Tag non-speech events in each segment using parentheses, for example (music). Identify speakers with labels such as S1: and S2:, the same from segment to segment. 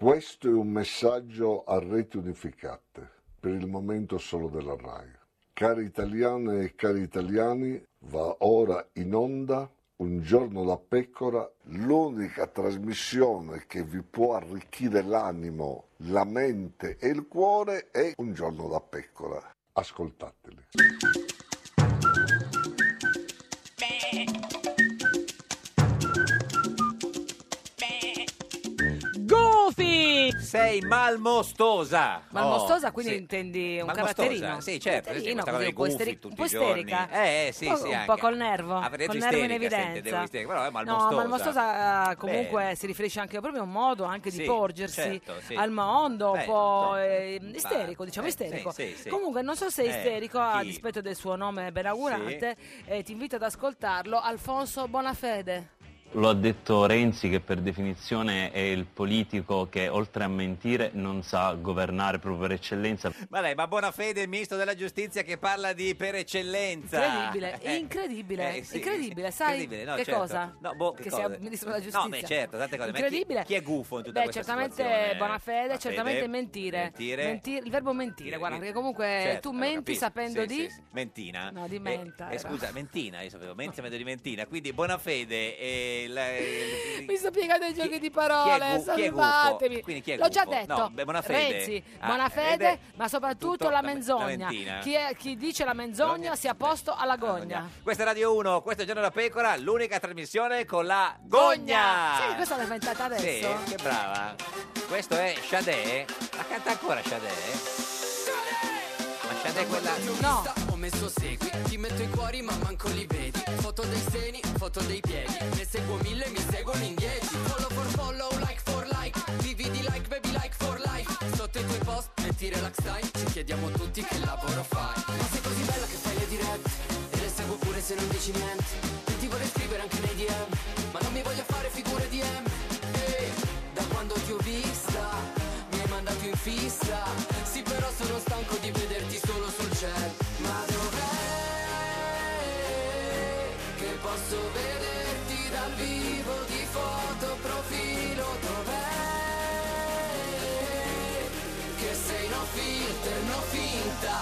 S1: Questo è un messaggio a reti unificate, per il momento solo della RAI. Cari italiane e cari italiani, va ora in onda Un giorno la pecora, l'unica trasmissione che vi può arricchire l'animo, la mente e il cuore è Un giorno la pecora. Ascoltateli.
S2: Goofy!
S3: Sei malmostosa.
S2: Malmostosa, quindi
S3: Oh, sì.
S2: intendi un
S3: Malmostosa,
S2: caratterino?
S3: sì, certo, sì,
S2: Caratterino,
S3: questa cosa
S2: così,
S3: dei
S2: un po'
S3: gufi
S2: isteri-
S3: tutti
S2: un po'
S3: i giorni.
S2: isterica.
S3: Eh, eh, sì,
S2: un po',
S3: sì,
S2: un
S3: anche.
S2: po' col nervo,
S3: Avrei detto
S2: col nervo in
S3: isterica, senti,
S2: evidenza.
S3: devo isterica, però è
S2: No,
S3: malmostosa.
S2: malmostosa eh, comunque
S3: Bene.
S2: si riferisce anche proprio a un modo anche di
S3: Sì,
S2: porgersi
S3: certo, sì.
S2: al mondo, un
S3: Beh,
S2: po'
S3: insomma,
S2: eh,
S3: va,
S2: isterico, diciamo
S3: eh,
S2: isterico.
S3: sì, sì, sì.
S2: Comunque non so se è
S3: Eh,
S2: isterico, a
S3: chi?
S2: dispetto del suo nome benaugurante, eh, ti invito ad ascoltarlo, Alfonso Bonafede.
S4: Lo ha detto Renzi che per definizione è il politico che oltre a mentire non sa governare proprio per eccellenza.
S3: Ma lei, ma buona fede il ministro della giustizia che parla di per eccellenza.
S2: Incredibile,
S3: Eh,
S2: incredibile,
S3: eh, sì,
S2: incredibile,
S3: sì,
S2: sai
S3: incredibile, no,
S2: che
S3: certo.
S2: cosa?
S3: No, boh, che
S2: che sia
S3: cosa?
S2: ministro della
S3: No,
S2: giustizia.
S3: beh, certo, tante cose, ma chi-
S2: Incredibile.
S3: chi è gufo in tutta
S2: Beh,
S3: questa
S2: certamente
S3: situazione?
S2: Bonafede,
S3: Bonafede,
S2: certamente mentire.
S3: mentire.
S2: Menti- il verbo mentire, guarda, perché comunque
S3: Certo,
S2: tu
S3: l'ho capito.
S2: menti sapendo
S3: Sì,
S2: di
S3: sì, sì. Mentina.
S2: No, di
S3: Eh,
S2: menta
S3: eh,
S2: era.
S3: scusa, mentina, io sapevo, menti sapendo di mentina. Quindi buona fede e la-
S2: (laughs)
S3: il-
S2: Mi sto piegando i giochi di
S3: chi
S2: parole,
S3: è gu- chi è gufo?
S2: salvatemi.
S3: Quindi chi è
S2: L'ho già
S3: gufo?
S2: detto.
S3: No, beh, Bonafede.
S2: Renzi,
S3: Ah,
S2: Bonafede,
S3: ed è
S2: ma soprattutto
S3: tutto
S2: la
S3: la men- la
S2: menzogna.
S3: mentina.
S2: chi, è- chi dice la menzogna sia posto alla gogna.
S3: Questa è Radio 1, questo è Giorno da Pecora, l'unica trasmissione con la
S2: Sai che
S3: gogna.
S2: questa l'ha inventata adesso?
S3: Sì, che brava. Questo è Sade. La canta ancora Sade? Ma Sade è quella...
S2: No.
S5: Ho messo segui, ti metto i cuori ma manco li vedi Foto dei seni, foto dei piedi Ne seguo mille, mi seguono in dieci Follow for follow, like for like Vivi di like, baby like for life Sotto i tuoi post, metti relax time Ci chiediamo tutti che lavoro fai Ma sei così bella che fai le dirette E le seguo pure se non dici niente E ti vorrei scrivere anche nei DM Ma non mi voglio fare figure di M Ehi, da quando ti ho vista mi hai mandato in fissa Sì però sono stanco di vederti solo sul cielo Ma dov'è che posso vederti dal vivo di foto profilo Dov'è che sei no filter, no finta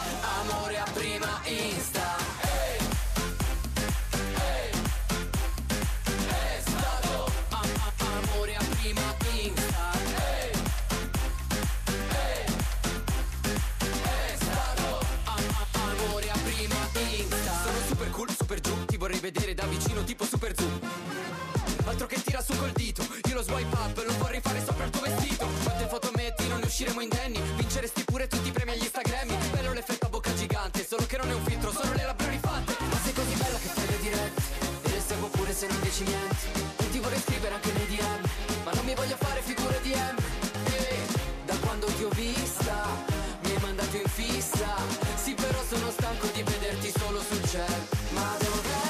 S5: Amore a prima insta Ehi, ehi, ehi, stato am- am- Amore a prima insta Ehi Amore a prima vista Sono super cool, super giù Ti vorrei vedere da vicino tipo super zoom Altro che tira su col dito Io lo swipe up lo vorrei fare sopra il tuo vestito Quante foto metti non ne usciremo indenni Vinceresti pure tutti i premi agli Instagrammi Bello l'effetto a bocca gigante Solo che non è un filtro, sono le labbra rifatte Ma sei così bella che fai le dirette E le seguo pure se non dici niente E ti vorrei scrivere anche nei DM Ma non mi voglio fare figure di M Ehi, Da quando ti ho vista Mi hai mandato in fissa Sì però sono stanco di vederti solo sul cielo Ma dov'è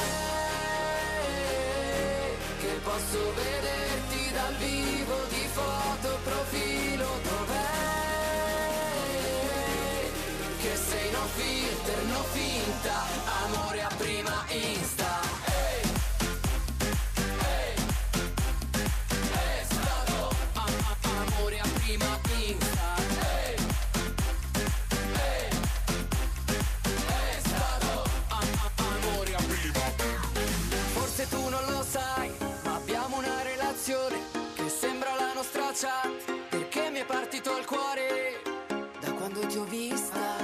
S5: Che posso vederti dal vivo di foto profilo Dov'è Che sei no filter, no finta Amore a prima insta Ehi Ehi Ehi stato a- a- Amore a prima insta Ehi Ehi Ehi stato a- a- Amore a prima Forse tu non lo sai, ma abbiamo una relazione che sembra la nostra chat, perché mi è partito al cuore. Da quando ti ho vista,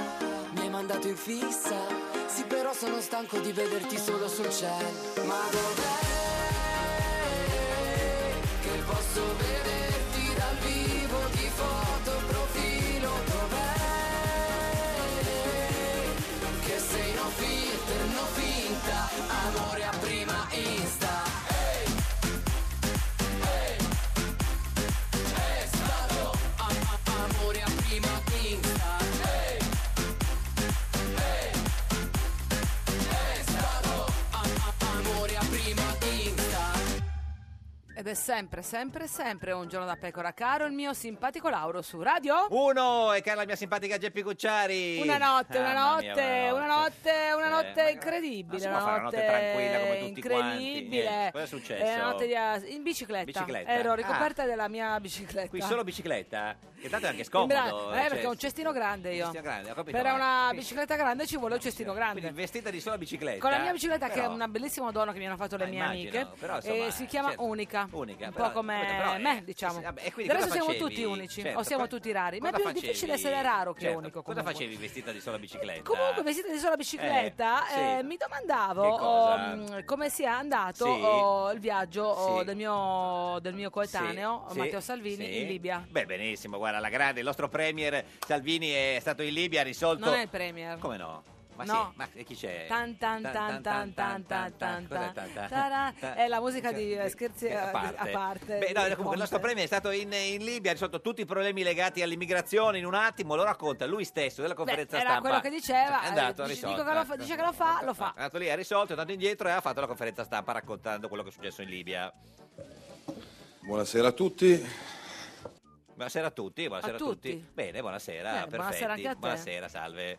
S5: mi hai mandato in fissa. Sì, però sono stanco di vederti solo sul cielo. Ma dov'è che posso vederti dal vivo di foto profilo? Dov'è che sei no filter, no finta, amore a prima insta. Ehi, ehi, ehi, stato a- a- amore a prima insta. Ehi, ehi, ehi, stato a- a- amore a prima insta.
S2: Ed ed è sempre, sempre, sempre un giorno da pecora, caro il mio simpatico Lauro su Radio.
S3: Uno, e cara la mia simpatica Geppi Cucciari.
S2: Una notte, una
S3: Ah, mamma mia,
S2: notte, una notte, una
S3: Eh,
S2: notte
S3: magari-
S2: incredibile.
S3: Ma si può fare una notte tranquilla come tutti quanti?
S2: incredibile.
S3: Niente, cosa è successo?
S2: Eh, una notte di- in bicicletta.
S3: Bicicletta.
S2: Ero
S3: Ah.
S2: ricoperta della mia bicicletta.
S3: Qui solo bicicletta? Che tanto è anche scomodo.
S2: Bra- eh,
S3: cioè,
S2: perché ho un cestino grande io.
S3: cestino grande, ho capito,
S2: per
S3: eh.
S2: una
S3: Quindi-
S2: bicicletta grande ci vuole un cestino grande.
S3: quindi vestita di sola bicicletta.
S2: Con la mia bicicletta, che è
S3: però-
S2: un bellissimo dono che mi hanno fatto le
S3: Ah,
S2: mie
S3: immagino,
S2: amiche,
S3: però, insomma,
S2: eh, si chiama
S3: certo.
S2: Unica.
S3: Unica,
S2: un
S3: però-
S2: po' come
S3: capito, però,
S2: me,
S3: eh,
S2: diciamo.
S3: sì, vabbè, e quindi
S2: Del resto
S3: cosa
S2: siamo
S3: facevi?
S2: tutti unici,
S3: Certo,
S2: o siamo
S3: cosa-
S2: tutti rari. Eh, Ma è
S3: cosa
S2: più
S3: facevi?
S2: difficile essere raro che
S3: Certo,
S2: unico.
S3: Cosa
S2: comunque.
S3: facevi vestita di sola bicicletta?
S2: Comunque, vestita di sola bicicletta,
S3: Eh, sì.
S2: eh, mi domandavo
S3: Che cosa?
S2: oh, mh, come sia andato
S3: Sì.
S2: oh, il viaggio oh,
S3: Sì.
S2: del, mio, del mio
S3: Sì,
S2: coetaneo oh,
S3: sì,
S2: Matteo Salvini
S3: sì.
S2: in Libia.
S3: Beh, benissimo, guarda, la grande, il nostro premier Salvini è stato in Libia, ha risolto...
S2: Non è il premier.
S3: Come no? Ma
S2: No.
S3: sì, ma chi c'è?
S2: Tan tan tan tan tan tan tan
S3: Cos'è tan, tan?
S2: Tarà, È la musica di eh, scherzi eh,
S3: A
S2: a
S3: parte.
S2: parte.
S3: Beh, no,
S2: di
S3: comunque il nostro
S2: Conte.
S3: premio è stato in, in Libia, ha risolto tutti i problemi legati all'immigrazione in un attimo, lo racconta lui stesso della
S2: Beh,
S3: conferenza
S2: era
S3: stampa.
S2: quello che diceva.
S3: È andato, ha
S2: eh, dice,
S3: risolto.
S2: dico che lo fa- dice che lo fa, lo fa.
S3: È andato lì, ha risolto, è andato indietro e ha fatto la conferenza stampa raccontando quello che è successo in Libia.
S6: Buonasera a tutti.
S3: Buonasera a tutti, buonasera
S6: A
S3: a tutti.
S6: tutti.
S3: Bene, buonasera,
S6: Beh,
S3: perfetti.
S6: buonasera anche a te.
S3: Buonasera, salve.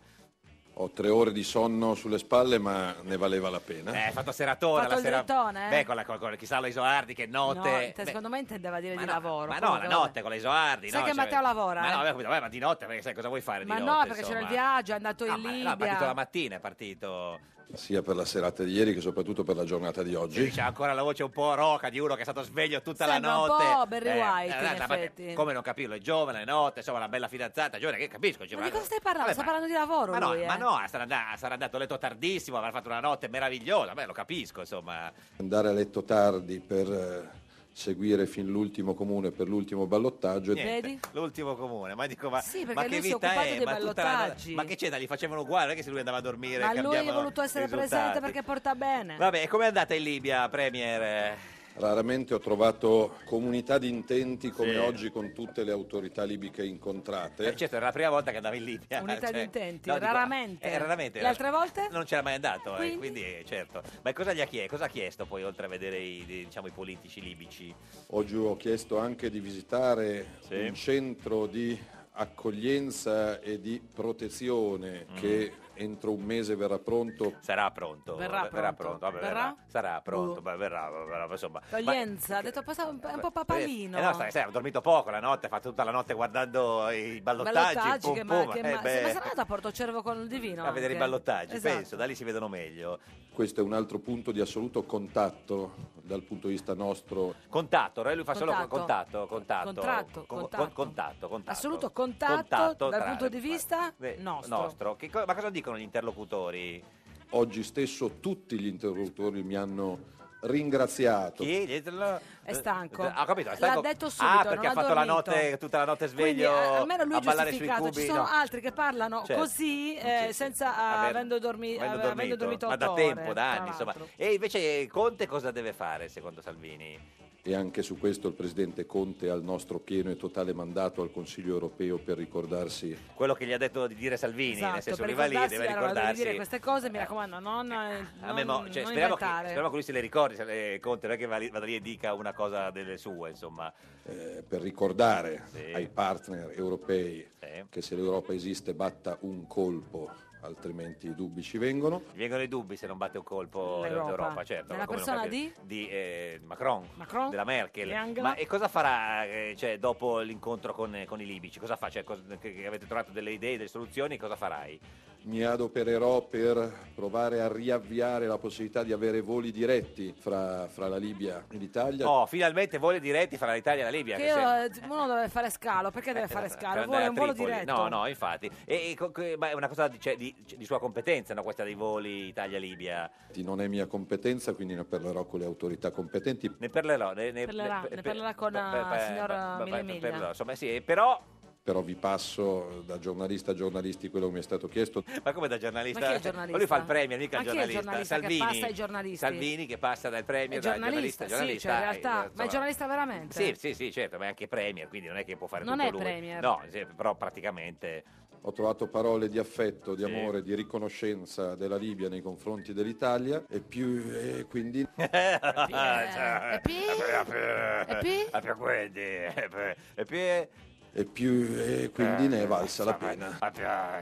S6: Ho tre ore di sonno sulle spalle, ma ne valeva la pena.
S3: Eh, hai fatto seratona
S2: Fatto
S3: la
S2: il
S3: sera.
S2: drittone, eh?
S3: Beh, con, la, con, con chissà lo Isoardi che
S2: No,
S3: notte.
S2: te-
S3: Beh,
S2: secondo me intendeva dire di lavoro.
S3: ma no,
S2: comunque,
S3: la
S2: vabbè.
S3: notte con le Isoardi.
S2: Sai
S3: no, cioè,
S2: che Matteo lavora,
S3: Ma
S2: eh?
S3: no, vabbè, capito, vabbè, ma di notte, perché sai cosa vuoi fare
S2: Ma
S3: di
S2: no,
S3: notte?
S2: perché
S3: insomma.
S2: c'era il viaggio, è andato in
S3: Ma
S2: Libia.
S3: no, è partito la mattina, è partito.
S6: Sia per la serata di ieri che soprattutto per la giornata di oggi.
S3: C'è ancora la voce un po' roca di uno che è stato sveglio tutta
S2: Sembra
S3: la
S2: un
S3: notte. Eh,
S2: po' Barry White, in
S3: guarda, vabbè,
S2: effetti.
S3: come non capirlo? È giovane, è notte, insomma, una bella fidanzata, giovane, che capisco.
S2: Ma di cosa stai parlando? Sta parlando di lavoro
S3: Ma no,
S2: lui,
S3: ma
S2: eh.
S3: no, sarà, and- sarà andato a letto tardissimo, avrà fatto una notte meravigliosa, beh, lo capisco, insomma.
S6: Andare a letto tardi per eh, seguire fin l'ultimo comune per l'ultimo ballottaggio.
S3: Niente, L'ultimo comune, ma dico, ma,
S2: Sì, perché
S3: ma che
S2: lui si è
S3: vita
S2: occupato
S3: è?
S2: dei
S3: Ma, tutta la-
S2: ballottaggi.
S3: ma che c'è da? Li facevano uguale, non è che se lui andava a dormire.
S2: Ma lui ha
S3: cambiavano
S2: voluto essere
S3: i risultati.
S2: presente perché porta bene.
S3: Vabbè, e com'è andata in Libia, Premier?
S6: Raramente ho trovato comunità di intenti come
S3: Sì.
S6: oggi con tutte le autorità libiche
S3: Eh,
S6: incontrate.
S3: certo, era la prima volta che andava in Libia.
S2: Unità
S3: cioè,
S2: di intenti,
S3: no, dico,
S2: raramente.
S3: eh, raramente.
S2: Le altre volte?
S3: Non c'era mai andato, eh,
S2: Quindi?
S3: quindi, eh, certo. Ma cosa gli ha chiesto? Cosa ha chiesto poi, oltre a vedere i, di- diciamo, i politici libici?
S6: Oggi ho chiesto anche di visitare
S3: Sì.
S6: un centro di accoglienza e di protezione che entro un mese verrà pronto.
S3: Mm. Sarà pronto.
S2: Verrà pronto.
S3: pronto. vabbè,
S2: Verrà? Uh.
S3: Sarà pronto, beh, verrà, verrà, insomma.
S2: Coglienza, ha detto passa un, è un po' papalino.
S3: Eh no, stai, sai, ho dormito poco la notte, ha fatto tutta la notte guardando i ballottaggi.
S2: Ballottaggi,
S3: pum,
S2: che ma,
S3: pum,
S2: che
S3: eh,
S2: ma-
S3: beh,
S2: ma sarà andato a Porto Cervo con il divino?
S3: a vedere i
S2: anche?
S3: ballottaggi,
S2: Esatto.
S3: penso, da lì si vedono meglio.
S6: Questo è un altro punto di assoluto contatto dal punto di vista nostro.
S3: Contatto, Rai lui fa solo
S2: Contatto.
S3: contatto, contatto.
S2: Contratto,
S3: con-
S2: contatto.
S3: con- contatto, contatto.
S2: Assoluto contatto,
S3: Contatto
S2: dal
S3: tra-
S2: punto di vista
S3: Eh,
S2: nostro.
S3: Che co- ma cosa dicono gli interlocutori?
S6: Oggi stesso tutti gli interlocutori mi hanno ringraziato.
S3: Chi? Gli- lo-
S2: È stanco.
S3: Ah, Ho capito, è stanco.
S2: L'ha detto subito,
S3: Ah, perché
S2: non
S3: ha
S2: ha
S3: fatto la
S2: dormito.
S3: notte, tutta la notte
S2: Quindi eh,
S3: sveglio
S2: a- almeno lui
S3: a
S2: è
S3: ballare sui
S2: giustificato,
S3: cubi.
S2: ci sono
S3: no.
S2: altri che parlano
S3: Certo.
S2: così eh, senza ah,
S3: Aver-
S2: avendo, dormi-
S3: avendo
S2: av- avendo dormito
S3: ma da
S2: otto ore,
S3: tempo,
S2: tra
S3: da anni, insomma.
S2: l'altro.
S3: E invece eh, Conte cosa deve fare secondo Salvini?
S6: E anche su questo il Presidente Conte ha il nostro pieno e totale mandato al Consiglio europeo per ricordarsi eh,
S3: Quello che gli ha detto di dire Salvini, nel senso
S2: Esatto, per
S3: lui va lì,
S2: ricordarsi-
S3: deve
S2: allora, devi
S3: ricordarsi.
S2: dire queste cose, mi raccomando, non, eh,
S3: A
S2: non-
S3: memo- cioè,
S2: non
S3: speriamo, che,
S2: inventare.
S3: speriamo che lui se le ricordi, se le- eh, Conte, non è che va lì- vada lì e dica una cosa delle sue, insomma.
S6: eh, per ricordare ai partner europei che se l'Europa esiste batta un colpo, altrimenti i dubbi ci vengono.
S3: Gli vengono i dubbi se non batte un colpo
S6: L'Europa.
S3: d'Europa, certo. ma
S2: Nella
S3: come non
S2: persona
S3: capire- Di eh, Macron,
S2: Macron?
S3: della Merkel.
S2: Di Angela?
S3: Ma e cosa farà eh, cioè, dopo l'incontro con, eh, con i libici? Cosa fa? Cioè, cos- che, che avete trovato delle idee, delle soluzioni, cosa farai?
S6: Mi adopererò per provare a riavviare la possibilità di avere voli diretti fra, fra la Libia e l'Italia.
S3: Oh, finalmente voli diretti fra l'Italia e la Libia.
S2: Che
S3: che se-
S2: io, eh, uno deve fare scalo, perché deve fare
S3: per
S2: scalo?
S3: andare
S2: Vuole
S3: a
S2: un volo
S3: Tripoli.
S2: diretto.
S3: No, no, infatti. E- e co- co- ma è una cosa di, cioè, di- di sua competenza, no, questa dei voli Italia-Libia.
S6: Non è mia competenza, quindi ne parlerò con le autorità competenti.
S3: Ne parlerò. Ne, ne-
S2: Parlerà-
S3: per-
S2: ne
S3: per-
S2: parlerà con,
S3: per- per-
S2: eh, signor,
S3: per- per-
S2: Milemiglia.
S3: per- insomma, sì, eh, però
S6: però vi passo da giornalista a giornalisti quello che mi è stato chiesto.
S3: Ma come da giornalista?
S2: Ma chi è il giornalista?
S3: Ma Lui fa il premier, mica
S2: Ma
S3: il
S2: chi è il
S3: giornalista.
S2: giornalista che
S3: Salvini.
S2: passa ai giornalisti?
S3: Salvini che passa dal premier
S2: È
S3: al giornalista.
S2: giornalista, sì, cioè in
S3: giornalista,
S2: realtà,
S3: eh,
S2: ma è
S3: insomma.
S2: giornalista veramente?
S3: Sì, sì, sì, certo, ma è anche premier, quindi non è che può fare
S2: Non
S3: tutto
S2: è
S3: lui.
S2: premier.
S3: No, sì, però praticamente...
S6: Ho trovato parole di affetto, di
S3: Sì.
S6: amore, di riconoscenza della Libia nei confronti dell'Italia e più e quindi
S3: (laughs) Eh, E
S2: Eh,
S6: pi- e pi-
S3: eh, E Eh, pi-
S6: e più e quindi ne è valsa la pena.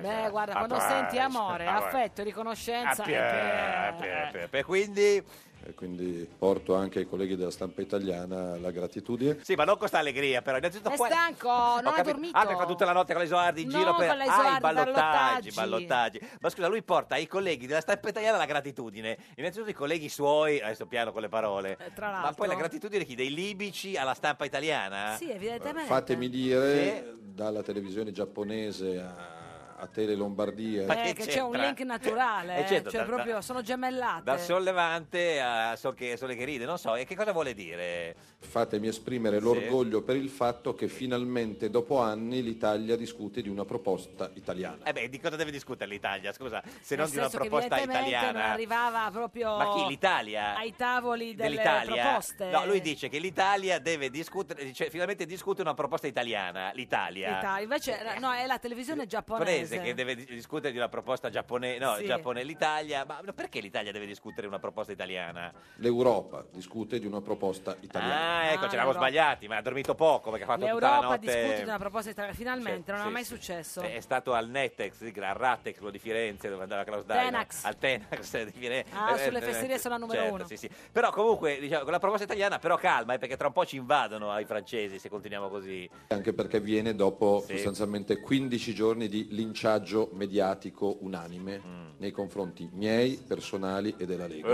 S2: Beh, guarda,
S3: Ah,
S2: quando senti amore, affetto, riconoscenza...
S6: Ah,
S2: eh, che-
S3: E quindi
S6: E quindi porto anche ai colleghi della stampa italiana la gratitudine.
S3: Sì, ma non con sta allegria, però. Innanzitutto
S2: È
S3: qua-
S2: stanco, non
S3: Ho
S2: ha
S3: capito.
S2: dormito.
S3: Ah, perché fa tutta la notte con le Isoardi in
S2: No,
S3: giro per
S2: con le
S3: ah,
S2: Isoardi,
S3: i ballottaggi,
S2: ballottaggi.
S3: ballottaggi. Ma scusa, lui porta ai colleghi della stampa italiana la gratitudine. Innanzitutto i colleghi suoi, adesso piano con le parole.
S2: Eh, tra l'altro...
S3: Ma poi la gratitudine chi? Dei libici alla stampa italiana?
S2: Sì, evidentemente.
S6: Fatemi dire dalla televisione giapponese a, a Tele Lombardia
S3: Ma
S2: Eh, che c'è un link naturale,
S3: Eh,
S2: eh,
S3: certo,
S2: cioè
S3: da- da-
S2: proprio sono gemellate.
S3: Da sollevante a sol che, sole che ride, non so, e che cosa vuole dire?
S6: Fatemi esprimere
S3: Sì.
S6: l'orgoglio per il fatto che finalmente dopo anni l'Italia discute di una proposta italiana.
S3: Eh beh, di cosa deve discutere l'Italia, scusa, se
S2: Nel
S3: non di una
S2: senso che
S3: proposta
S2: evidentemente Non
S3: italiana?
S2: arrivava proprio
S3: Ma chi, l'Italia?
S2: ai tavoli delle
S3: dell'Italia?
S2: proposte.
S3: No, lui dice che l'Italia deve discutere, dice, finalmente discute una proposta italiana, l'Italia.
S2: L'Italia. Invece era- no, è la televisione giapponese.
S3: Giapponese che deve dis- discutere di una proposta giapponese, no,
S2: Sì.
S3: Giappone l'Italia, ma perché l'Italia deve discutere una proposta italiana?
S6: L'Europa discute di una proposta italiana.
S3: Ah, ecco,
S2: Ah,
S3: ce l'avamo
S2: l'Europa.
S3: sbagliati, ma ha dormito poco perché ha fatto tutta la
S2: L'Europa
S3: notte.
S2: discute di una proposta italiana. Finalmente,
S3: Cioè,
S2: non
S3: sì,
S2: è mai
S3: sì.
S2: successo.
S3: È stato al Netex, di- al Ratex, quello di Firenze, dove andava Klaus Dino.
S2: Tenax.
S3: Al Tenax (laughs) di Firenze.
S2: Ah,
S3: Eh,
S2: sulle
S3: eh,
S2: fesserie sono la numero
S3: certo,
S2: uno.
S3: Sì, sì. Però comunque, diciamo, con la proposta italiana, però calma, eh, perché tra un po' ci invadono ai francesi se continuiamo così.
S6: Anche perché viene dopo sostanzialmente 15 giorni di linciaggio mediatico unanime nei confronti miei, personali e della Lega.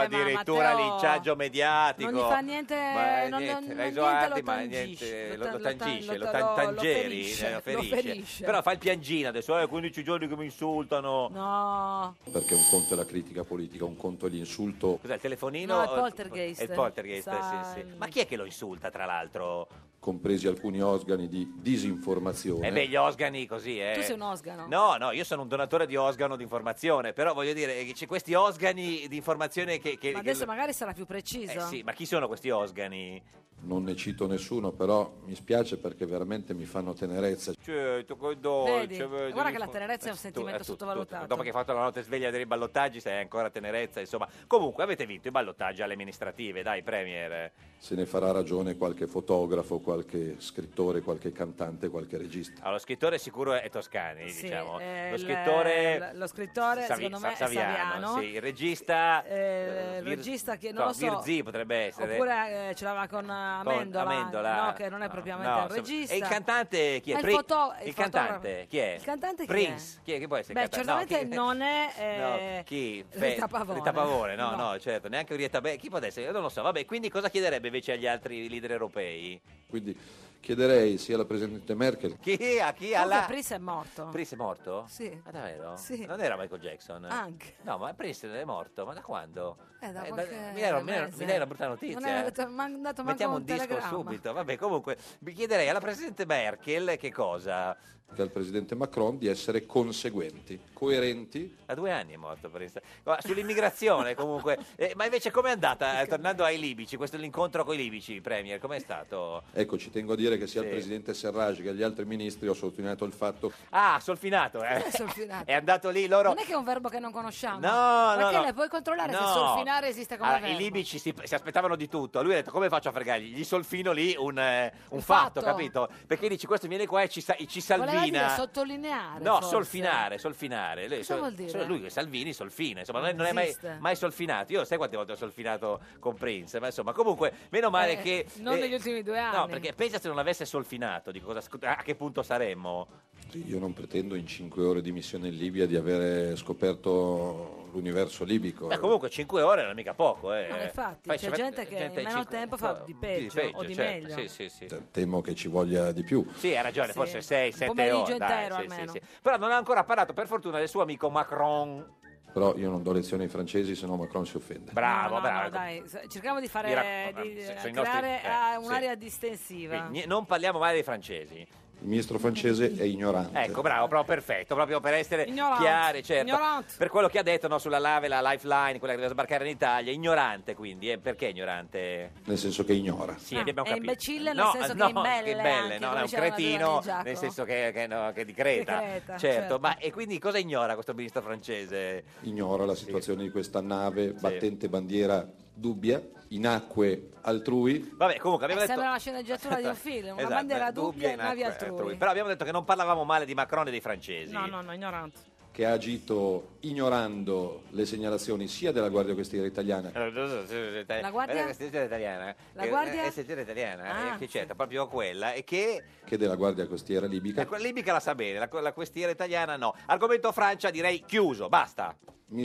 S3: Eh, addirittura
S2: Matteo,
S3: linciaggio mediatico.
S2: Eh, Non gli fa niente,
S3: Ma eh,
S2: non,
S3: niente,
S2: non-
S3: la
S2: non
S3: Isoardi,
S2: eh, niente lo
S3: ma
S2: tangisce,
S3: niente, lo,
S2: lo ta-
S3: lo
S2: lo ta-
S3: tangisce,
S2: lo
S3: lo,
S2: ta-
S3: tan-
S2: lo- lo
S3: tangeri,
S2: ferisce,
S3: eh,
S2: lo ferisce.
S3: Però fa il piangino adesso, eh, 15 giorni che mi insultano.
S2: No,
S6: Perché un conto è la critica politica, un conto è l'insulto
S3: Cos'è il telefonino?
S2: No, è il
S3: O-
S2: poltergeist.
S3: È il poltergeist,
S2: Sa-
S3: sì, sì. Ma chi è che lo insulta, tra l'altro?
S6: compresi alcuni organi di disinformazione.
S3: Eh beh, gli osgani così, eh.
S2: tu sei un osgano.
S3: No, no, io sono un donatore di osgano di informazione, però voglio dire, eh, c'è questi osgani di informazione che... che-
S2: Ma
S3: che-
S2: adesso magari sarà più preciso.
S3: eh, sì, ma chi sono questi osgani?
S6: Non ne cito nessuno, però mi spiace perché veramente mi fanno tenerezza.
S3: Certo, che
S2: Vedi?
S3: dolce, vedi,
S2: Guarda che la
S3: mi fa-
S2: tenerezza è un
S3: Tu-
S2: sentimento
S3: eh, tu-
S2: sottovalutato.
S3: tu- dopo che hai fatto la notte sveglia dei ballottaggi sei ancora tenerezza, insomma. Comunque avete vinto i ballottaggi alle amministrative, dai Premier.
S6: Se ne farà ragione qualche fotografo, qualche scrittore, qualche cantante, qualche regista.
S3: Allora, lo scrittore sicuro è Toscani,
S2: Sì,
S3: diciamo.
S2: eh,
S3: lo
S2: il-
S3: scrittore...
S2: l- lo scrittore,
S3: Savi-
S2: secondo
S3: Sa-
S2: me, è Saviano.
S3: sì. il regista...
S2: Eh, il
S3: Vir-
S2: regista che non
S3: no,
S2: lo so.
S3: Virzì potrebbe essere.
S2: Oppure eh, ce l'aveva con eh,
S3: Con
S2: Amendola,
S3: Amendola.
S2: no, che non è
S3: No,
S2: propriamente
S3: no,
S2: un
S3: insomma.
S2: regista.
S3: E il cantante chi è?
S2: Ma il
S3: Pri-
S2: foto- il
S3: il cantante
S2: fotografo.
S3: chi è?
S2: Il cantante chi è?
S3: Prince. Chi è che può essere?
S2: Beh,
S3: il cantante?
S2: certamente
S3: No, chi-
S2: non è, eh,
S3: no, chi?
S2: Rita Pavone.
S3: Rita Pavone, no, no,
S2: No.
S3: certo, neanche Rita Beh, chi può essere? Io non lo so. Vabbè, quindi cosa chiederebbe invece agli altri leader europei?
S6: Quindi chiederei sia alla Presidente Merkel
S3: Chi? A chi?
S2: Comunque
S3: Alla...
S2: Prince è morto.
S3: Prince è morto?
S2: Sì.
S3: Ma davvero?
S2: Sì.
S3: Non era Michael Jackson?
S2: Anche.
S3: No, ma Prince è morto, ma da quando?
S2: Eh, da
S3: Eh,
S2: qualche
S3: mi, dai, una- mi dai-
S2: mese.
S3: mi dai una brutta notizia. eh.
S2: Non è dato- mi hanno dato manco
S3: Mettiamo un, disco
S2: telegramma. (laughs)
S3: subito. Vabbè, comunque, vi chiederei alla Presidente Merkel che cosa?
S6: e al Presidente Macron di essere conseguenti, coerenti.
S3: Da due anni è morto per insta- Ma
S2: (laughs)
S3: Sull'immigrazione, comunque. Eh, ma invece com'è andata, eh, tornando ai libici, questo l'incontro con i libici, Premier, com'è stato?
S6: Ecco, ci tengo a dire che sia al
S3: Sì.
S6: Presidente Serraj che agli altri ministri ho sottolineato il fatto
S3: Ah, solfinato, (laughs) eh.
S2: Solfinato.
S3: È andato lì loro...
S2: Non è che è un verbo che non conosciamo.
S3: No, no,
S2: Perché
S3: no.
S2: le puoi controllare se
S3: No. Ah,
S2: solfinare esiste come
S3: Allora,
S2: verbo.
S3: I libici si, si aspettavano di tutto. Lui ha detto: Come faccio a fregargli? Gli solfino lì un, eh, un
S2: Un
S3: fatto,
S2: fatto.
S3: capito? Perché dici: Questo viene qua e ci, sa- ci
S2: Voleva dire
S3: salvina.
S2: sottolineare.
S3: No,
S2: forse.
S3: solfinare, solfinare. Lui,
S2: Cosa vuol dire?
S3: solo lui, Salvini, solfina. Insomma, non,
S2: Non
S3: non è mai,
S2: esiste.
S3: mai solfinato. Io sai quante volte ho solfinato con Prince, ma insomma, comunque, meno male
S2: Eh,
S3: che.
S2: non
S3: eh,
S2: negli ultimi due anni.
S3: No, perché pensa se non avesse solfinato, di cosa, a che punto saremmo?
S6: Sì, Io non pretendo in cinque ore di missione in Libia di avere scoperto l'universo libico.
S3: Ma comunque 5 ore non è mica poco, eh.
S2: No, infatti,
S3: Fai-
S2: c'è
S3: fai-
S2: gente che in meno
S3: cinque-
S2: tempo fa di peggio o di
S3: certo. Sì,
S2: meglio.
S3: sì, sì.
S6: Temo che ci voglia di più.
S3: Sì, eh. ha ragione,
S2: Sì.
S3: forse 6,
S2: Un
S3: 7
S2: pomeriggio
S3: ore.
S2: intero
S3: dai, sì, sì,
S2: almeno.
S3: sì. Però non ha ancora parlato, per fortuna, del suo amico Macron.
S6: Però io non do lezioni ai francesi, se no Macron si offende.
S3: Bravo,
S2: No, no,
S3: bravo.
S2: no, dai, s- cerchiamo di
S3: Mi
S2: fare
S3: raccomando,
S2: di
S3: se-
S2: eh,
S3: se i nostri-
S2: creare
S3: eh,
S2: eh, un'area distensiva.
S3: Quindi, nie- non parliamo male dei francesi.
S6: Il ministro francese è ignorante.
S3: Ecco, bravo, proprio perfetto, proprio per essere
S2: Ignorante.
S3: chiari, certo.
S2: Ignorante.
S3: Per quello che ha detto no, sulla lave, la lifeline, quella che deve sbarcare in Italia, ignorante quindi, eh, perché ignorante?
S6: Nel senso che ignora.
S3: Sì, abbiamo
S2: Ah, è
S3: capito.
S2: imbecille nel
S3: no, (laughs)
S2: senso che
S3: no,
S2: è eh. imbelle anche,
S3: no, no, è
S2: come
S3: un
S2: diceva la
S3: cretino
S2: Giovanni Giacomo.
S3: nel senso che, che, no, che di Creta.
S2: Di Creta, certo.
S3: certo, ma e quindi cosa ignora questo ministro francese?
S6: Ignora la situazione di questa nave battente bandiera dubbia in acque altrui.
S3: Vabbè, comunque abbiamo
S2: Eh,
S3: detto...
S2: sembra una sceneggiatura
S3: (laughs)
S2: di un film, una
S3: Esatto,
S2: bandiera dubbia e
S3: in eh,
S2: navi
S3: acque
S2: altrui.
S3: Però abbiamo detto che non parlavamo male di Macron e dei francesi.
S2: No, no, no, ignorante.
S6: che ha agito ignorando le segnalazioni sia della Guardia Costiera italiana
S3: La
S2: guardia?
S3: La stagione italiana.
S2: La
S3: Eh,
S2: guardia?
S3: È la stagione italiana,
S2: Ah,
S3: eh, che certo, proprio quella. E che
S6: che della Guardia Costiera libica.
S3: la quella libica la sa bene, la, la costiera italiana no. Argomento Francia direi chiuso, basta.
S6: Mi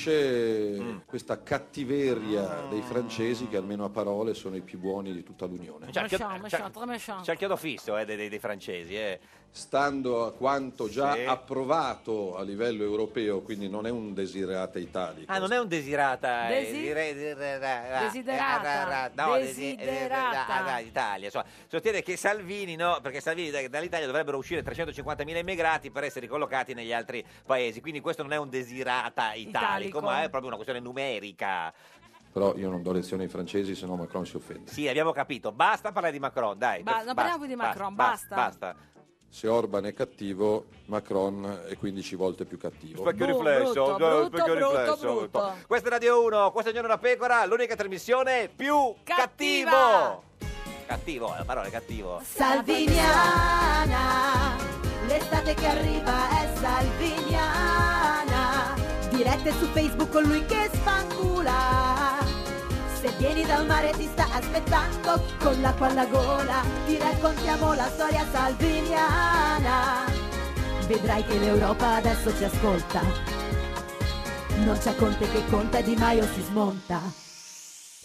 S6: stupisce questa cattiveria dei francesi che almeno a parole sono i più buoni di tutta l'Unione.
S3: C'è il chiodo-
S2: Méchant,
S3: c'è-
S2: méchant, très méchant.
S3: c'è il chiodo fisso eh, dei, dei- dei Cioè, francesi. Eh.
S6: Stando a quanto già
S3: Sì.
S6: approvato a livello europeo, quindi non è un desiderata italico.
S3: Ah, non è un desiderata. eh,
S2: Desi-
S3: direi- desiderata. Eh,
S2: Desiderata.
S3: No, desi-
S2: Desiderata.
S3: eh, Italia. Insomma, sostiene che Salvini, no, perché Salvini da- dall'Italia dovrebbero uscire 350.000 immigrati per essere ricollocati negli altri paesi. Quindi questo non è un desiderata italico,
S2: Italico.
S3: ma è proprio una questione numerica.
S6: Però io non do lezioni ai francesi, se no Macron si offende.
S3: Sì, abbiamo capito. Basta parlare di Macron, dai.
S2: Ba- non parliamo più di Macron, basta.
S3: Basta.
S6: Se Orban è cattivo, Macron è 15 volte più cattivo.
S3: Specchio
S2: Boh,
S3: riflesso,
S2: brutto,
S3: eh,
S2: brutto,
S3: specchio
S2: brutto,
S3: riflesso.
S2: brutto.
S3: Questa è Radio 1, questo è Giorno da Pecora, l'unica trasmissione più
S2: Cattiva!
S3: cattivo. Cattivo, la parola è cattivo.
S7: Salviniana, l'estate che arriva è Salviniana, dirette su Facebook con lui che spangula, se vieni dal mare ti sta aspettando con l'acqua alla gola, ti raccontiamo la storia salviniana, vedrai che l'Europa adesso ci ascolta, non c'è Conte che conta e Di Maio si smonta.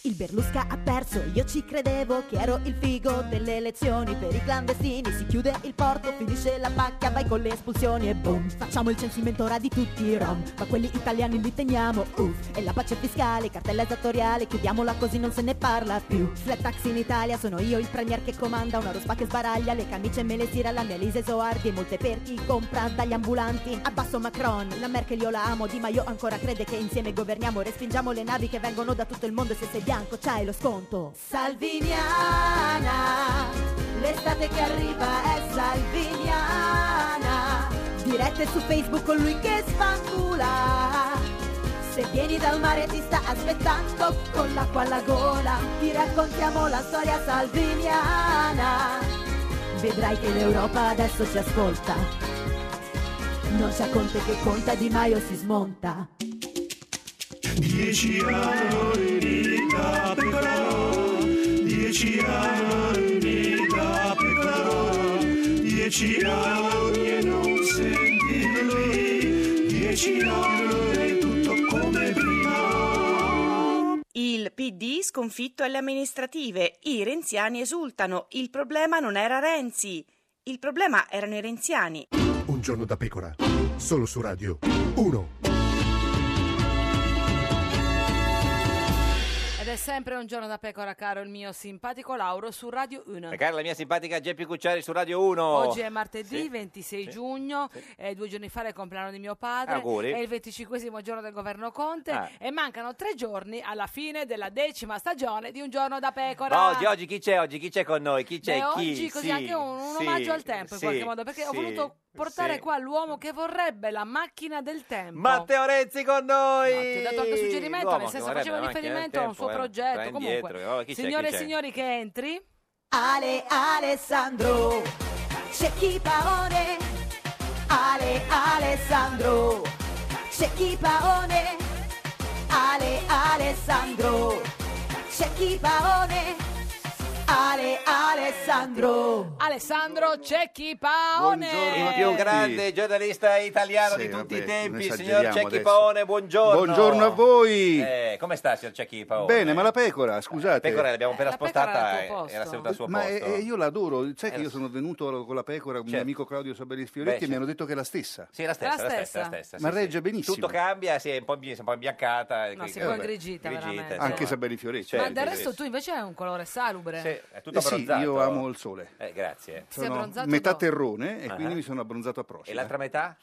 S7: Il Berlusca ha perso, io ci credevo che ero il figo delle elezioni per i clandestini, si chiude il porto, finisce la pacca, vai con le espulsioni e boom, facciamo il censimento ora di tutti i rom, ma quelli italiani li teniamo, uff, e la pace fiscale, cartella esattoriale, chiudiamola così non se ne parla più. Flat tax in Italia, sono io il premier che comanda, una rospa che sbaraglia, le camicie me le tira, la mia Elise Soardi e molte per chi compra dagli ambulanti. Abbasso Macron, la Merkel io la amo, Di Maio ancora crede che insieme governiamo, respingiamo le navi che vengono da tutto il mondo e se sei bianco c'hai lo sconto. Salviniana, l'estate che arriva è Salviniana, dirette su Facebook con lui che spangula. Se vieni dal mare ti sta aspettando con l'acqua alla gola, ti raccontiamo la storia salviniana. Vedrai che l'Europa adesso ci ascolta. Non c'è Conte che conta, Di Maio si smonta.
S8: Dieci anni da pecora, dieci anni da pecora, dieci anni e non sentirli, dieci anni tutto come prima.
S9: Il PD sconfitto alle amministrative, i renziani esultano, il problema non era Renzi, il problema erano i renziani.
S8: Un giorno da pecora, solo su Radio 1.
S2: Ed è sempre un giorno da pecora, caro il mio simpatico Lauro su Radio 1.
S3: E cara la mia simpatica Geppi Cucciari su Radio 1.
S2: Oggi è martedì
S3: Sì.
S2: 26
S3: Sì.
S2: giugno, eh, due giorni fa era il compleanno di mio padre,
S3: Auguri.
S2: è il 25 giorno del governo Conte
S3: Ah.
S2: e mancano tre giorni alla fine della decima stagione di Un giorno da pecora.
S3: Ma oggi, oggi chi c'è? Oggi chi c'è con noi? Chi c'è?
S2: Beh,
S3: Cioè, chi?
S2: oggi così
S3: Sì,
S2: anche un, un
S3: sì,
S2: omaggio al tempo in
S3: sì,
S2: qualche modo, perché ho
S3: sì,
S2: voluto portare
S3: sì.
S2: qua l'uomo che vorrebbe la macchina del tempo.
S3: Matteo Renzi con noi!
S2: No, ti ho dato anche un suggerimento,
S3: L'uomo
S2: nel
S3: che
S2: senso
S3: vorrebbe
S2: facevo
S3: la macchina del
S2: riferimento a un
S3: tempo,
S2: suo
S3: eh, va
S2: progetto.
S3: indietro,
S2: Comunque,
S3: vabbè, chi c'è, chi
S2: signore e
S3: c'è?
S2: signori che entri,
S7: Ale Alessandro, c'è chi paone. Ale Alessandro, c'è chi paone. Ale Alessandro, c'è chi paone. Ale Alessandro.
S2: Alessandro Cecchi Paone.
S10: Buongiorno
S3: Il
S10: a
S3: più
S10: tutti.
S3: grande giornalista italiano
S10: Sì,
S3: di tutti
S10: vabbè,
S3: i
S10: non
S3: tempi, signor
S10: esageriamo
S3: Cecchi
S10: adesso.
S3: Paone, buongiorno.
S10: Buongiorno a voi.
S3: Eh, come sta, signor Cecchi Paone?
S10: Bene, ma la pecora, scusate.
S3: Pecora l'abbiamo appena
S2: Eh, la pecora era
S3: spostata
S2: al tuo
S3: e
S2: posto.
S3: era seduta al suo
S10: ma
S3: posto.
S10: eh, io la adoro, sai
S3: Eh,
S10: che
S3: lo
S10: io
S3: so.
S10: sono venuto con la pecora con
S3: Certo.
S10: mio amico Claudio Saberis Fioretti
S3: Beh,
S10: e mi hanno
S3: certo.
S10: detto che è la stessa.
S3: Sì, la stessa,
S2: La
S3: la stessa,
S2: stessa.
S3: la stessa,
S10: Ma
S3: sì,
S10: regge
S3: sì.
S10: benissimo.
S3: Tutto cambia, sì, è un po', imbi- un po' imbiancata.
S2: No,
S3: quindi-
S2: si è un po'
S3: vabbè,
S2: ingrigita, veramente.
S10: Anche
S3: insomma.
S10: Saberis Fioretti.
S3: Certo,
S2: Ma del
S3: sì,
S2: resto
S3: sì.
S2: tu invece hai un colore salubre.
S3: Sì, eh, è tutto
S10: Eh sì,
S3: abbronzato.
S10: io amo il sole.
S3: Eh, grazie.
S10: Sono metà terrone e
S3: Ah.
S10: quindi mi sono abbronzato approssimato.
S3: E l'altra metà?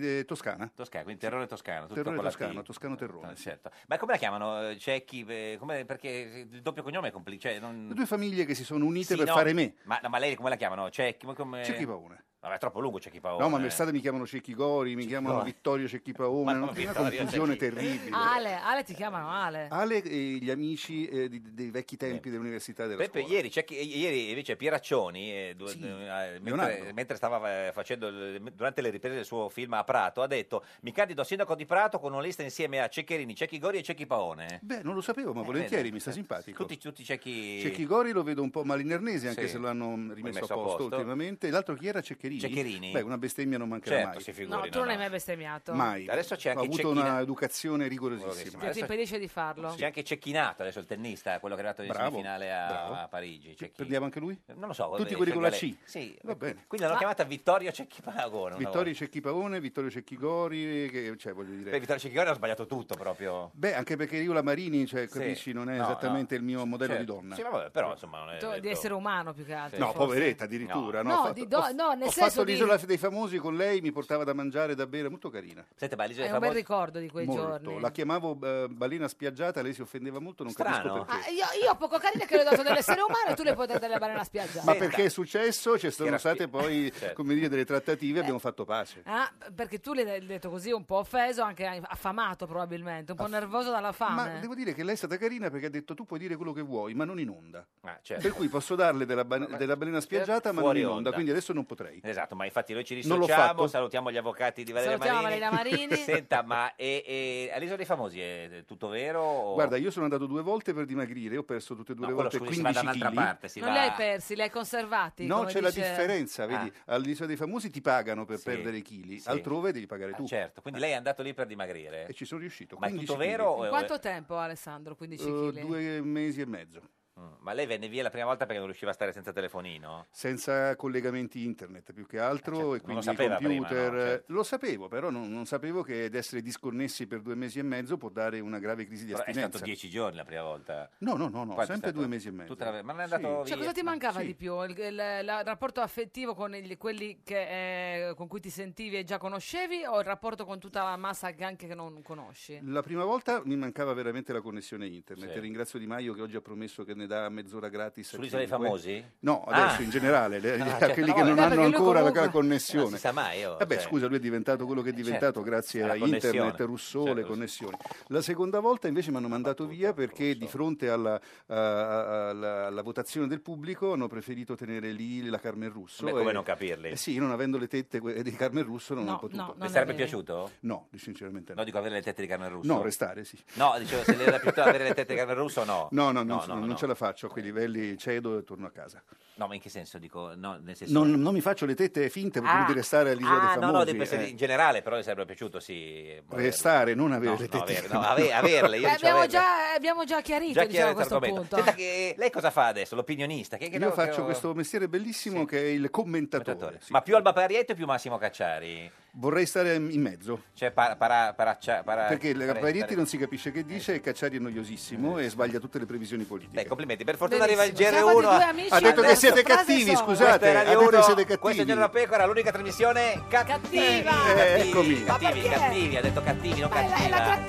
S10: eh, toscana.
S3: Toscana, quindi terrore toscano. tutto
S10: Terrore
S3: con la T.
S10: toscano, toscano terrone.
S3: Certo. Ma come la chiamano? eh, Cecchi? eh, come- perché il doppio cognome è complicato. Cioè, non...
S10: Le due famiglie che si sono unite
S3: Sì,
S10: per
S3: no,
S10: fare me.
S3: Ma, no, ma lei come la chiamano? Cecchi? ma Come...
S10: Cecchi Paone.
S3: No, ma è troppo lungo Cecchi Paone.
S10: No, ma a Mersate mi chiamano Cecchi Gori, mi chiamano
S3: Eh. Gori.
S10: Vittorio Cecchi Paone,
S3: Ma
S10: no?
S3: no,
S10: C'è una
S3: Vittorio
S10: confusione
S3: Cecchi.
S10: terribile.
S2: Ale, Ale ti chiamano Ale.
S10: Ale e gli amici eh, di- dei vecchi tempi dell'università della
S3: Peppe,
S10: scuola.
S3: ieri, Cecchi- i- ieri invece Pieraccioni, eh, du- eh, mentre,
S10: Leonardo.
S3: mentre stava eh, facendo il- durante le riprese del suo film a Prato, ha detto: Mi candido a sindaco di Prato con una lista insieme a Ceccherini, Cecchi Gori e Cecchi Paone.
S10: Beh, non lo sapevo, ma
S3: Eh,
S10: volentieri,
S3: vedi,
S10: mi sta simpatico.
S3: Tutti, tutti Cecchi.
S10: Cecchi Gori lo vedo un po' malinernese, anche
S3: Sì.
S10: se lo hanno rimesso,
S3: Rimesso
S10: a
S3: a
S10: posto,
S3: posto.
S10: ultimamente. L'altro chi era Ceccherini?
S3: Ceccherini.
S10: Beh, una bestemmia non mancherà
S3: Certo,
S10: mai.
S3: si figuri,
S2: No, tu non hai mai bestemmiato.
S10: Mai.
S3: Adesso c'è
S10: Ho
S3: anche
S10: avuto
S3: Cecchina-
S10: una educazione
S3: Rigorosissima.
S10: rigorosissima.
S2: Che ti impedisce di farlo.
S3: C'è anche Cecchinato adesso, il tennista, quello che è arrivato in
S10: Bravo,
S3: semifinale a,
S10: bravo.
S3: a Parigi. Cecchi-
S10: Prendiamo anche lui?
S3: Non lo so.
S10: Tutti
S3: eh,
S10: quelli con la
S3: scelga
S10: C.
S3: lei. Sì.
S10: Va bene.
S3: Quindi l'hanno
S10: Ma-
S3: chiamata Vittorio Cecchi Paragone. una
S10: Vittorio
S3: volta.
S10: Cecchi Pavone, Vittorio Cecchi Gori, che, cioè, voglio dire...
S3: Beh, Vittorio Cecchi Gori ha sbagliato tutto proprio.
S10: Beh, anche perché io la Marini, cioè,
S3: Sì.
S10: capisci, non è
S3: No,
S10: esattamente
S3: no.
S10: il mio modello
S3: Certo.
S10: di donna.
S3: Sì, vabbè, però insomma non è
S2: Tu- Di
S3: detto-
S2: essere umano più che altro.
S10: No,
S2: forse.
S10: poveretta addirittura. No,
S2: No,
S10: ho fatto,
S2: di do-
S10: ho-
S2: no, Ah, nel
S10: ho
S2: senso
S10: fatto
S2: di-
S10: l'isola dei famosi con lei, mi portava da mangiare, da bere, molto carina.
S3: Senta, ma l'isola
S2: Hai
S3: dei
S2: un bel
S3: famosi...
S2: ricordo di quei
S10: Molto.
S2: giorni.
S10: La chiamavo eh, balena spiaggiata, lei si offendeva molto, non
S3: Strano.
S10: capisco perché.
S2: Ah, io, io poco carina che le ho dato dell'essere umano e tu le puoi dare la banana spiaggia.
S10: Ma perché è successo? Ci sono
S3: era spi- (laughs)
S10: state poi
S3: Certo.
S10: come dire, delle trattative, abbiamo fatto pace.
S2: Ah, perché tu le hai detto così un po' offeso, anche affamato probabilmente, un po' nervoso dalla fame.
S10: Ma devo dire che lei è stata carina perché ha detto tu puoi dire quello che vuoi, ma non in onda.
S3: Ah, certo.
S10: Per cui posso darle della, ba- della balena spiaggiata, ma non
S3: Fuori
S10: in onda,
S3: onda.
S10: quindi adesso non potrei.
S3: Esatto, ma infatti noi ci
S10: Non l'ho
S3: dissociamo,
S10: fatto.
S3: salutiamo gli avvocati di Valeria
S2: Salutiamo
S3: Marini.
S2: Valeria
S3: (laughs)
S2: Marini.
S3: Senta, ma e, e all'isola dei famosi è tutto vero? o-
S10: Guarda, io sono andato due volte per dimagrire, ho perso tutte e
S3: No,
S10: due le
S3: Oh. quello,
S10: volte
S3: scusi, si va
S10: 15
S3: da un'altra
S10: chili.
S3: parte, si
S2: non li hai persi, li hai conservati.
S10: Ah. No,
S2: come
S10: c'è la
S2: dice-
S10: differenza, vedi, all'isola dei famosi ti pagano per
S3: Ah. Sì.
S10: perdere i chili,
S3: Sì.
S10: altrove devi pagare tu.
S3: Certo, quindi lei è andato lì per dimagrire.
S10: E ci sono riuscito.
S3: Ma è
S10: 15
S3: tutto
S10: chili.
S3: vero? o-
S2: In quanto tempo, Alessandro? 15
S10: Eh,
S2: kg?
S10: due mesi e mezzo,
S3: Mm, Ma lei venne via la prima volta perché non riusciva a stare senza telefonino?
S10: senza collegamenti internet più che altro e
S3: Ah, certo. non lo
S10: quindi
S3: sapeva prima,
S10: computer.
S3: no, certo.
S10: Lo sapevo, però non, non sapevo che ad essere disconnessi per due mesi e mezzo può dare una grave crisi di
S3: Però è
S10: astinenza.
S3: stato dieci giorni la prima volta.
S10: No, no, no, no,
S3: Quanto è
S10: sempre
S3: stato?
S10: due mesi e mezzo.
S3: Tutta la- Ma non è andato
S2: Cioè,
S3: via?
S2: cosa ti mancava
S10: Sì.
S2: di più? Il, il- la- il rapporto affettivo con il- quelli che, eh, con cui ti sentivi e già conoscevi o il rapporto con tutta la massa che anche che non conosci?
S10: La prima volta mi mancava veramente la connessione internet.
S3: Sì.
S10: Ringrazio Di Maio che oggi ha promesso che ne dà mezz'ora gratis. a
S3: Sull'isola dei
S10: chiunque.
S3: famosi?
S10: No, adesso
S3: Ah.
S10: in generale, le-
S3: (laughs) Ah,
S10: a
S3: certo,
S10: quelli
S3: no,
S10: che non
S3: vabbè,
S10: hanno
S3: perché lui
S10: ancora la-
S3: comunque-
S10: la connessione.
S3: Non si sa mai, oh,
S10: Vabbè,
S3: cioè.
S10: scusa, lui è diventato quello che è diventato
S3: certo.
S10: grazie
S3: Alla
S10: a internet,
S3: connessione. certo.
S10: Rousseau, le connessioni. La seconda volta invece mi hanno mandato via perché di fronte alla, a- alla- alla votazione del pubblico hanno preferito tenere lì la Carmen Russo.
S3: Beh, come non capirli?
S10: Eh sì, io non avendo le tette que- di Carmen Russo non
S2: No,
S10: ho potuto.
S2: no,
S3: Le sarebbe piaciuto?
S10: No, sinceramente no.
S3: No, dico avere le tette di carne russo.
S10: No, restare, sì.
S3: No, dicevo, se le era più avere le tette di carne russo, no.
S10: No, no, non,
S3: no, Eh.
S10: non ce la faccio a quei livelli, cedo e torno a casa.
S3: No, ma in che senso dico? No, nel senso...
S10: Non, non mi faccio le tette finte per
S3: Ah,
S10: di restare all'isola
S3: ah,
S10: dei
S3: no, no,
S10: famosi.
S3: di- per-
S10: eh.
S3: in generale però le sarebbe piaciuto, sì.
S10: Restare, non avere le
S3: No,
S10: tette
S3: avere,
S10: finte.
S3: no, ave- averle, io
S2: (laughs)
S3: dicevo
S2: Beh, Eh, abbiamo,
S3: averle.
S2: già, abbiamo già chiarito,
S3: Già
S2: diciamo,
S3: chiarito
S2: questo
S3: l'argomento.
S2: punto.
S3: Senta che- lei cosa fa adesso? L'opinionista? Che, che
S10: Io
S3: che-
S10: faccio questo mestiere bellissimo che è il commentatore.
S3: Ma più Alba Parietto o più Massimo Cacciari?
S10: Vorrei stare in mezzo.
S3: Cioè, para, para, paraccia- para-
S10: Perché il
S3: pare-
S10: Barietti
S3: pare-
S10: non si capisce
S3: Eh,
S10: che dice e Cacciari è noiosissimo e sbaglia tutte le previsioni politiche.
S3: Beh, complimenti. Per fortuna
S10: Benissimo.
S3: arriva
S10: Siamo
S3: il
S10: di
S3: GR1.
S10: due amici Ha detto che verso siete frasi cattivi, sonore. scusate,
S3: Questa è Radio
S10: ha detto che
S3: 1,
S10: siete cattivi.
S3: Questo è Giorno da Pecora, l'unica trasmissione cattiva.
S10: Eh, eccomi. Ma
S3: Cattivi, cattivi, ha detto cattivi, non cattiva.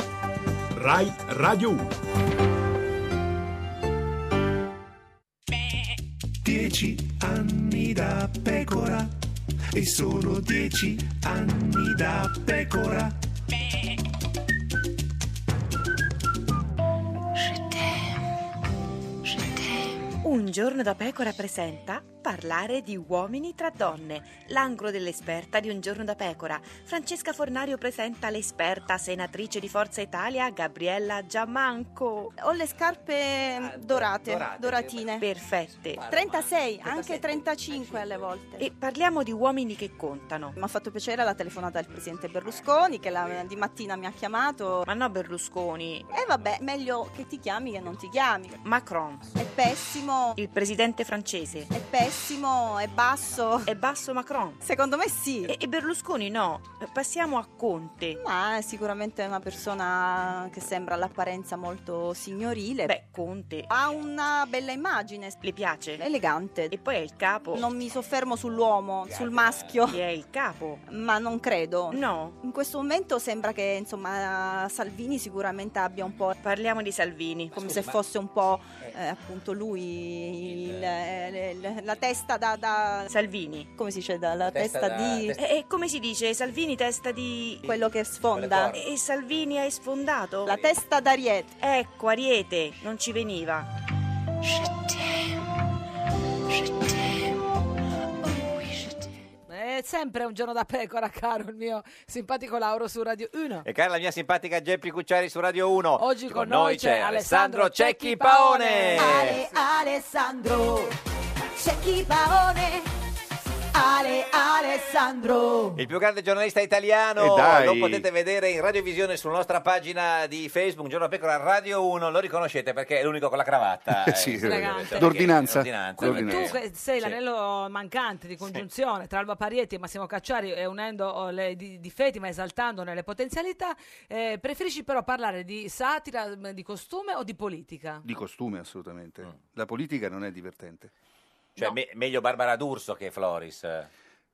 S11: Rai Radio 1.
S12: 10 anni da pecora e sono 10 anni da pecora.
S9: Un giorno da pecora presenta Parlare di uomini tra donne, l'angolo dell'esperta di Un giorno da pecora. Francesca Fornario presenta l'esperta senatrice di Forza Italia Gabriella Giamanco.
S13: Ho le scarpe dorate, doratine.
S9: Perfette.
S13: 36, anche 35 alle volte.
S9: E parliamo di uomini che contano.
S13: Mi ha fatto piacere la telefonata del presidente Berlusconi che la- di mattina mi ha chiamato.
S9: Ma no Berlusconi.
S13: E vabbè, meglio che ti chiami che non ti chiami.
S9: Macron.
S13: È pessimo.
S9: Il presidente francese.
S13: È pessimo. pessimo, è basso.
S9: È basso Macron?
S13: Secondo me sì.
S9: E, e Berlusconi no. Passiamo a Conte.
S13: Ma è sicuramente una persona che sembra all'apparenza molto signorile.
S9: Beh, Conte.
S13: Ha una bella immagine.
S9: Le piace?
S13: Elegante.
S9: E poi è il capo.
S13: Non mi soffermo sull'uomo, sul maschio.
S9: Chi è il capo?
S13: Ma non credo.
S9: No.
S13: In questo momento sembra che, insomma, Salvini sicuramente abbia un po'.
S9: Parliamo di Salvini.
S13: Come se fosse un po' eh, appunto lui il- eh, l- la testa da, da-
S9: Salvini.
S13: Come si dice? Da, la
S9: Testa
S13: testa,
S9: da-
S13: di.
S9: E, e come si dice? Salvini testa di...
S13: quello che sfonda.
S9: E, e Salvini è sfondato?
S13: La testa d'Ariete.
S9: Ecco, Ariete, non ci veniva.
S2: È sempre un giorno da pecora, caro il mio simpatico Lauro su Radio 1.
S3: E cara la mia simpatica Geppi Cucciari su Radio 1. Oggi
S2: con noi c'è Alessandro
S3: Cecchi
S2: Paone.
S3: Paone.
S7: Ale Alessandro, c'è chi paone. Ale Alessandro.
S3: Il più grande giornalista italiano,
S10: E dai.
S3: lo potete vedere in radiovisione sulla nostra pagina di Facebook, Giorno da Pecora Radio 1, lo riconoscete perché è l'unico con la cravatta. eh,
S10: (laughs) Sì,
S2: Elegante.
S3: perché-
S10: d'ordinanza.
S3: d'ordinanza,
S2: Quindi
S3: perché-
S2: tu che sei l'anello mancante di congiunzione tra Alba Parietti e Massimo Cacciari e unendo oh, le di- difetti ma esaltandone le potenzialità, eh, preferisci però parlare di satira, m, di costume o di politica?
S10: Di costume, assolutamente. La politica non è divertente.
S3: Mm. Cioè, me- meglio Barbara D'Urso che Floris.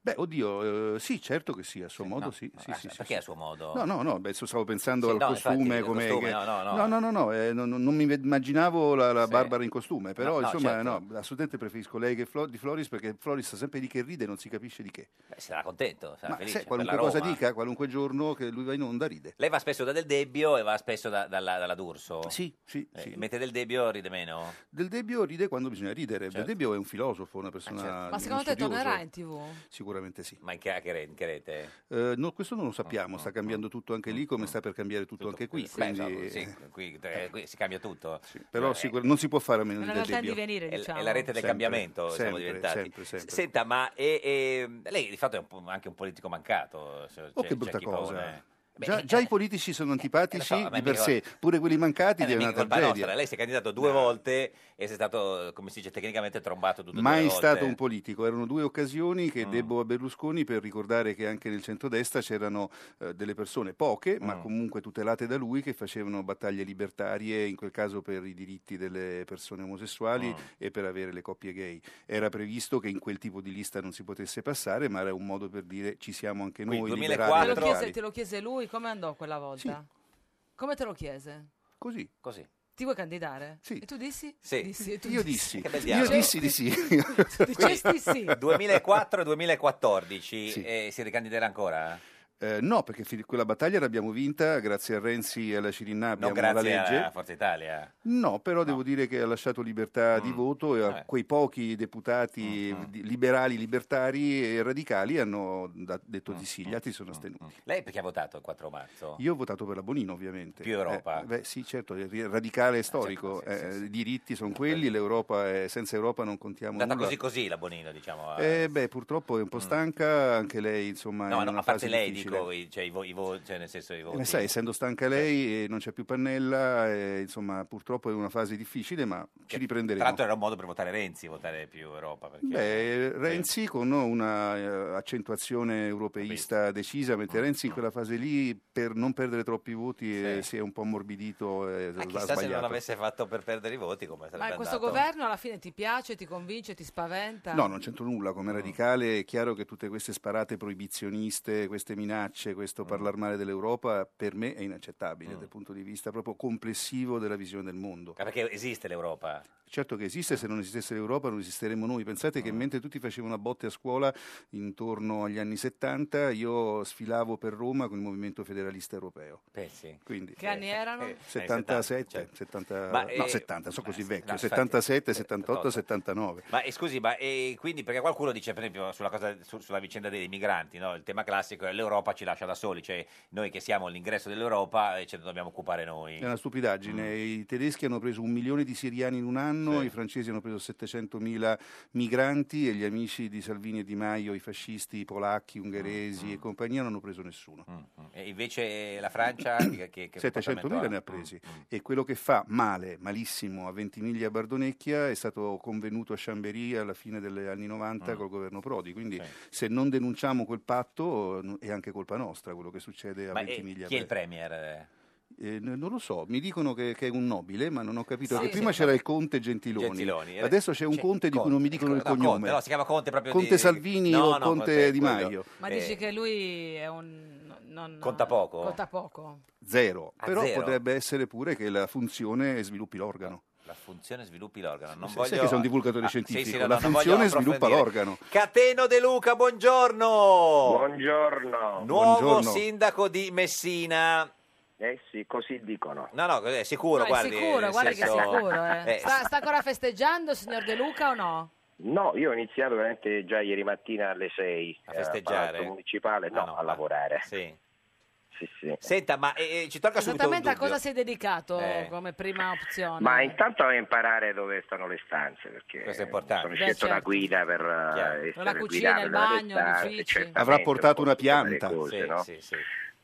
S10: Beh, oddio, eh, sì, certo che sì, a suo modo sì. sì, sì, sì,
S3: perché
S10: sì.
S3: a suo modo?
S10: No, no, no, beh, so- stavo pensando
S3: Sì,
S10: al
S3: no, infatti,
S10: costume
S3: il
S10: come...
S3: costume,
S10: che-
S3: no, no, no.
S10: no, no, eh, non, non- non mi ved- immaginavo la, la Barbara in costume, però
S3: No, no,
S10: insomma,
S3: certo.
S10: no, assolutamente preferisco lei che Flo- di Floris perché Floris sa sempre di che ride e non si capisce di che.
S3: Beh, eh, sarà contento, sarà
S10: Ma
S3: felice.
S10: se
S3: per la
S10: qualunque cosa
S3: Roma.
S10: dica, qualunque giorno che lui va in onda ride.
S3: Lei va spesso da Del Debbio e va spesso da- dalla, dalla D'Urso?
S10: Sì, sì,
S3: Eh,
S10: sì.
S3: Mette Del Debbio ride meno?
S10: Del Debbio ride quando bisogna ridere.
S3: Certo.
S10: Del Debbio è un filosofo, una persona...
S2: Ma secondo
S10: uno
S2: te
S10: studioso.
S2: tornerà in tv?
S10: Sicuramente sì.
S3: Eh, Ma Mm, in che, a che re- in che rete?
S10: Eh, no, questo non lo sappiamo, sta cambiando tutto anche lì
S3: mm.
S10: come sta per cambiare tutto, anche qui.
S3: Beh,
S10: quindi-
S3: insomma, sì, qui, eh, qui si cambia tutto.
S10: Però
S3: Eh,
S10: sicur- non si può fare a meno di Del Debbio.
S2: divenire,
S3: È-
S2: diciamo.
S3: È la rete del
S10: Sempre,
S3: cambiamento siamo
S10: sempre,
S3: diventati.
S10: sempre, sempre.
S3: S- Senta, ma e- e- lei di fatto è un po' anche un politico mancato. se-
S10: Oh,
S3: c'è-
S10: che
S3: c'è
S10: brutta
S3: chi
S10: cosa.
S3: pone-
S10: Già, già i politici sono antipatici
S3: eh, lo so, ma
S10: di per
S3: mica-
S10: sé, pure quelli mancati
S3: Eh,
S10: di
S3: mica
S10: una
S3: colpa nostra,
S10: tragedia.
S3: lei si è candidato due volte e sei stato, come si dice tecnicamente, trombato tutte e due
S10: Mai
S3: volte. Ah.
S10: stato un politico, erano due occasioni che debbo a Berlusconi per ricordare che anche nel centrodestra c'erano eh, delle persone, poche,
S3: Ah.
S10: ma comunque tutelate da lui, che facevano battaglie libertarie, in quel caso per i diritti delle persone omosessuali
S3: Ah.
S10: e per avere le coppie gay. Era previsto che in quel tipo di lista non si potesse passare, ma era un modo per dire ci siamo anche noi.
S3: Quindi
S10: liberali
S2: Te
S10: e
S2: lo,
S10: radicali.
S2: chiese, te lo chiese lui? Come andò quella volta? Come te lo chiese?
S10: Così.
S3: Così.
S2: Ti vuoi candidare? E tu dissi?
S3: Sì.
S2: Dissi, e tu
S10: Io dissi,
S3: Che bel
S10: io
S3: dialogo.
S10: dissi di sì.
S2: (laughs) Dicesti sì.
S3: 2004-2014 e eh, si ricandiderà ancora?
S10: Eh, no, perché fi- quella battaglia l'abbiamo vinta grazie a Renzi e alla Cirinà,
S3: Non
S10: abbiamo la
S3: grazie
S10: legge.
S3: a Forza Italia.
S10: No, però devo dire che ha lasciato libertà
S3: Mm.
S10: di voto e a
S3: Eh.
S10: quei pochi deputati
S3: Mm-hmm.
S10: di- liberali, libertari e radicali hanno da- detto di sì, gli
S3: Mm-hmm.
S10: altri sono astenuti.
S3: Lei perché ha votato il 4 marzo?
S10: Io ho votato per la Bonino, ovviamente.
S3: Mm-hmm. Più Europa.
S10: Eh, beh, sì, certo, è ri- radicale e storico. Eh, I diritti sono quelli, l'Europa è- senza Europa non contiamo
S3: Andata
S10: nulla.
S3: così così la Bonino, diciamo. eh.
S10: Eh, beh, purtroppo è un po' stanca, anche lei, insomma,
S3: No,
S10: è in
S3: no,
S10: una
S3: a parte
S10: fase
S3: lei,
S10: difficile.
S3: dico, i- cioè, i vo- i vo- cioè, nel senso i
S10: Eh,
S3: voti.
S10: ma sai, essendo stanca lei e non c'è più Pannella, eh, insomma, purtroppo è una fase difficile, ma ci
S3: Tra
S10: riprenderemo.
S3: l'altro era un modo per votare Renzi, votare più Europa. Perché...
S10: Beh, Renzi con una eh, accentuazione europeista decisa, mentre Renzi in quella fase lì, per non perdere troppi voti, eh, si è un po' ammorbidito e
S3: Ma
S10: ha
S3: chissà se non
S10: sbagliato.
S3: l'avesse fatto per perdere i voti, come sarebbe
S2: Ma questo
S3: andato.
S2: governo alla fine ti piace, ti convince, ti spaventa?
S10: No, non c'entro nulla, come radicale è chiaro che tutte queste sparate proibizioniste, queste minacce, questo parlare male dell'Europa per me è inaccettabile dal punto di vista proprio complessivo della visione del mondo.
S3: Ah, perché esiste l'Europa.
S10: Certo che esiste, se non esistesse l'Europa non esisteremmo noi. Pensate
S3: Ah.
S10: che mentre tutti facevano botte a scuola intorno agli anni 70, io sfilavo per Roma con il Movimento Federalista Europeo.
S3: Pensi?
S10: Quindi,
S2: Che anni erano?
S10: eh, 77, 70,
S3: Eh, cioè. Ma,
S10: no
S3: eh,
S10: 70, sono così vecchio,
S3: infatti, eh,
S10: 77, 78, 79.
S3: Ma eh, scusi, ma eh, quindi perché qualcuno dice, per esempio, sulla, cosa- su- sulla vicenda dei migranti, no? il tema classico è l'Europa ci lascia da soli, cioè noi che siamo all'ingresso dell'Europa eh, ce ne dobbiamo occupare noi.
S10: È una stupidaggine.
S3: Mm.
S10: I tedeschi hanno preso un milione di siriani in un anno, i francesi hanno preso 700.000 migranti e gli
S3: Mm,
S10: amici di Salvini e Di Maio, i fascisti, i polacchi, ungheresi e compagnia, non hanno preso nessuno.
S3: E invece eh, la Francia che, che, Mm, che
S10: 700.000 ne ha presi e quello che fa male, malissimo a Ventimiglia Bardonecchia è stato convenuto a Chambéry alla fine degli anni 90
S3: Mm.
S10: col governo Prodi, quindi se non denunciamo quel patto n- è anche colpa nostra quello che succede a
S3: Ma eh,
S10: Ventimiglia.
S3: chi è il premier?
S10: Eh, n- non lo so, mi dicono che, che è un nobile, ma non ho capito.
S3: Sì,
S10: che
S3: sì,
S10: prima
S3: sì.
S10: c'era il conte Gentiloni,
S3: Gentiloni, eh,
S10: adesso c'è un
S3: c'è
S10: conte di cui non mi dicono il
S3: No, Conte,
S10: cognome.
S3: no, si chiama Conte proprio
S10: Conte
S3: di-
S10: Salvini
S3: No,
S10: o
S3: no,
S10: Conte,
S3: Conte,
S10: Di
S3: quello.
S10: Maio.
S2: Ma dici che lui è un... no- non-
S10: Eh. Conta poco?
S2: Conta poco.
S10: Zero.
S3: Ah,
S10: Però
S3: zero.
S10: potrebbe essere pure che la funzione sviluppi l'organo.
S3: La funzione sviluppi l'organo. Non
S10: Sai-
S3: voglio...
S10: sai che sono un divulgatore
S3: Ah, sì, sì,
S10: scientifico.
S3: no,
S10: la
S3: non voglio
S10: funzione sviluppa
S3: approfondire.
S10: l'organo.
S3: Cateno De Luca, buongiorno.
S14: Buongiorno.
S3: Nuovo
S14: Buongiorno.
S3: sindaco di Messina.
S14: Eh sì, così dicono.
S3: No, no, è sicuro,
S2: No, è
S3: guardi.
S2: sicuro,
S3: nel
S2: guarda che è
S3: senso-
S2: sicuro. eh.
S3: Eh,
S2: Sta, sta ancora festeggiando, signor De Luca, o no?
S14: No, io ho iniziato veramente già ieri mattina alle 6
S3: A festeggiare? Ah,
S14: municipale, no, a lavorare.
S3: Sì.
S14: Sì, sì.
S3: Senta, ma eh, eh, ci tocca subito un
S2: Esattamente a
S3: dubbio.
S2: cosa si è dedicato
S14: Eh.
S2: come prima opzione?
S14: Ma intanto a imparare dove stanno le stanze, perché
S3: Questo è importante.
S14: sono
S2: Beh,
S14: scelto la
S2: certo.
S14: guida per eh, essere
S2: La cucina,
S14: guidato
S2: il
S14: dalle
S2: bagno,
S14: stanze, cioè,
S2: l'ufficio.
S14: certamente,
S10: Avrà portato
S14: un po'
S10: una
S14: tutte le
S10: pianta.
S14: cose,
S10: Sì,
S14: no?
S10: sì,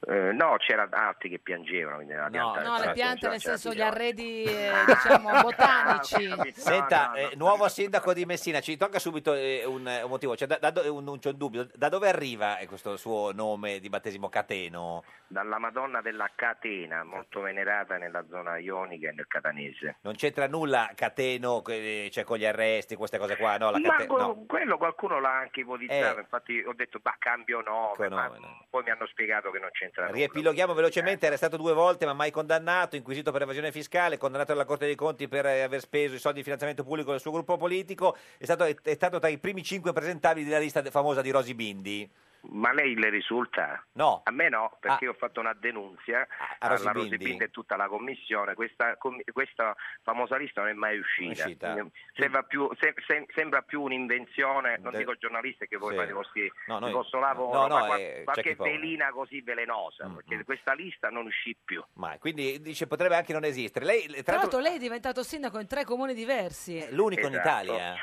S14: Eh, no, c'era altri che piangevano, quindi la pianta
S2: No, le
S14: c'era-
S2: piante
S14: c'era-
S2: nel
S14: c'era
S2: senso gli
S14: bisogno.
S2: arredi,
S14: (laughs)
S2: eh, diciamo, botanici.
S3: Senta, eh, nuovo sindaco di Messina, ci tocca subito eh, un, eh, un motivo, cioè, da- da do- un, un- c'è un dubbio, da dove arriva eh, questo suo nome di battesimo Cateno?
S14: Dalla Madonna della Catena, molto venerata nella zona ionica e nel catanese.
S3: Non c'entra nulla Cateno eh, cioè, con gli arresti, queste cose qua, no? La
S14: ma
S3: Cate-
S14: que-
S3: no.
S14: quello qualcuno l'ha anche ipotizzato,
S3: Eh.
S14: infatti ho detto bah cambio nome, ma poi mi hanno spiegato che non c'entra nulla.
S3: Riepiloghiamo velocemente, era stato due volte ma mai condannato, inquisito per evasione fiscale, condannato dalla Corte dei Conti per eh, aver speso i soldi di finanziamento pubblico del suo gruppo politico, è stato, è, è stato tra i primi cinque presentabili della lista de- famosa di Rosi Bindi.
S14: Ma lei le risulta?
S3: No.
S14: A
S3: Ah.
S14: me no, perché io ho fatto una denuncia
S3: a Rosi
S14: alla
S3: Bindi.
S14: Rosibinda e tutta la commissione, questa, com- questa famosa lista non è mai uscita.
S3: Uscita.
S14: Quindi Sembra, più, se- se- sembra più un'invenzione, non
S3: De-
S14: dico giornalista che voi
S3: Sì.
S14: fate i vostri,
S3: No, noi-
S14: il vostro lavoro,
S3: no, no,
S14: ma qua-
S3: eh, c'è chi
S14: qualche
S3: paura.
S14: velina così velenosa, perché questa lista non uscì più.
S3: mm. Mai. Quindi dice potrebbe anche non esistere. Lei, tra
S2: Tra
S3: l'altro-
S2: l'altro lei è diventato sindaco in tre comuni diversi.
S3: L'unico in
S14: Esatto.
S3: Italia.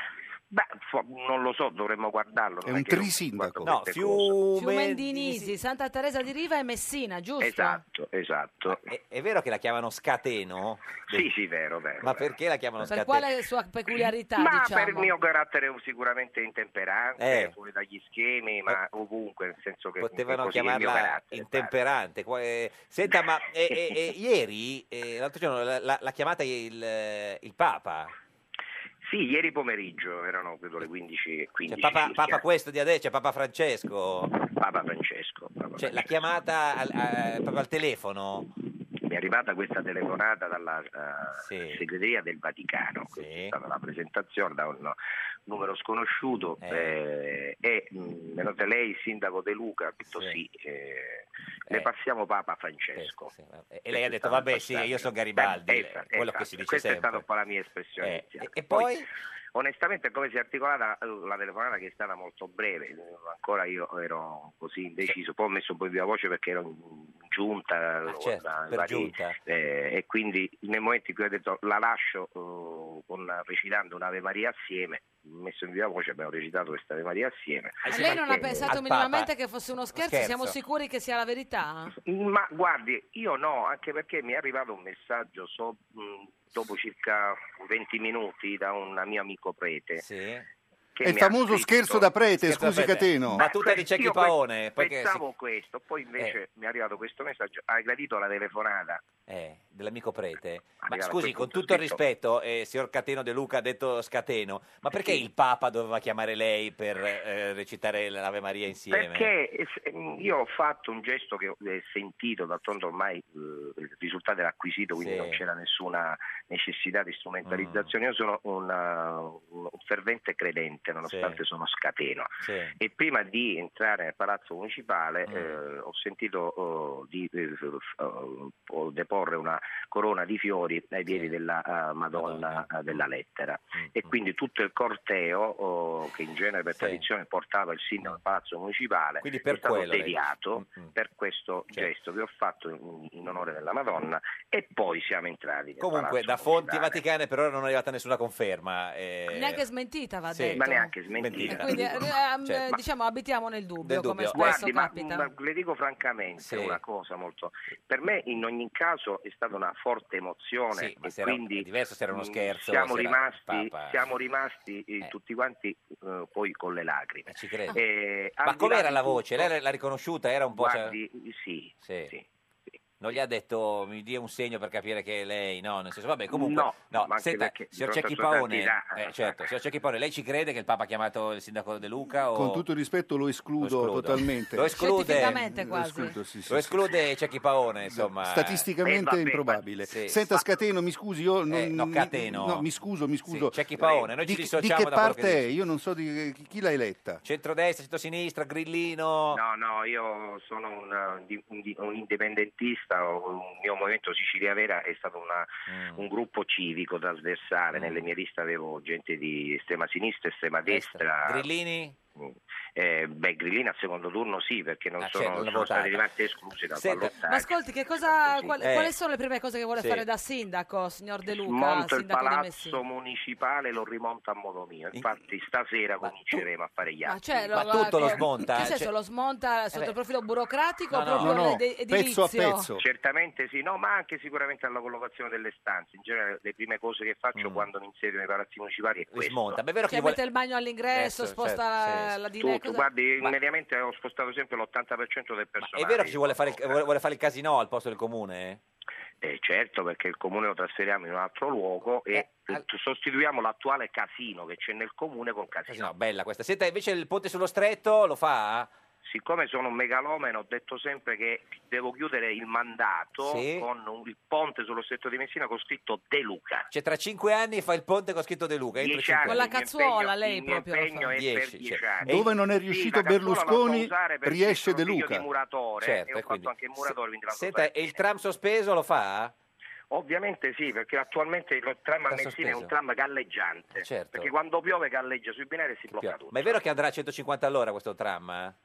S14: Beh, fo- non lo so, dovremmo guardarlo.
S10: È un
S14: trisindaco.
S3: No,
S2: Fiumendinisi, Santa Teresa di Riva e Messina, giusto?
S14: Esatto, esatto.
S3: È, è vero che la chiamano Scateno?
S14: Sì, sì, vero, vero.
S3: Ma perché la chiamano
S2: Per
S3: Scateno?
S2: quale sua peculiarità,
S14: Ma
S2: diciamo?
S14: per il mio carattere sicuramente intemperante,
S3: Eh.
S14: fuori dagli schemi, ma ovunque, nel senso che
S3: Potevano
S14: così è il mio
S3: chiamarla
S14: carattere.
S3: intemperante. Qua- eh, Senta, ma eh, eh,
S14: (laughs)
S3: eh, ieri, eh, l'altro giorno, la- la- l'ha chiamata il, il Papa.
S14: Sì, ieri pomeriggio erano credo le 15
S3: Cioè, Papa,
S14: circa.
S3: Papa questo di adesso, cioè Papa Francesco.
S14: Papa Francesco.
S3: Cioè, l'ha chiamata al- a- proprio al telefono?
S14: Mi è arrivata questa telefonata dalla eh, segreteria del Vaticano, questa è stata la presentazione da un numero sconosciuto eh, e mh, me lo dice lei sindaco De Luca, ha detto sì, eh, ne passiamo Papa Francesco.
S3: E lei ha detto, Eh, vabbè sì, io sono Garibaldi, quello che si dice
S14: Questa è stata
S3: sempre.
S14: un po' la mia espressione.
S3: Eh,
S14: iniziale.
S3: e- e poi?
S14: Onestamente, come si è articolata eh, la telefonata che è stata molto breve, eh, ancora io ero così indeciso, poi ho messo un po' viva voce perché ero in giunta, eh,
S3: certo,
S14: da-
S3: per giunta.
S14: eh, e quindi nel momento in cui ho detto la lascio eh, con- recitando un'Ave Maria assieme, ho messo in viva voce, abbiamo recitato questa Ave Maria assieme.
S2: Ma Ah, Lei non ha
S14: Perché-
S2: pensato minimamente che fosse uno scherzo?
S14: Scherzo.
S2: Siamo sicuri che sia la verità?
S14: Mm, Ma guardi, io no, anche perché mi è arrivato un messaggio so- mh, dopo circa 20 minuti da un mio amico prete. che
S10: È il
S14: mi ha
S10: famoso
S14: scritto-
S10: scherzo da prete,
S14: Scherzo
S10: scusi,
S14: da prete.
S10: Cateno.
S3: Ma tutta di Cecchi
S14: Eh, Io pe-
S3: Paone, Eh. poi che si-
S14: Pensavo questo, poi invece mi è arrivato questo messaggio, hai gradito la telefonata.
S3: Eh, dell'amico prete. Ma
S14: Arriva a
S3: scusi,
S14: quel
S3: con
S14: punto
S3: tutto il
S14: scritto.
S3: rispetto, eh, signor Cateno De Luca ha detto Scateno,
S14: Eh,
S3: ma perché il Papa doveva chiamare lei per eh, recitare l'Ave Maria insieme?
S14: Perché eh, se- mh, io ho fatto un gesto che ho eh, sentito, d'altronde ormai eh, il risultato era acquisito, quindi
S3: Sì. Mm.
S14: non c'era nessuna necessità di strumentalizzazione. Io sono una- un fervente credente, nonostante
S3: Sì.
S14: sono scateno.
S3: Sì.
S14: E prima di entrare
S3: Mm.
S14: nel palazzo municipale eh, ho sentito eh, di eh, oh, f- f- eh, un po' deporre porre una corona di fiori ai piedi della eh, Madonna eh, della Lettera.
S3: Mm.
S14: E quindi tutto il corteo, oh, che in genere per tradizione portava il sindaco al palazzo municipale,
S3: Quindi per
S14: è stato
S3: quello, lei dice. Mm,
S14: deviato per questo gesto che ho fatto in, in onore della Madonna e poi siamo entrati. nel
S3: Comunque,
S14: palazzo
S3: da fonti
S14: municipale.
S3: vaticane per ora non è arrivata nessuna conferma. eh.
S2: Neanche smentita, va
S3: Sì.
S2: detto.
S14: Ma neanche smentita.
S2: E quindi, eh, ehm,
S3: Cioè, ma-
S2: diciamo, abitiamo nel dubbio,
S3: Nel
S2: come
S3: dubbio.
S2: spesso
S14: Guardi, ma-
S2: capita.
S14: ma le dico francamente una cosa molto... Per me in ogni caso è stata una forte emozione
S3: Sì, ma
S14: e
S3: se era-
S14: quindi
S3: è diverso se era uno
S14: mm,
S3: scherzo,
S14: Siamo
S3: se era
S14: rimasti,
S3: Papa.
S14: siamo rimasti eh, tutti quanti eh, poi con le lacrime.
S3: Ci credo.
S14: Eh, al
S3: Ma
S14: di là
S3: com'era
S14: di
S3: la voce?
S14: tutto-
S3: Lei l'ha riconosciuta? Era un po'. cioè
S14: Guardi, sì,
S3: sì. Non gli ha detto mi dia un segno per capire che è lei, no? Nel senso, vabbè, comunque.
S14: No, ma anche
S3: senta,
S14: perché di
S3: signor
S14: fronte a
S3: Cecchi
S14: sua
S3: Paone,
S14: santità-
S3: eh, certo, signor Cecchi Paone, lei ci crede che il Papa ha chiamato il sindaco De Luca? O...
S10: Con tutto il rispetto lo escludo,
S3: escludo.
S10: totalmente.
S3: Lo esclude. Scientificamente
S10: Lo
S3: quasi.
S10: escludo, sì, sì,
S3: Lo
S10: sì.
S3: esclude Cecchi Paone, insomma.
S14: Eh,
S3: eh,
S10: Statisticamente è improbabile. Senta, Scateno, mi scusi, io non,
S3: no, Cateno.
S10: no, mi scuso, mi scuso. Eh,
S3: Sì, Cecchi Paone, noi ci
S10: di, di
S3: dissociamo da
S10: che
S3: quello
S10: parte
S3: che
S10: è?
S3: dice.
S10: Io non so di che- chi, chi l'ha eletta.
S3: Centrodestra, centrosinistra, Grillino.
S14: No, no, io sono un, di- un di- un indipendentista, un- il mio movimento Sicilia Vera è stato una-
S2: Mm.
S14: un gruppo civico trasversale, nelle mie liste avevo gente di estrema sinistra, estrema destra.
S3: Grillini?
S14: Eh, beh, Grillini al secondo turno sì, perché non
S3: Ah,
S14: sono,
S3: certo, non l'ha
S14: sono stati
S3: votata.
S14: rimaste esclusi dal
S3: Senta,
S2: Ma
S14: ballottaggio.
S2: ascolti, che cosa, qual-
S14: Eh.
S2: quali sono le prime cose che vuole
S14: Sì.
S2: fare da sindaco, signor De Luca,
S14: Smonto il
S2: sindaco di Ah,
S14: palazzo
S2: Messina?
S14: municipale, lo rimonto a modo mio. Infatti, stasera cominceremo a fare gli
S2: Ma,
S14: atti.
S2: cioè,
S3: tutto lo
S2: che-
S3: smonta,
S2: Nel senso,
S3: cioè-
S2: lo smonta sotto
S14: eh, beh.
S2: il profilo burocratico o
S14: No, no.
S2: Ecco, proprio
S14: No, no,
S2: ed- edilizio? Cioè,
S14: Certamente sì, no, ma anche sicuramente alla collocazione delle stanze. In genere le prime cose che faccio quando mi inserio nei palazzi municipali è questo.
S3: smonta, ma è vero
S2: Cioè, mette il bagno all'ingresso,
S14: Adesso,
S2: sposta
S14: certo,
S2: la-
S14: sì,
S2: la
S14: sì.
S2: diretta.
S14: Tutto, guardi, immediatamente ho spostato sempre l'80% del personale.
S3: È vero che ci vuole fare, il, vuole- vuole fare il casino al posto del comune?
S14: Eh, certo, perché il comune lo trasferiamo in un altro luogo e eh, sostituiamo l'attuale casino che c'è nel comune con casino.
S3: Eh No, bella questa. Senta, invece il ponte sullo stretto lo fa?
S14: Siccome sono un megalomane ho detto sempre che devo chiudere il mandato
S3: Sì.
S14: con un- il ponte sullo stretto di Messina con scritto De Luca.
S3: Cioè, tra cinque anni fa il ponte con scritto De Luca. entro
S14: Dieci
S3: cinque
S14: anni,
S3: anni.
S14: il mio impegno- il mio impegno è per
S3: Dieci,
S14: dieci
S3: cioè.
S14: anni.
S10: Dove non è riuscito Berlusconi, riesce De
S14: figlio
S10: Luca.
S14: di muratore
S3: Certo,
S14: e ho
S3: e
S14: fatto
S3: quindi-
S14: anche il muratore, quindi la so
S3: Senta,
S14: fare.
S3: e il tram sospeso lo fa?
S14: Ovviamente sì, perché attualmente il tram a
S3: Sta
S14: Messina è
S3: sospeso.
S14: un tram galleggiante,
S3: Certo.
S14: perché quando piove galleggia sui binari e si blocca tutto.
S3: Ma è vero che andrà a 150 all'ora questo tram? eh?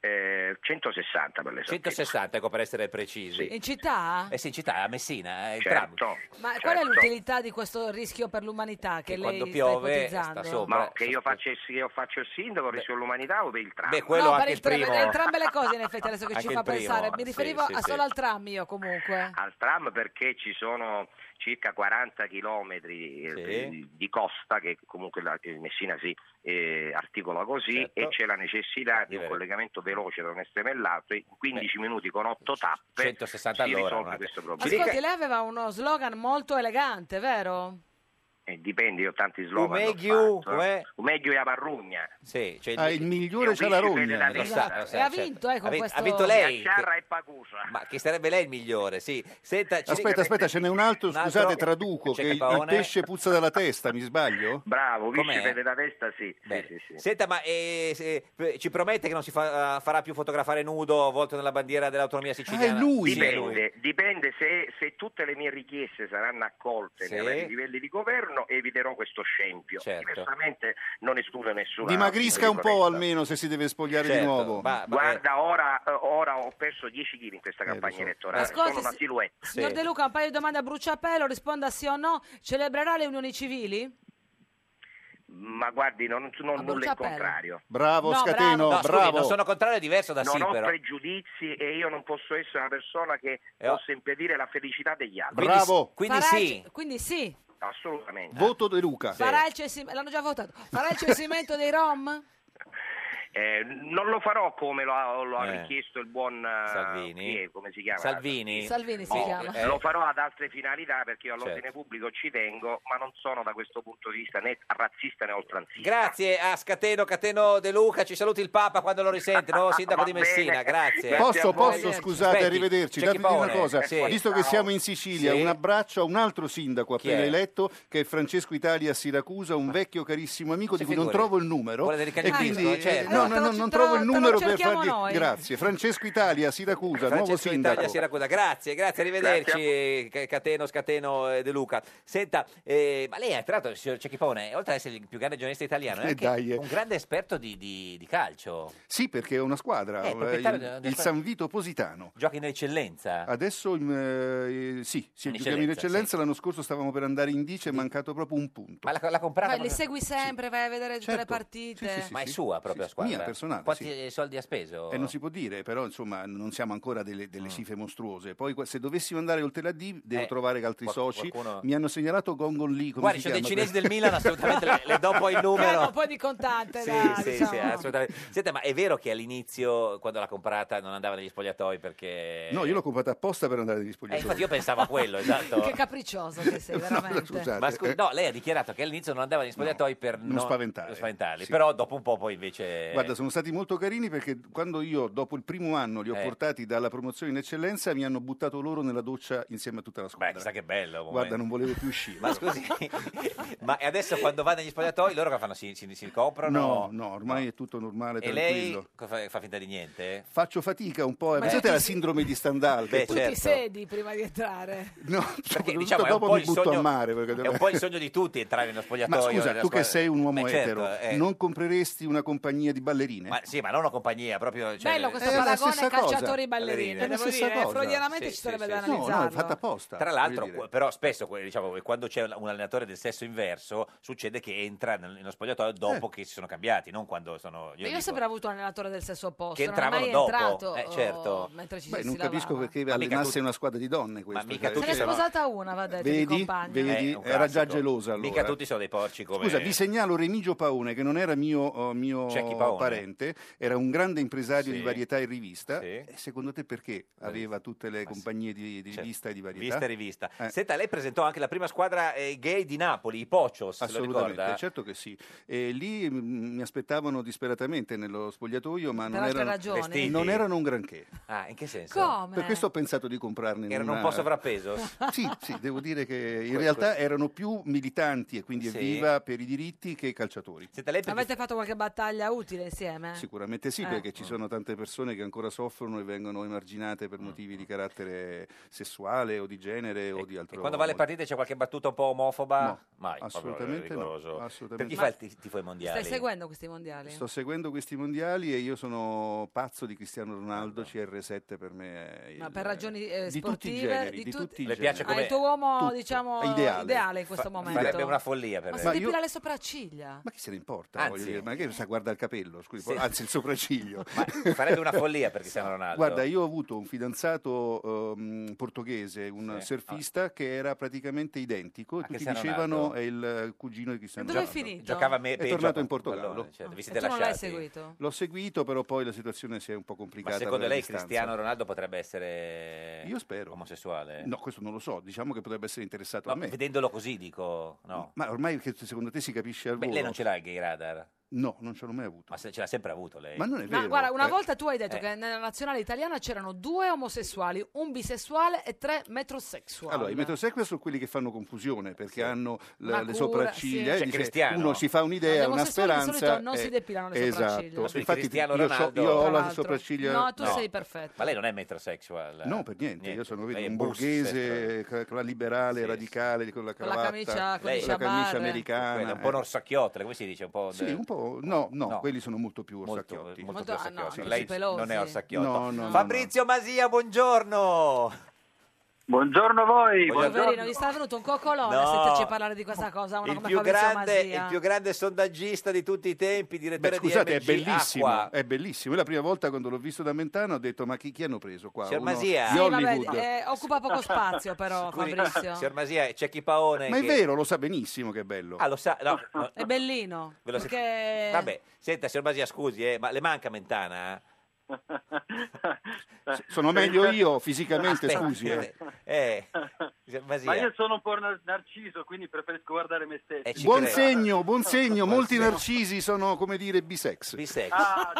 S14: Eh, 160 per le
S3: 160, ecco, per essere precisi.
S2: In città?
S3: Eh sì, in città, a Messina, eh, il
S14: Certo.
S3: tram.
S2: Ma qual è l'utilità di questo rischio per l'umanità che,
S3: Che
S2: lei
S3: quando
S2: sta
S3: piove
S2: ipotizzando?
S3: sta sopra.
S14: No, che io faccio, il- che io faccio il sindaco, rischio l'umanità o per il tram?
S3: Beh, quello
S2: no, per
S3: anche
S2: il tram,
S3: primo.
S2: entrambe le cose in effetti adesso che
S14: Anche
S2: ci
S14: il
S2: fa
S14: primo,
S2: pensare. Mi
S14: sì,
S2: riferivo
S14: sì,
S2: a-
S14: sì.
S2: solo al tram io comunque.
S14: al tram perché ci sono circa 40 chilometri eh, di- di costa che comunque la che Messina si eh, articola così
S3: Certo.
S14: e c'è la necessità di un
S3: Diverso.
S14: collegamento veloce tra un estremo e l'altro in 15 minuti con 8 tappe
S3: 160
S14: si
S3: all'ora,
S14: risolve
S3: guarda.
S14: questo problema
S2: Ascolti, lei aveva uno slogan molto elegante, vero?
S14: Eh, dipende io ho tanti slogan che ho
S3: Umeghiu,
S14: fatto, eh. Umeghiu e Avarrugna
S3: Sì, cioè
S10: Ah, il migliore c'ha la rogna.
S3: Lo sa, lo sa,
S2: E ha
S3: certo.
S2: vinto, eh, con
S3: ha, vin-
S2: questo-
S3: ha vinto lei.
S14: Sciarra
S3: che-
S14: e Pacusa
S3: Ma che sarebbe lei il migliore, sì. Senta, ci-
S10: Aspetta, aspetta, ce n'è un altro,
S3: Un altro?
S10: scusate, traduco,
S3: C'è
S10: che il
S3: Capaone?
S10: pesce puzza dalla testa, mi sbaglio?
S14: bravo
S3: Com'è?
S14: vice da testa sì, sì, sì, sì.
S3: Senta, ma eh, se- p- ci promette che non si fa- eh, farà più fotografare nudo volto nella bandiera
S10: Ah,
S3: dell'autonomia siciliana? Sì, Ah, è lui.
S14: Dipende, dipende se, se tutte le mie richieste saranno accolte
S3: Sì. Certo.
S14: nei vari livelli di governo, eviterò questo scempio. Diversamente non escludo nessuno.
S10: Dimagrisca un po' almeno se si deve spogliare di
S14: Certo,
S10: nuovo.
S14: Guarda, ora, ora ho perso 10 kg in
S10: Eh,
S14: questa campagna elettorale,
S2: Ascolti,
S14: sono una
S2: si-
S3: Eh,
S14: silhouette.
S2: Signor De Luca, un paio di domande a bruciapelo, risponda sì o no. Celebrerà le unioni civili?
S14: Ma guardi, non, non nulla è il
S2: bruciapelo.
S14: contrario.
S10: Bravo
S2: No,
S10: Scateno,
S3: No, scusi,
S10: bravo.
S3: non sono contrario, è diverso da
S14: non
S3: sì,
S14: ho
S3: però.
S14: pregiudizi e io non posso essere una persona che possa impedire la felicità degli altri.
S10: Bravo.
S14: Quindi
S2: Farà il
S14: sì.
S2: ce- quindi sì.
S3: eh,
S14: Assolutamente.
S10: Voto De Luca.
S2: Farà il censimento, l'hanno già votato. Farà il censimento dei Rom?
S14: Eh, non lo farò come lo ha, lo ha
S3: Eh.
S14: richiesto il buon eh,
S3: Salvini.
S14: chi è, come si chiama?
S3: Salvini? Salvini si
S14: No,
S3: chiama.
S14: eh, Lo farò ad altre finalità perché io all'ordine
S3: Certo.
S14: pubblico ci tengo, ma non sono da questo punto di vista né razzista né oltranzista.
S3: Grazie a Scateno, Cateno De Luca, ci saluti il Papa quando lo risente, nuovo sindaco di
S14: Va bene.
S3: Messina, grazie.
S10: Posso, posso, scusate,
S3: Aspetti,
S10: arrivederci.
S3: c'è
S10: Datemi
S3: chi
S10: una
S3: paone.
S10: cosa,
S3: Sì.
S10: visto che siamo in Sicilia,
S3: Sì.
S10: un abbraccio a un altro sindaco
S3: Chi
S10: appena
S3: è?
S10: eletto, che è Francesco Italia a Siracusa, un vecchio carissimo amico di cui non
S3: figuri.
S10: trovo il numero. eh,
S3: Vuole del Cagnolesco, certo.
S10: no, no, no, non trovo il numero per
S2: cerchiamo
S10: fargli.
S2: noi.
S10: Grazie. Francesco Italia, Siracusa, nuovo
S3: Francesco
S10: sindaco.
S3: Italia Siracusa. Grazie, grazie, arrivederci eh, Cateno, Scateno eh, De Luca. Senta, eh, ma lei tra l'altro, il signor Cecchipone, oltre ad essere il più grande giornalista italiano, è
S10: Eh,
S3: anche
S10: dai, eh.
S3: un grande esperto di, di- di calcio.
S10: Sì, perché è una squadra,
S3: Eh,
S10: eh,
S3: proprietario
S10: il-
S3: di una- di una
S10: il
S3: squadra-
S10: San Vito Positano.
S3: Giochi nell'eccellenza.
S10: Adesso in, eh, sì, sì,
S3: In
S10: giochiamo in
S3: eccellenza,
S10: eccellenza. L'anno scorso stavamo per andare in 10 è mancato proprio un punto.
S3: Ma la, la comprata?
S2: Ma li segui sempre, vai a vedere tutte le
S10: Certo.
S2: partite.
S10: Sì, sì, sì,
S3: ma è
S10: sì.
S3: sua proprio
S10: Sì,
S3: la squadra?
S10: mia personale,
S3: Quanti
S10: sì.
S3: eh, soldi ha speso?
S10: E non si può dire, però insomma non siamo ancora delle, delle cifre mostruose. Poi qua- se dovessimo andare oltre la D devo
S3: Mm. Eh,
S10: trovare che altri
S3: qual-
S10: soci.
S3: qualcuno-
S10: Mi hanno segnalato Gongon Lee. Come
S3: Guardi, ci
S10: si
S3: sono dei
S10: chiama
S3: cinesi
S10: quel-
S3: del Milan, assolutamente le, le do poi il
S2: Calma,
S3: numero.
S2: un po' di contante,
S3: Sì,
S2: dai,
S3: sì, eh.
S2: diciamo.
S3: sì, assolutamente. Senta, ma è vero che all'inizio, quando l'ha comprata, non andava negli spogliatoi perché...
S10: No, io l'ho comprata apposta per andare negli
S3: Eh, infatti
S10: spogliatoi.
S3: io pensavo a quello, esatto.
S2: (laughs) Che capriccioso che
S10: (laughs)
S2: sei, veramente.
S10: scusate. eh.
S3: Ma scusi, no, lei ha dichiarato che all'inizio non andava negli spogliatoi per
S10: non spaventare.
S3: non spaventarli,
S10: Sì.
S3: però dopo un po' poi invece... eh,
S10: Guarda, sono stati molto carini perché quando io dopo il primo anno li ho
S3: Eh.
S10: portati dalla promozione in eccellenza mi hanno buttato loro nella doccia insieme a tutta la squadra.
S3: Beh, chissà che bello. un
S10: Guarda,
S3: momento.
S10: non volevo più uscire.
S3: Ma scusi, ma e adesso quando va negli spogliatoi loro che fanno? Si, si, si comprano?
S10: No, no, ormai è tutto normale,
S3: E
S10: tranquillo.
S3: lei co- fa, fa finta di niente?
S10: Faccio fatica un po'. eh.
S3: Beh,
S10: Pensate alla
S3: sì, sì.
S10: sindrome di Stendhal.
S3: Beh, certo.
S10: che
S2: Tu
S10: poi-
S3: (laughs)
S2: ti sedi prima di entrare.
S10: No,
S3: Perché
S10: soprattutto
S3: diciamo, è un,
S10: dopo
S3: po
S10: mi
S3: il
S10: butto
S3: sogno,
S10: a mare. perché
S3: è un
S10: (laughs)
S3: po' il sogno di tutti entrare nello
S10: Ma
S3: spogliatoio.
S10: scusa,
S3: nella
S10: tu
S3: squadra.
S10: che sei un uomo
S3: Eh, certo,
S10: etero,
S3: eh.
S10: non compreresti una compagnia di ballerine?
S3: Ma sì, ma non una compagnia, proprio... cioè-
S2: Bello questo
S10: È la
S2: paragone
S10: stessa
S2: calciatori
S10: cosa.
S2: e ballerine,
S10: È la
S2: devo
S10: stessa
S2: dire, eh,
S10: cosa.
S2: freudianamente
S3: Sì,
S2: ci sarebbe
S3: sì,
S2: da
S3: sì.
S2: analizzarlo.
S10: No, no, è fatta apposta.
S3: Tra l'altro,
S10: voglio dire.
S3: qu- però, spesso que- diciamo, che quando c'è un allenatore del sesso inverso, succede che entra nel- nello spogliatoio dopo
S10: Eh.
S3: che si sono cambiati, non quando sono.
S2: Io,
S3: Io, dico,
S2: ho sempre avuto un allenatore del stesso opposto,
S3: Che
S2: non è mai
S3: entravano dopo,
S2: entrato
S3: eh, certo.
S2: oh, mentre ci
S10: Beh,
S2: si
S10: non
S2: lavava.
S10: capisco perché
S3: Ma mica
S10: allenasse
S3: tutti-
S10: una squadra di donne questa.
S3: mica
S10: cioè,
S2: Se ne è sposata una, va detto, di
S10: Vedi,
S2: compagna.
S10: vedi,
S3: Eh, un
S10: era già
S3: classico.
S10: gelosa allora.
S3: Mica tutti sono dei porci come.
S10: Scusa, vi segnalo Remigio Paone, che non era mio, oh, mio
S3: Cecchi Paone.
S10: parente, era un grande impresario
S3: Sì.
S10: di varietà e rivista. E secondo te perché aveva tutte le compagnie di, di
S3: Certo.
S10: rivista e di varietà?
S3: Vista e rivista.
S10: Eh.
S3: Senta, lei presentò anche la prima squadra eh, gay di Napoli, i Poccios. se lo ricorda? eh?
S10: Assolutamente, certo che sì. E lì mm, mi aspettavano disperatamente nello spogliatoio, ma non
S2: altre
S10: erano,
S2: ragioni. Vestiti.
S10: non erano un granché.
S3: Ah, in che senso?
S2: Come?
S10: Per questo ho pensato di comprarne
S3: Erano
S10: una-
S3: un po' sovrappeso?
S2: (laughs)
S10: Sì, sì, devo dire che in
S3: Que-
S10: realtà
S3: que-
S10: erano più militanti e quindi
S3: Sì.
S10: evviva per i diritti che calciatori.
S3: Senta, lei
S2: Avete fatto qualche battaglia utile insieme?
S10: Sicuramente sì,
S2: Eh.
S10: perché ci sono tante persone che ancora soffrono e vengono emarginate
S3: Mm.
S10: per motivi di carattere sessuale o di genere o di altro.
S3: Quando va alle
S10: modo.
S3: partite c'è qualche battuta un po' omofoba?
S10: No,
S3: Mai, proprio
S10: assolutamente no,
S3: rigoroso.
S10: assolutamente
S3: Per chi
S10: no.
S3: fa il ti- tifo ai mondiali?
S2: Stai seguendo questi mondiali?
S10: Sto seguendo questi mondiali e io sono pazzo di Cristiano Ronaldo, CR7 per me. è il-
S2: Ma per ragioni eh,
S10: di tutti i
S2: sportive,
S10: generi,
S2: di
S10: di
S2: tutti-
S10: tutti i
S3: Le piace
S10: generi.
S2: Ah,
S3: come-
S2: il tuo uomo,
S10: Tutto.
S2: diciamo,
S10: Ideale.
S2: ideale, in questo
S10: Fa-
S2: momento.
S10: farebbe
S3: una follia per
S2: Ma
S3: lei.
S2: si
S10: Ma io-
S2: depila le sopracciglia?
S10: Ma chi se ne importa?
S3: Anzi.
S10: voglio dire, ma che sa, guarda il capello, scusi,
S3: Sì.
S10: anzi il sopracciglio.
S3: Farebbe una follia
S10: (laughs)
S3: per Cristiano Ronaldo.
S10: Guarda, io ho avuto un fidanzato ehm, portoghese, un
S3: Sì.
S10: surfista che era praticamente identico. e tutti
S3: Cristiano
S10: dicevano
S3: Ronaldo?
S10: è il cugino di Cristiano
S2: Dove è
S10: Ronaldo.
S2: finito?
S3: Giocava me-
S10: È
S3: peggio
S10: tornato in
S3: con-
S10: Portogallo.
S3: Pallone, certo, vi
S2: E
S3: siete
S2: tu non l'hai
S3: lasciati.
S2: seguito?
S10: L'ho seguito, però poi la situazione si è un po' complicata.
S3: Ma secondo
S10: per la
S3: lei
S10: distanza.
S3: Cristiano Ronaldo potrebbe essere
S10: Io spero.
S3: omosessuale?
S10: No, questo non lo so. Diciamo che potrebbe essere interessato
S3: No,
S10: a me.
S3: vedendolo così dico no.
S10: Ma ormai che secondo te si capisce al
S3: Beh,
S10: volo?
S3: lei non ce l'ha il gay radar,
S10: No, non ce l'ho mai avuto.
S3: ma se- ce l'ha sempre avuto lei.
S10: Ma non è
S2: Ma
S10: vero.
S2: guarda, una
S10: Eh,
S2: volta tu hai detto
S3: Eh.
S2: che nella nazionale italiana c'erano due omosessuali, un bisessuale e tre metrosessuali.
S10: Allora, i metrosexual sono quelli che fanno confusione perché hanno le-
S2: Una
S10: le
S2: cura,
S10: sopracciglia.
S2: sì.
S10: e
S3: C'è
S10: dice-
S3: Cristiano.
S10: Uno si fa
S2: Gli
S10: un'idea, una
S2: omosessuali di
S10: speranza.
S2: solito non si depilano le
S10: esatto.
S2: sopracciglia. Ma
S3: scusi,
S10: Infatti,
S3: Cristiano
S10: io, so-
S3: Ronaldo-
S10: io ho
S2: Tra
S10: la
S2: l'altro.
S10: sopracciglia.
S2: No, tu sei perfetto.
S3: Ma lei non è metrosexual.
S10: No, per niente, io sono vedo,
S3: Lei è
S10: un
S3: bus,
S10: borghese cla- cla- liberale, radicale, con la
S2: Con la
S10: cravatta,
S2: camicia- con
S10: con
S2: i
S10: la
S2: ciabatte.
S10: camicia
S3: quella
S10: americana.
S3: un po'
S10: eh.
S3: norsacchiotto, come si dice? Un po'...
S10: Sì, un po'. No, no,
S3: No.
S10: quelli sono molto più
S3: Molto,
S10: orsacchiotti.
S3: molto
S2: Molto-
S3: più
S2: ah, no,
S3: orsacchiotto.
S2: non
S3: Lei
S2: si pelosi.
S3: non è orsacchiotto.
S10: No, no, no,
S3: Fabrizio Masia, buongiorno.
S15: Buongiorno a voi.
S2: Poverino, gli sta venuto un coccolone
S3: No.
S2: a sentirci parlare di questa cosa. Una
S3: Il
S2: come
S3: più,
S2: Fabrizio
S3: grande,
S2: Masia.
S3: il più grande sondaggista di tutti i tempi,
S10: Beh,
S3: direttore
S10: scusate,
S3: di
S10: è
S3: MG
S10: bellissimo,
S3: Acqua.
S10: è bellissimo. Io la prima volta quando l'ho visto da Mentana ho detto ma chi, chi hanno preso qua?
S3: Signor
S10: Uno
S3: Masia.
S10: di
S3: Sì,
S2: Vabbè,
S10: Hollywood.
S2: eh, occupa (laughs) poco spazio però
S3: Scusi,
S2: Fabrizio.
S3: Signor Masia, c'è chi Paone.
S10: ma è
S3: che-
S10: vero, lo sa benissimo che è bello.
S3: Ah, lo sa. no, no,
S2: È bellino.
S3: Ve lo
S2: Perché...
S3: Vabbè, senta, signor Masia, scusi, eh, ma le manca Mentana? eh?
S10: Sono meglio io fisicamente,
S3: Aspetta,
S10: scusi. eh.
S3: Eh, Masia.
S15: Ma io sono un po' nar- narciso, quindi preferisco guardare me stesso.
S3: eh,
S10: Buon segno, buon segno, molti narcisi sono come dire bisex.
S3: Bisex.
S2: Ah.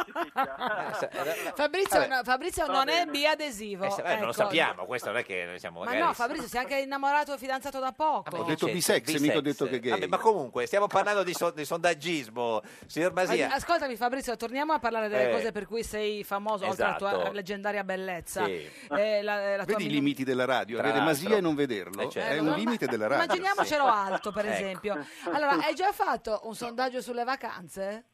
S3: Eh,
S2: Fabrizio,
S10: Vabbè.
S2: no, Fabrizio
S3: Ah, certo. Va
S2: non è
S3: bene.
S2: biadesivo.
S3: Eh, se- eh, non
S2: ecco.
S3: lo sappiamo, questo non è che noi siamo...
S2: Ma
S3: magari-
S2: no, Fabrizio, sei anche innamorato e fidanzato da poco.
S10: Ho detto bisex, mica ho detto che gay.
S3: Vabbè, ma comunque, stiamo parlando di, so- di sondaggismo, signor Masia.
S2: Ad- Ascoltami Fabrizio, torniamo a parlare delle
S3: Eh.
S2: cose per cui sei famoso, oltre alla tua
S10: Esatto.
S2: leggendaria bellezza.
S10: Sì.
S2: Eh, la- la tua
S10: Vedi i
S2: minu-
S10: limiti della radio,
S3: Tra
S10: avere
S3: l'altro.
S10: Masia e non vederlo
S3: Eh, certo.
S10: è un
S3: Ma-
S10: limite della radio.
S2: Immaginiamocelo Ah, alto, per
S10: Ecco.
S2: esempio. Allora, hai già fatto un sondaggio sulle vacanze?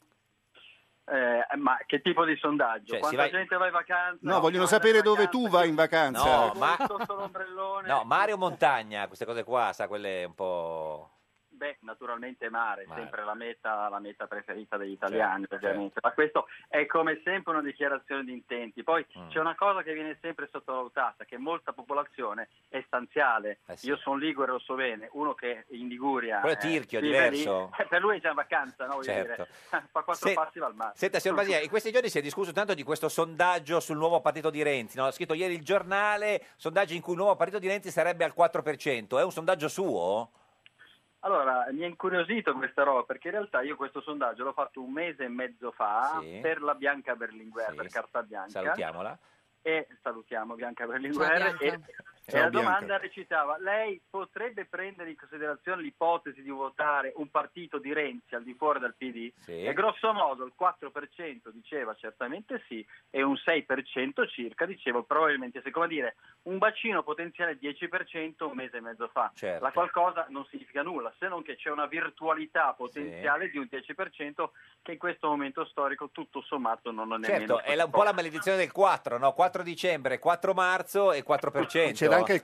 S15: Eh, ma che tipo di sondaggio?
S10: Cioè, si
S15: Quanta
S10: vai-
S15: gente va in vacanza?
S10: No, vogliono sapere dove tu vai in vacanza.
S3: No, ma-
S15: Solo ombrellone?
S3: No, Mario Montagna, queste cose qua, sa, quelle un po'...
S15: Beh, naturalmente mare,
S3: Mare.
S15: sempre la meta, la meta preferita degli italiani,
S3: Certo,
S15: ovviamente. Ma questo è come sempre una dichiarazione di intenti. Poi
S3: Mm.
S15: c'è una cosa che viene sempre sottovalutata, che molta popolazione è stanziale. Io sono ligure, lo so bene, uno che è in Liguria...
S3: Eh
S15: eh,
S3: Quello è tirchio,
S15: vive
S3: diverso.
S15: lì, (laughs) per lui è già in vacanza, no? Voglio
S3: Certo.
S15: dire. (laughs) Fa quattro
S3: Se-
S15: passi dal mare.
S3: Senta, signor Masia, in questi giorni si è discusso tanto di questo sondaggio sul nuovo partito di Renzi. No? Ha scritto ieri il giornale, sondaggio in cui il nuovo partito di Renzi sarebbe al 4%. È un sondaggio suo?
S15: (laughs) Allora, mi ha incuriosito questa roba perché in realtà io questo sondaggio l'ho fatto un mese e mezzo fa
S3: Sì.
S15: per la Bianca Berlinguer, per Carta Bianca.
S3: Salutiamola.
S15: E salutiamo Bianca Berlinguer.
S3: Ciao,
S15: E,
S3: Bianca.
S15: e
S3: Ciao,
S15: la
S3: Bianca.
S15: domanda recitava, lei potrebbe prendere in considerazione l'ipotesi di votare un partito di Renzi al di fuori del PD?
S3: Sì.
S15: E grosso modo il 4% diceva certamente sì e un 6% circa diceva probabilmente sì, come dire un bacino potenziale 10% un mese e mezzo fa.
S3: Certo.
S15: La qualcosa non significa nulla, se non che c'è una virtualità potenziale di un 10% che in questo momento storico tutto sommato non è nemmeno...
S3: Certo, è la- un po' la maledizione del 4, no? 4 dicembre, 4 marzo e 4%.
S10: C'era anche il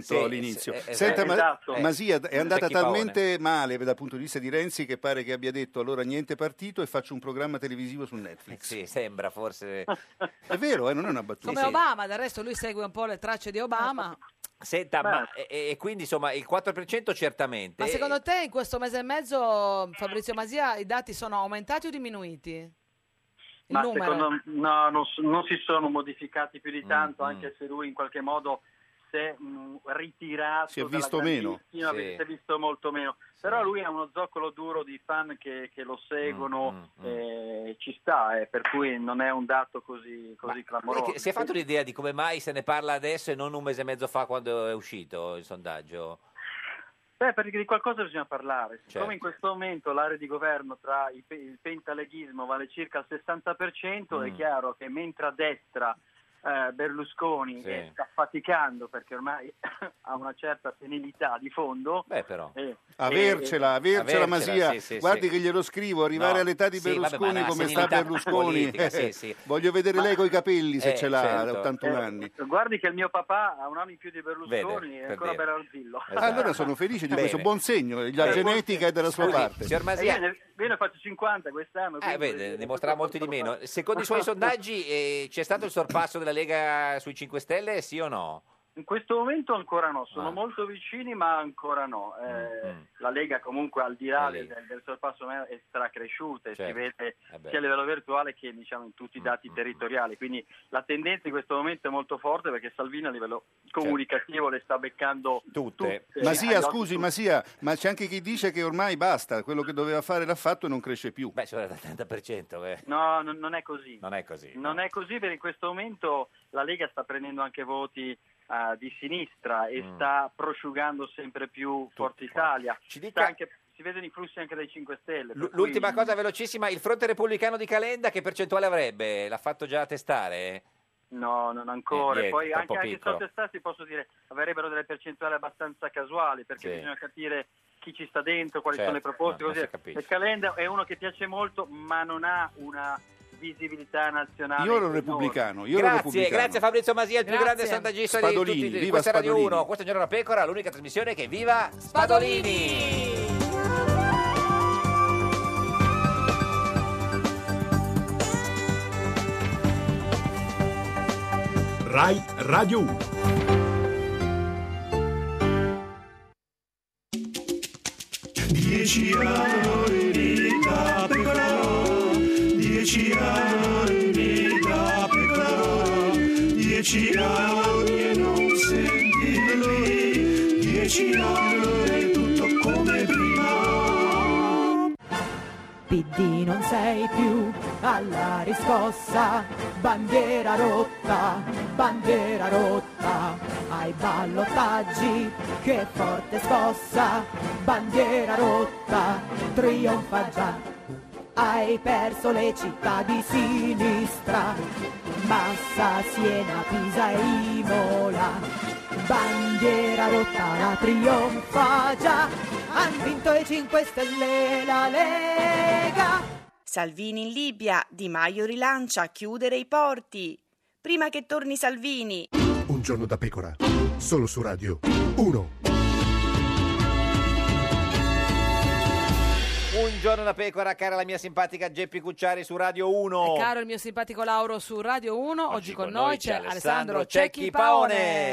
S3: (laughs) Sì,
S10: all'inizio.
S3: es- es-
S10: Senta, ma-
S3: esatto.
S10: Masia è
S3: Eh,
S10: andata
S3: Cecchi Paone.
S10: talmente male dal punto di vista di Renzi che pare che abbia detto allora niente partito e faccio un programma televisivo su Netflix.
S3: Sì, sembra forse.
S10: (laughs) È vero, eh, non è una battuta.
S2: Come Obama, del resto lui segue un po' le tracce di Obama.
S3: Senta, ma e, e quindi insomma il 4% certamente.
S2: Ma secondo te in questo mese e mezzo, Fabrizio Masia, i dati sono aumentati o diminuiti? Il
S15: Ma
S2: numero.
S15: secondo me no, non, s- non si sono modificati più di tanto,
S10: Mm,
S15: anche se lui in qualche modo si è mh, ritirato.
S10: Si è
S15: dalla
S10: visto meno.
S15: grandissima,
S10: Sì.
S15: Si è visto molto meno. Però lui ha uno zoccolo duro di fan che, che lo seguono,
S10: Mm,
S15: eh, ci sta, eh, per cui non è un dato così, così
S3: Lei
S15: clamoroso.
S3: che- si è fatto un'idea di come mai se ne parla adesso e non un mese e mezzo fa quando è uscito il sondaggio?
S15: Beh, perché di qualcosa bisogna parlare. Siccome
S3: Certo.
S15: in questo momento l'area di governo tra i pe- il pentaleghismo vale circa il 60%, è
S3: Mm.
S15: chiaro che mentre a destra eh, Berlusconi
S3: Sì.
S15: eh, sta faticando perché ormai (coughs) ha una certa senilità di fondo.
S3: Beh, però.
S15: eh,
S10: Avercela,
S15: eh,
S10: avercela,
S3: Avercela,
S10: Masia.
S3: sì, sì,
S10: Guardi
S3: sì.
S10: che glielo scrivo, arrivare
S3: No,
S10: all'età di
S3: sì, vabbè, ma
S10: Berlusconi
S3: la
S10: come sta
S3: senilità
S10: Berlusconi.
S3: politica, sì, sì.
S10: (laughs) Voglio vedere lei coi capelli se
S3: Eh,
S10: ce l'ha,
S3: certo.
S10: 81
S3: Eh,
S10: anni.
S15: Guardi che il mio papà ha un anno in più di Berlusconi
S3: Vede,
S15: e
S3: per
S15: ancora
S3: dire. Esatto.
S15: Berardzillo.
S10: Ah, Allora sono felice di
S3: Bene.
S10: questo buon segno, la
S3: Bene.
S10: genetica è dalla sua
S3: Scusi,
S10: parte.
S3: signor Masia,
S15: Eh, viene- viene fatto 50 quest'anno.
S3: Eh,
S15: quindi-
S3: vede, ne mostrerà molti di meno. Secondo
S15: (laughs)
S3: i suoi sondaggi eh, c'è stato il sorpasso della Lega sui 5 Stelle, sì o no?
S15: In questo momento ancora no,
S3: Eh.
S15: sono molto vicini ma ancora no.
S3: Mm,
S15: Eh, La Lega comunque al di là del, del sorpasso me- è stracresciuta e si
S3: Certo.
S15: vede
S3: Eh beh. Mm,
S15: sia a livello virtuale che diciamo, in tutti i dati territoriali, quindi la tendenza in questo momento è molto forte perché Salvini a livello comunicativo le sta beccando tutte.
S10: Masia,
S15: Agli occhi
S10: scusi, Masia, ma c'è anche chi dice che ormai basta, quello che doveva fare l'ha fatto e non cresce più.
S3: Beh, c'era il 30%,
S15: No, non, non è così.
S3: non è così.
S15: Non è così perché in questo momento la Lega sta prendendo anche voti eh, di sinistra e
S3: Mm.
S15: sta prosciugando sempre più Forza Italia. Sta anche- si vedono i flussi anche dai 5 Stelle. per
S3: L-
S15: cui-
S3: l'ultima cosa velocissima, il fronte repubblicano di Calenda che percentuale avrebbe? L'ha fatto già testare?
S15: No, non ancora.
S3: Eh, niente,
S15: Poi anche,
S3: troppo
S15: anche
S3: piccolo.
S15: sotto stati posso dire avrebbero delle percentuali abbastanza casuali perché
S3: Sì.
S15: bisogna capire chi ci sta dentro, quali
S3: Certo,
S15: sono le proposte.
S3: no, non
S15: così.
S3: si capisce.
S15: E Calenda è uno che piace molto ma non ha una visibilità nazionale.
S10: Io ero
S15: enorme.
S10: repubblicano, io ero
S3: Grazie,
S10: repubblicano.
S3: grazie Fabrizio Masia, il più
S10: Grazie.
S3: grande sondaggista
S10: Spadolini,
S3: di tutti.
S10: viva
S3: questa è Radio
S10: Spadolini.
S3: 1, questo è Giorno da Pecora, l'unica trasmissione che viva Spadolini!
S11: Rai Radio 1.
S12: Dieci anni da pecora, dieci anni da pecora, dieci anni e non sentirli, dieci anni è tutto come prima.
S16: PD non sei più alla riscossa, bandiera rotta, bandiera rotta, ai ballottaggi, che forte scossa, bandiera rotta, trionfa già. Hai perso le città di sinistra, Massa, Siena, Pisa e Imola, bandiera rotta, la trionfa già, han vinto i 5 Stelle la Lega.
S9: Salvini in Libia, Di Maio rilancia, chiudere i porti. Prima che torni Salvini.
S8: Un giorno da pecora, solo su Radio 1.
S3: Un giorno da pecora, cara la mia simpatica Geppi Cucciari su Radio 1.
S2: E caro il mio simpatico Lauro su Radio 1, oggi, con
S3: Oh. noi
S2: noi c'è
S3: c'è
S2: Alessandro
S3: Alessandro
S2: Cecchi
S3: Cecchi
S2: Paone.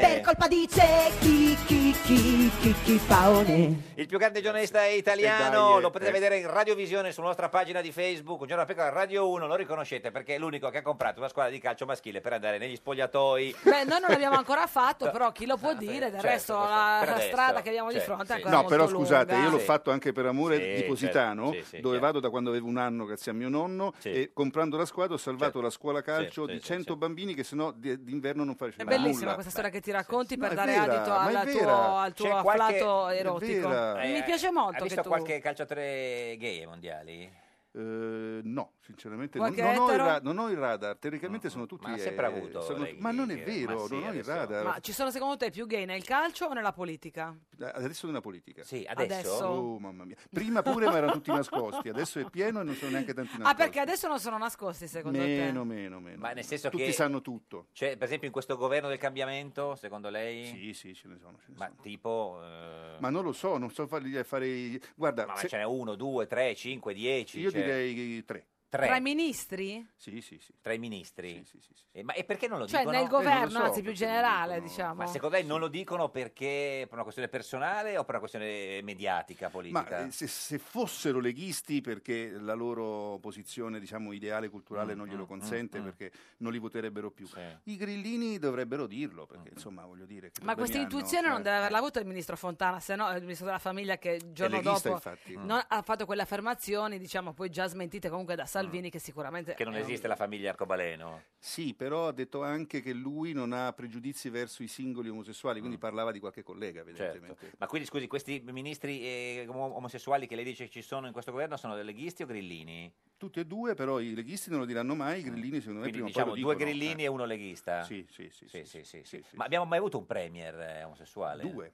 S3: Paone.
S16: Per colpa di Cecchi, chi, chi, chi, chi, Paone.
S3: Il più grande giornalista
S16: E
S3: italiano,
S16: dai, eh,
S3: lo potete
S16: eh.
S3: vedere in radiovisione sulla nostra pagina di Facebook, Un giorno da pecora Radio 1, lo riconoscete perché è l'unico che ha comprato una squadra di calcio maschile per andare negli spogliatoi.
S2: Beh, noi non l'abbiamo
S3: (laughs)
S2: ancora fatto, però chi lo può dire? Del
S3: certo,
S2: resto
S3: questo- per
S2: la, la
S3: adesso, certo,
S2: strada che abbiamo di
S3: sì,
S2: fronte è
S3: sì.
S2: ancora
S10: No,
S2: molto
S10: però scusate,
S2: lunga.
S10: io l'ho fatto anche per amore
S3: Sì,
S10: di Positano,
S3: certo, sì, sì,
S10: dove
S3: chiaro.
S10: vado da quando avevo un anno grazie a mio nonno e comprando la squadra ho salvato la scuola calcio
S3: Certo. sì,
S10: di
S3: sì,
S10: 100 bambini che sennò di- d'inverno non
S2: È
S10: facevano nulla.
S2: bellissima questa storia che ti racconti per
S10: No, è
S2: dare
S10: vera,
S2: adito
S10: ma è
S2: alla
S10: vera.
S2: tuo, al tuo
S10: C'è
S2: afflato
S10: qualche- è
S2: erotico.
S10: vera.
S3: Eh,
S2: Mi piace
S3: Hai
S2: molto che
S3: visto
S2: tu...
S3: qualche calciatore gay ai mondiali?
S10: Eh, no, sinceramente non,
S2: Qualche
S10: non ho il
S2: etero?
S10: ra- non ho il radar, teoricamente sono tutti
S3: ma ha sempre
S10: eh,
S3: avuto
S10: sono-
S3: lei
S10: ma non è
S3: che-
S10: vero,
S3: ma sì,
S10: non ho il
S3: adesso-
S10: radar.
S2: Ma ci sono secondo te più gay nel calcio o nella politica?
S10: eh, Adesso nella politica. Sì,
S2: adesso? Adesso.
S10: Oh, mamma mia. Prima pure ma erano tutti nascosti, adesso è pieno e non sono neanche tanti
S2: Ah,
S10: nascosti.
S2: perché adesso non sono nascosti secondo
S10: meno,
S2: te?
S10: meno, meno.
S3: Ma nel senso
S10: tutti
S3: che-
S10: sanno tutto.
S3: Cioè, per esempio in questo governo del cambiamento, secondo lei?
S10: Sì, sì, ce ne sono.
S3: ma tipo... eh,
S10: Ma non lo so, non so fargli fare i- Guarda,
S3: ma
S10: se-
S3: ce n'è uno, due, tre, cinque, dieci?
S10: io
S3: cioè-
S10: direi tre.
S3: Tre.
S2: Tra i ministri?
S10: Sì, sì, sì.
S3: Tra i ministri? Eh, ma e perché non lo
S2: Cioè
S3: dicono?
S10: Eh,
S2: nel governo, anzi più generale diciamo.
S3: Ma secondo lei non lo dicono perché per una questione personale o per una questione mediatica, politica?
S10: Ma eh, se, se fossero leghisti perché la loro posizione, diciamo, ideale
S3: Mm,
S10: culturale non glielo consente perché non li voterebbero più. I grillini dovrebbero dirlo
S3: Mm,
S10: perché insomma, voglio dire che
S2: Ma
S10: problemi
S2: questa
S10: hanno?
S2: intuizione non
S10: Eh.
S2: deve averla avuta il ministro Fontana, se no è il ministro della famiglia che il giorno
S10: leghista,
S2: dopo
S10: infatti.
S2: non- ha fatto quelle affermazioni, diciamo poi già smentite comunque da Salvini che sicuramente...
S10: eh,
S3: Che non
S2: è un-
S3: esiste la famiglia arcobaleno?
S10: Sì, però ha detto anche che lui non ha pregiudizi verso i singoli omosessuali,
S3: Mm.
S10: quindi parlava di qualche collega, evidentemente.
S3: Ma quindi scusi, questi ministri eh, omo- omosessuali che lei dice ci sono in questo governo sono leghisti o grillini?
S10: Tutti e due, però i leghisti non lo diranno mai, i grillini secondo me
S3: Mm. Quindi
S10: prima o
S3: diciamo
S10: poi lo
S3: due
S10: dicono,
S3: grillini
S10: eh.
S3: e uno leghista?
S10: Sì, sì, sì.
S3: Sì, sì, sì, sì. Ma abbiamo mai avuto un premier eh, omosessuale?
S10: Due.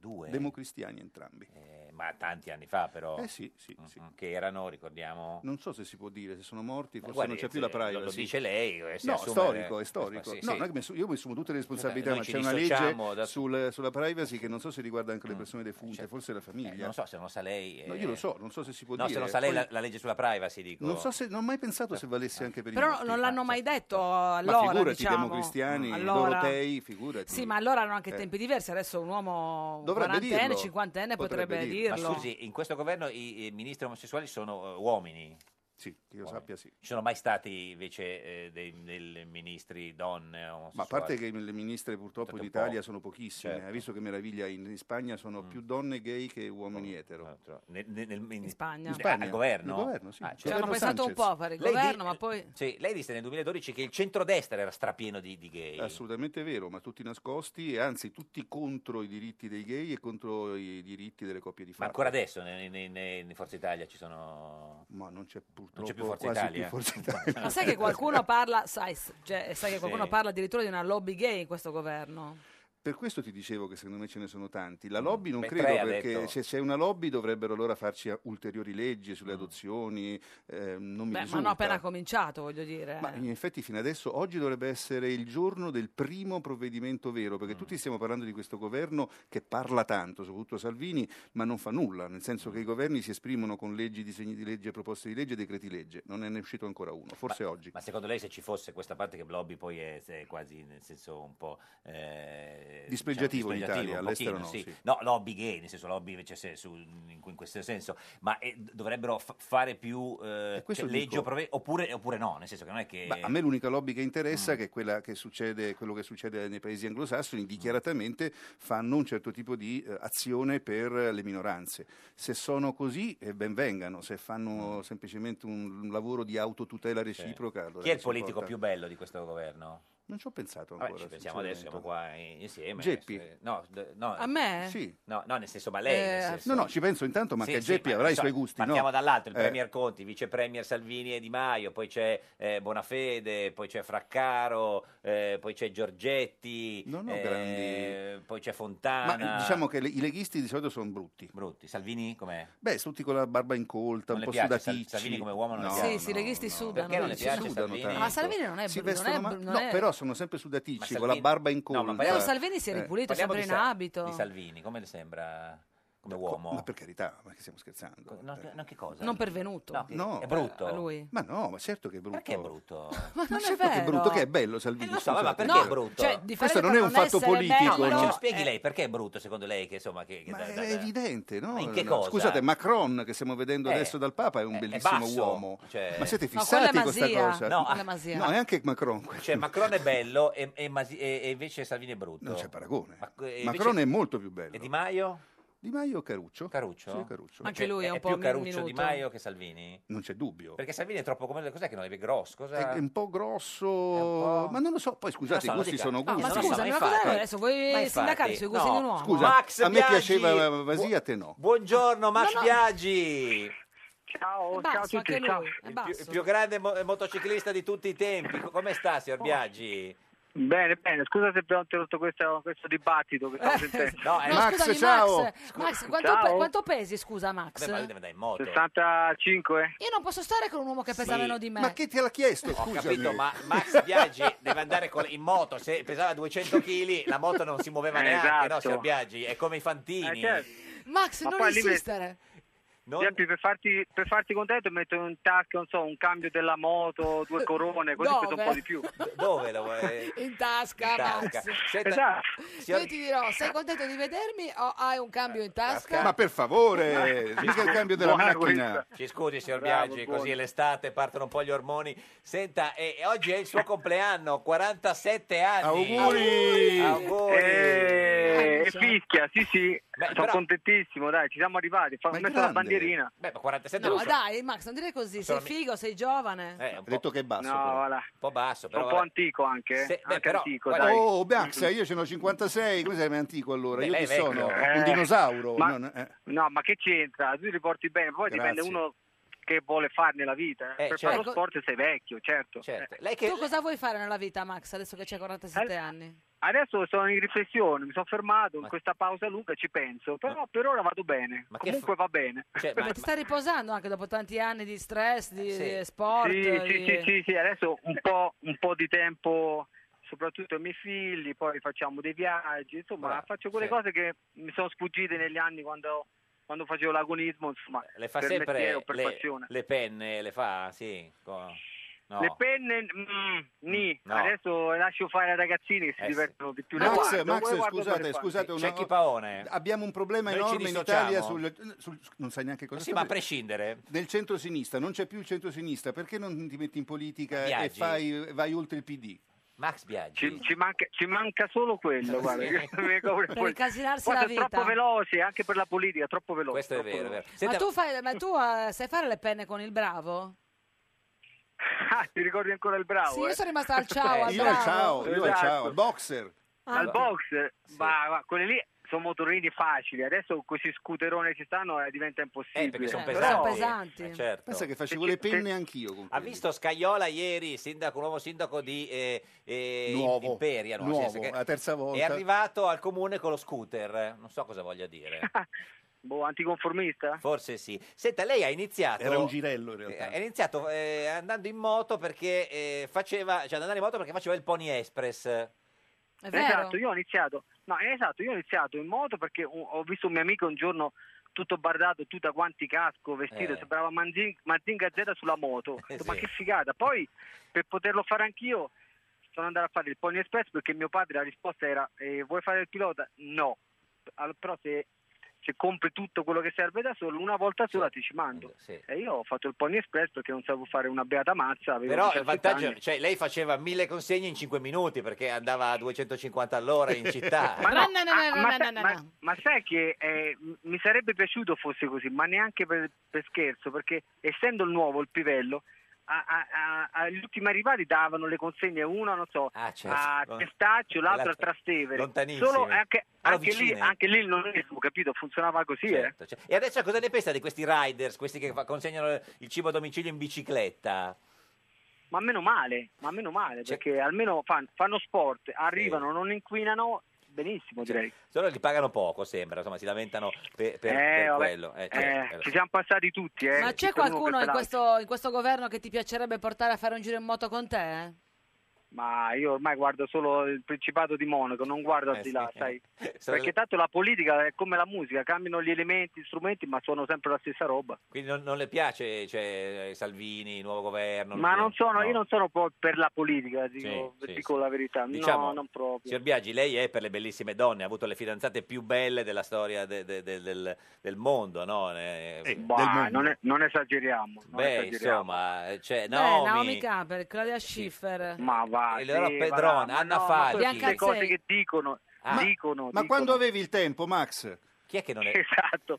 S3: Due?
S10: Democristiani entrambi.
S3: Eh, ma tanti anni fa però.
S10: Eh sì, sì,
S3: Mm, Che erano, ricordiamo...
S10: Non so se si può dire, se sono morti, forse
S3: guardi,
S10: non c'è
S3: se-
S10: più la
S3: lo-
S10: privacy.
S3: lo dice lei, eh, si
S10: no,
S3: assume-
S10: storico, è storico.
S3: Sì, sì.
S10: No, non è che mi assu- io mi assumo tutte le responsabilità,
S3: Noi
S10: ma
S3: ci
S10: c'è una
S3: dissociamo
S10: legge
S3: da- Mm.
S10: sul- sulla privacy che non so se riguarda anche le persone defunte, forse la famiglia.
S3: Eh, non so se non sa lei...
S10: No,
S3: eh,
S10: io lo so, non so se si può
S3: No,
S10: dire.
S3: se non sa lei
S10: Poi-
S3: la, Eh, la legge sulla privacy, dico.
S10: Non so se, non ho mai pensato se valesse anche per i
S2: Però
S10: morti.
S2: non l'hanno mai detto allora,
S10: ma figurati,
S2: diciamo.
S10: democristiani,
S2: Allora.
S10: dorotei, figurati.
S2: Sì, ma allora erano anche
S10: Eh.
S2: tempi diversi, adesso un uomo
S10: Dovrebbe
S2: quarantenne,
S10: dirlo.
S2: cinquantenne potrebbe, dirlo.
S3: Ma scusi, in questo governo i, i ministri omosessuali sono eh, uomini?
S10: Sì, che io sappia sì.
S3: Ci sono mai stati invece eh, dei, dei ministri donne omosessuali?
S10: Ma a parte che le ministre purtroppo in
S3: State cioè, certo, un
S10: Italia
S3: po'.
S10: sono pochissime,
S3: Certo. Mm.
S10: hai visto che meraviglia, in, in Spagna sono più donne gay che uomini etero.
S3: Nel- nel- nel- in,
S2: Spagna.
S3: in Spagna. Al governo?
S10: Al governo, sì.
S3: Ah,
S2: Ci Cioè, hanno
S10: Governo
S2: pensato un
S10: Sanchez.
S2: po' per il
S3: Lei di-
S2: governo, ma poi...
S3: Sì, lei disse nel 2012 che il centrodestra era strapieno di, di gay.
S10: Assolutamente vero, ma tutti nascosti e anzi tutti contro i diritti dei gay e contro i diritti delle coppie di
S3: Ma
S10: fatto.
S3: ancora adesso ne- ne- ne- in Forza Italia ci sono...
S10: Ma non c'è purtroppo
S3: non c'è più Forza
S10: quasi
S3: Italia.
S10: più
S3: (laughs)
S10: Forza Italia.
S2: Ma sai
S10: (laughs)
S2: che qualcuno parla, sai, s- cioè, sai che qualcuno
S10: Sì.
S2: parla addirittura di una lobby gay in questo governo?
S10: Per questo ti dicevo che secondo me ce ne sono tanti. La lobby non
S3: Beh,
S10: credo
S3: tre Mm, ha
S10: perché
S3: detto.
S10: se c'è una lobby dovrebbero allora farci a- ulteriori leggi
S3: Mm.
S10: sulle adozioni, eh, non
S2: Beh,
S10: mi
S2: ma
S10: risulta.
S2: hanno appena cominciato, voglio dire.
S10: Ma in effetti fino adesso oggi dovrebbe essere il giorno del primo provvedimento vero, perché tutti stiamo parlando di questo governo che parla tanto, soprattutto Salvini, ma non fa nulla, nel senso che i governi si esprimono con leggi, disegni di legge, proposte di legge e decreti legge, non ne è uscito ancora uno, forse oggi.
S3: Ma secondo lei se ci fosse questa parte che Blobby poi è, è quasi nel senso un po' eh, eh,
S10: Dispregiativo in Italia,
S3: un
S10: all'estero
S3: pochino,
S10: no,
S3: sì.
S10: sì.
S3: No, lobby gay, nel senso lobby invece se- su- in, in questo senso, ma eh, dovrebbero fa- fare più eh,
S10: questo
S3: cioè,
S10: dico.
S3: leggi o prove- oppure, oppure no, nel senso che non è che...
S10: Ma a me l'unica lobby che
S3: Mm.
S10: interessa, che è quella che succede, quello che succede nei paesi anglosassoni, dichiaratamente fanno un certo tipo di eh, azione per eh, le minoranze. Se sono così, eh, ben vengano. Se fanno
S3: Mm.
S10: semplicemente un, un lavoro di autotutela reciproca, allora
S3: cioè, Chi è il
S10: si
S3: politico
S10: porta-
S3: più bello di questo governo?
S10: Non ci ho pensato
S3: Vabbè,
S10: ancora.
S3: ci pensiamo adesso, siamo qua in- insieme.
S10: Geppi.
S3: Eh, No, d- no.
S2: A me? Eh,
S10: Sì.
S3: No, no, nel senso, ma lei... nel senso-
S10: No, no, ci penso intanto, Certo, ma
S3: Sì,
S10: che
S3: sì,
S10: Geppi
S3: ma
S10: avrà i
S3: insomma,
S10: suoi gusti. no?
S3: Partiamo dall'altro, il
S10: Eh,
S3: Premier Conti, Vice Premier Salvini e Di Maio, poi c'è eh, Bonafede, poi c'è Fraccaro, eh, poi c'è Giorgetti,
S10: ho
S3: poi c'è
S10: Ma
S3: Fontana.
S10: eh, diciamo che le- i leghisti di solito sono brutti.
S3: Brutti. Salvini com'è?
S10: Beh, tutti con la barba incolta,
S3: Non
S10: un
S3: le
S10: po'
S3: piace? Sal-
S10: sudaticci.
S3: Salvini come uomo non le
S10: No,
S3: piace?
S2: sì, sì, i leghisti sudano.
S3: Perché non le
S10: si
S3: piace
S10: sudano
S3: Salvini?
S10: tanto.
S2: Ma Salvini non è
S10: Si
S2: brutto, non
S10: vestono
S2: è
S10: ma-
S2: bru- non
S10: no,
S2: è-
S10: però sono sempre
S3: Ma
S10: sudaticci, con
S3: Salvini-
S10: la barba
S3: No,
S10: incolta.
S3: ma
S2: Però
S3: parliamo-
S2: Salvini si è
S10: Eh.
S2: ripulito, è
S3: Parliamo
S2: sempre
S3: di
S2: in
S3: Sa-
S2: abito.
S3: Di Salvini, come le sembra come uomo?
S10: Ma per carità, ma che stiamo scherzando?
S3: No, no, che cosa?
S2: Non pervenuto.
S3: No,
S10: No.
S3: è brutto.
S2: A eh, lui.
S10: Ma no, ma certo che è brutto. Perché è
S3: brutto?
S2: Ma non
S10: certo
S2: è
S10: che è
S2: vero.
S10: brutto, che è bello Salvini.
S3: Eh, lo so, ma
S10: scusate.
S3: perché è brutto? Cioè,
S2: differente
S10: Questo non
S2: per
S10: è un
S2: non
S10: fatto
S2: essere
S10: politico. cioè,
S2: bello.
S3: No,
S10: no?
S3: ce lo spieghi lei perché è brutto secondo lei che insomma che, che
S10: eh. Ma
S3: da-
S10: è
S3: da-
S10: evidente, no?
S3: Ma in che
S10: No,
S3: cosa?
S10: Scusate, Macron che stiamo vedendo
S3: Eh,
S10: adesso dal Papa è un
S3: è- è
S10: bellissimo
S3: basso,
S10: uomo.
S3: cioè-
S10: Ma siete
S2: No, quella è
S10: fissati con questa
S2: Masia.
S10: cosa?
S2: No,
S3: Ah.
S2: Quella è Masia.
S10: no, è anche Macron.
S3: Cioè Macron è bello e, e Masi- e- e invece Salvini è brutto.
S10: Non c'è paragone.
S3: Ma- e
S10: Macron
S3: invece-
S10: è molto più bello.
S3: E Di Maio?
S10: Di Maio Caruccio.
S3: Caruccio?
S10: Sì, Caruccio.
S2: Anche lui è un po'
S3: più Caruccio Di
S2: minuto.
S3: Maio che Salvini?
S10: Non c'è dubbio.
S3: Perché Salvini è troppo come cos'è che non è grosso, cosa?
S17: Eh,
S10: È
S17: ehm,
S10: un po' grosso, ma non lo so. Poi scusate,
S3: Non
S10: i
S3: lo so,
S10: gusti
S3: non
S10: sono
S3: dica.
S10: gusti.
S3: Ah, ma scusa,
S2: Ma cos'è adesso? Vuoi
S3: Ma infatti,
S2: sindacare sui gusti
S3: no.
S2: di un uomo?
S10: Scusa,
S3: Max
S10: a me
S3: Biaggi.
S10: piaceva Vasi, a te no.
S3: Buongiorno Max
S2: No, no.
S3: Biaggi.
S2: Ciao,
S17: ciao a tutti,
S2: anche
S17: ciao.
S2: lui. È
S3: Il più,
S2: basso.
S3: il più grande mo- motociclista di tutti i tempi. Co- Come sta, signor Biaggi?
S17: Bene, bene, scusa se abbiamo interrotto questo, questo dibattito che
S2: (laughs)
S17: stavo sentendo.
S3: No, eh,
S2: No, Eh, scusami, Max, Max, quanto,
S17: Ciao.
S2: pe- quanto pesi, scusa Max?
S3: Vabbè, ma deve andare in moto.
S17: 65?
S2: Io non posso stare con un uomo che pesa
S3: Sì.
S2: meno di me.
S10: Ma chi te l'ha chiesto?
S3: Ho
S10: Scusami.
S3: capito, ma Max Biaggi deve andare con- in moto. Se pesava 200 kg, la moto non si muoveva
S17: Eh,
S3: neanche, no,
S17: esatto.
S3: signor Biaggi? È come i fantini.
S17: Eh, certo.
S2: Max,
S17: Ma
S2: non
S17: poi lì me-
S2: insistere.
S17: Giampi, per, farti, per farti contento metto in tasca non so, un cambio della moto, due corone, così
S2: Dove?
S17: speso un po' di più.
S3: D- Dove lo
S2: (laughs)
S17: Eh,
S3: vuoi?
S2: In tasca,
S3: In tasca.
S2: Max.
S3: Senta,
S17: Esatto.
S3: signor-
S2: Io ti dirò, sei contento di vedermi o hai un cambio in tasca?
S10: Ma per
S3: (laughs)
S10: favore, mica il cambio della
S3: Buona
S10: macchina.
S3: Ci scusi, signor
S10: Bravo,
S3: Biaggi,
S10: buono.
S3: così è l'estate, partono un po' gli ormoni. Senta, e, e oggi è il
S17: (laughs)
S3: suo compleanno, 47 anni.
S10: Auguri!
S3: Auguri!
S17: Eh, E fischia, sì sì, sono
S3: però-
S17: contentissimo, dai, ci siamo arrivati, fa- ho messo la bandierina.
S3: Beh, ma 47
S2: No,
S3: non so-
S2: dai, Max, non dire così. Sei
S3: Sono mi-
S2: figo, sei giovane.
S3: Eh, un po',
S10: detto che è basso.
S17: No,
S10: però.
S17: voilà.
S3: un po' basso,
S17: Sono
S3: però...
S17: un po'
S3: vabbè.
S17: antico anche, eh.
S3: Se- beh,
S17: anche
S3: però-
S17: antico,
S3: guarda-
S17: dai.
S10: Oh, Biax, io ce n'ho 56, come sei mai antico allora?
S3: Beh,
S10: Io
S3: lei
S10: che
S3: è vecchio.
S10: sono
S17: Eh,
S10: un dinosauro.
S17: ma-
S10: non- eh.
S17: No, ma che c'entra? Tu li porti bene, poi dipende
S10: Grazie.
S17: uno che vuole fare nella vita. eh.
S3: Eh,
S17: per
S3: certo.
S17: fare lo sport sei vecchio, certo. Eh.
S3: Lei che...
S2: Tu cosa vuoi fare nella vita, Max, adesso che c'hai 47 anni?
S17: Adesso sono in riflessione, mi sono fermato in questa pausa lunga, ci penso, però per ora vado bene,
S3: Ma che Cioè,
S17: comunque va bene.
S2: Ma, ti stai Eh, riposando anche dopo tanti anni di stress, di,
S17: Sì.
S2: di sport?
S17: sì, sì,
S2: di-
S17: sì, sì, sì, adesso un po', un po' di tempo soprattutto ai miei figli, poi facciamo dei viaggi, insomma
S3: Bravo,
S17: faccio quelle
S3: sì.
S17: cose che mi sono sfuggite negli anni quando, quando facevo l'agonismo, insomma,
S3: Le fa
S17: per mestiere o
S3: sempre
S17: per
S3: le,
S17: passione.
S3: le penne, le fa, sì. co- no.
S17: Le penne, mm, ni.
S3: No.
S17: adesso lascio fare ai ragazzini che si
S3: Eh,
S17: divertono di più. Le
S10: Max,
S17: guardo,
S10: Max,
S17: poi guardo
S10: scusate,
S17: quelle qua.
S10: scusate. una-
S3: C'è chi paone.
S10: Abbiamo un problema
S3: Noi ci
S10: enorme in
S3: dissociamo.
S10: Italia sul, sul- Non sai neanche cosa
S3: Sì,
S10: sta-
S3: ma a prescindere.
S10: Nel centro-sinistra, non c'è più il centro-sinistra, perché non ti metti in politica e
S3: Biagi.
S10: fai, vai oltre il PD?
S3: Max Biaggi.
S17: Ci, ci manca, ci manca solo quello, guarda.
S3: (laughs) Sì.
S2: Per incasinarsi
S17: Guarda,
S2: la vita.
S17: troppo veloce, anche per la politica, troppo veloce.
S3: Questo è
S17: troppo
S3: vero, è vero.
S17: veloce.
S3: Senta,
S2: Ma tu, fai, ma tu eh, sai fare le penne con il bravo?
S17: Ah, ti ricordi ancora il bravo?
S2: Sì, io
S17: eh?
S2: sono rimasta al ciao, al
S10: io
S2: bravo. Ah.
S10: al ciao, io al
S17: Esatto.
S10: ciao, al boxer.
S17: Al box, ma, ma quelli lì sono motorini facili, adesso con questi scooteroni che ci stanno eh, diventa impossibile.
S3: eh, perché sono
S17: Però-
S3: pesanti.
S2: pesanti.
S3: eh, certo. Ah,
S10: Pensa che facevo le penne anch'io. con
S3: Ha
S10: quelli.
S3: visto Scaiola ieri, sindaco, un nuovo sindaco di eh, eh,
S10: Nuovo,
S3: Imperia, no?
S10: nuovo,
S3: Nel senso che
S10: la terza volta.
S3: È arrivato al comune con lo scooter, non so cosa voglia dire.
S17: (laughs) Boh, anticonformista?
S3: Forse sì. Senta, lei ha iniziato...
S10: Era un girello in
S3: eh,
S10: realtà.
S3: Ha iniziato eh, andando in moto perché eh, faceva, cioè andando in moto perché faceva il Pony Express.
S2: È vero?
S17: Esatto, io ho iniziato, no, esatto, io ho iniziato in moto perché ho ho visto un mio amico un giorno tutto bardato, tutta quanti casco, vestito,
S3: Eh. (laughs)
S17: sembrava Manzin- Mazinga Z sulla moto. Ho detto,
S3: sì.
S17: Ma che figata! Poi per poterlo fare anch'io sono andato a fare il Pony Express perché mio padre la risposta era eh, vuoi fare il pilota? No, Allora, però se, se compri tutto quello che serve da solo una volta sola ti ci mando. E io ho fatto il Pony Express perché non sapevo fare una beata mazza. avevo
S3: Però il
S17: 17
S3: vantaggio,
S17: anni.
S3: cioè lei faceva mille consegne in 5 minuti perché andava a 250 all'ora
S17: (laughs)
S3: in città.
S17: Ma no,
S2: no, no,
S17: ah,
S2: no,
S17: ma
S2: no,
S17: sai-
S2: no,
S17: ma-
S2: no.
S17: Ma sai che eh, m- mi sarebbe piaciuto fosse così, ma neanche per, per scherzo, perché essendo il nuovo il pivello, a- a- a- agli ultimi arrivati davano le consegne una, non so,
S3: certo.
S17: a
S3: Lo-
S17: Testaccio, l'altro a
S3: l'altra-
S17: Trastevere.
S3: lontanissime.
S17: Solo anche,
S3: Però
S17: anche lì,
S3: vicine.
S17: anche lì il nonismo, capito? Funzionava così, eh.
S3: Certo, certo. E adesso cosa ne pensa di questi riders, questi che fa- consegnano il cibo a domicilio in bicicletta?
S17: Ma meno male, ma meno male,
S3: Cioè-
S17: perché almeno fan- fanno sport, arrivano, non inquinano, benissimo direi.
S3: Solo li pagano poco, sembra, insomma, si lamentano per, per-
S17: Eh,
S3: per
S17: vabbè,
S3: quello. Eh,
S17: eh,
S3: certo, eh,
S17: ci siamo passati tutti, eh.
S2: Ma c'è
S17: tutto l'uno
S2: qualcuno
S17: per
S2: in
S17: l'altro.
S2: questo, in questo governo che ti piacerebbe portare a fare un giro in moto con te? eh?
S17: Ma io ormai guardo solo il Principato di Monaco, non guardo
S3: Eh,
S17: al di là,
S3: (laughs)
S17: sai? Perché tanto la politica è come la musica, cambiano gli elementi, gli strumenti, ma suono sempre la stessa roba.
S3: Quindi non, non le piace cioè, Salvini, il nuovo governo?
S17: ma
S3: l'ultimo-
S17: non sono,
S3: no.
S17: io non sono po- per la politica, dico,
S3: Sì, sì,
S17: dico la verità,
S3: Diciamo,
S17: no, non proprio.
S3: Signor Biagi, lei è per le bellissime donne, ha avuto le fidanzate più belle della storia de- de- de- del, del mondo, no? Eh,
S17: Bah, non, è- non esageriamo. non
S3: Beh,
S17: esageriamo.
S3: insomma, cioè,
S2: Beh,
S3: Naomi,
S2: Naomi Campbell, Claudia Schiffer.
S17: Ma va,
S3: E allora
S17: sì,
S3: Pedron,
S17: ma no,
S3: Anna
S17: ma
S3: Falchi.
S17: sono tutte
S2: Bianca
S17: cose
S2: Azzei.
S17: che dicono,
S3: Ah.
S17: dicono,
S10: Ma
S17: dicono.
S10: quando avevi il tempo, Max?
S3: Chi è che non è?
S17: Esatto.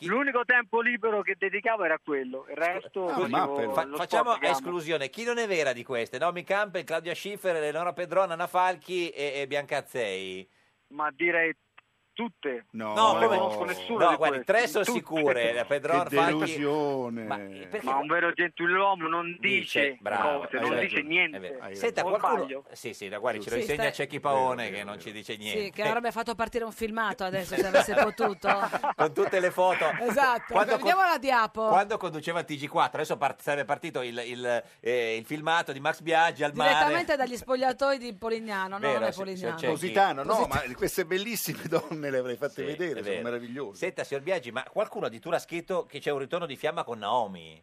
S17: L'unico tempo libero che dedicavo era quello, il
S10: Ah,
S17: resto
S3: Scusi,
S17: facevo
S3: fa-
S17: lo sport
S3: facciamo
S17: che amo.
S3: esclusione. Chi non è vera di queste? Naomi Campbell, Claudia Schiffer, Eleonora Pedron, Anna Falchi e, e Biancazzei.
S17: Ma direi tutte.
S10: No,
S3: No, come-
S17: conosco nessuno
S3: no,
S17: di
S3: guardi,
S17: queste.
S3: tre sono
S17: Tutte.
S3: sicure, la Pedron,
S10: che
S3: Falchi-
S10: delusione.
S17: Ma un vero gentiluomo non dice,
S3: bravo,
S17: cose,
S3: hai
S17: non
S3: ragione,
S17: dice
S3: è vero.
S17: niente.
S3: Senta,
S17: O
S3: qualcuno...
S17: sbaglio?
S3: Sì, sì, da guardi, ce lo
S2: Sì,
S3: insegna
S2: stai-
S3: Cecchi Paone che non ci dice niente.
S2: Sì, che avrebbe fatto partire un filmato adesso se avesse potuto.
S3: (laughs) Con tutte le foto.
S2: (laughs) Esatto.
S3: Quando,
S2: Vediamo la diapo.
S3: quando conduceva il TG4, adesso part- sarebbe partito il, il, eh, il filmato di Max Biaggi al mare.
S2: Direttamente dagli spogliatoi di Polignano, no,
S3: Vero,
S2: non è
S3: sì, sì,
S2: Polignano.
S3: c'è chi-
S10: Positano, no,
S3: Positano.
S10: ma queste bellissime donne le avrei fatte
S3: Sì,
S10: vedere,
S3: è
S10: sono
S3: vero.
S10: meravigliose.
S3: Senta, signor Biaggi, ma qualcuno addirittura ha scritto che c'è un ritorno di fiamma con Naomi.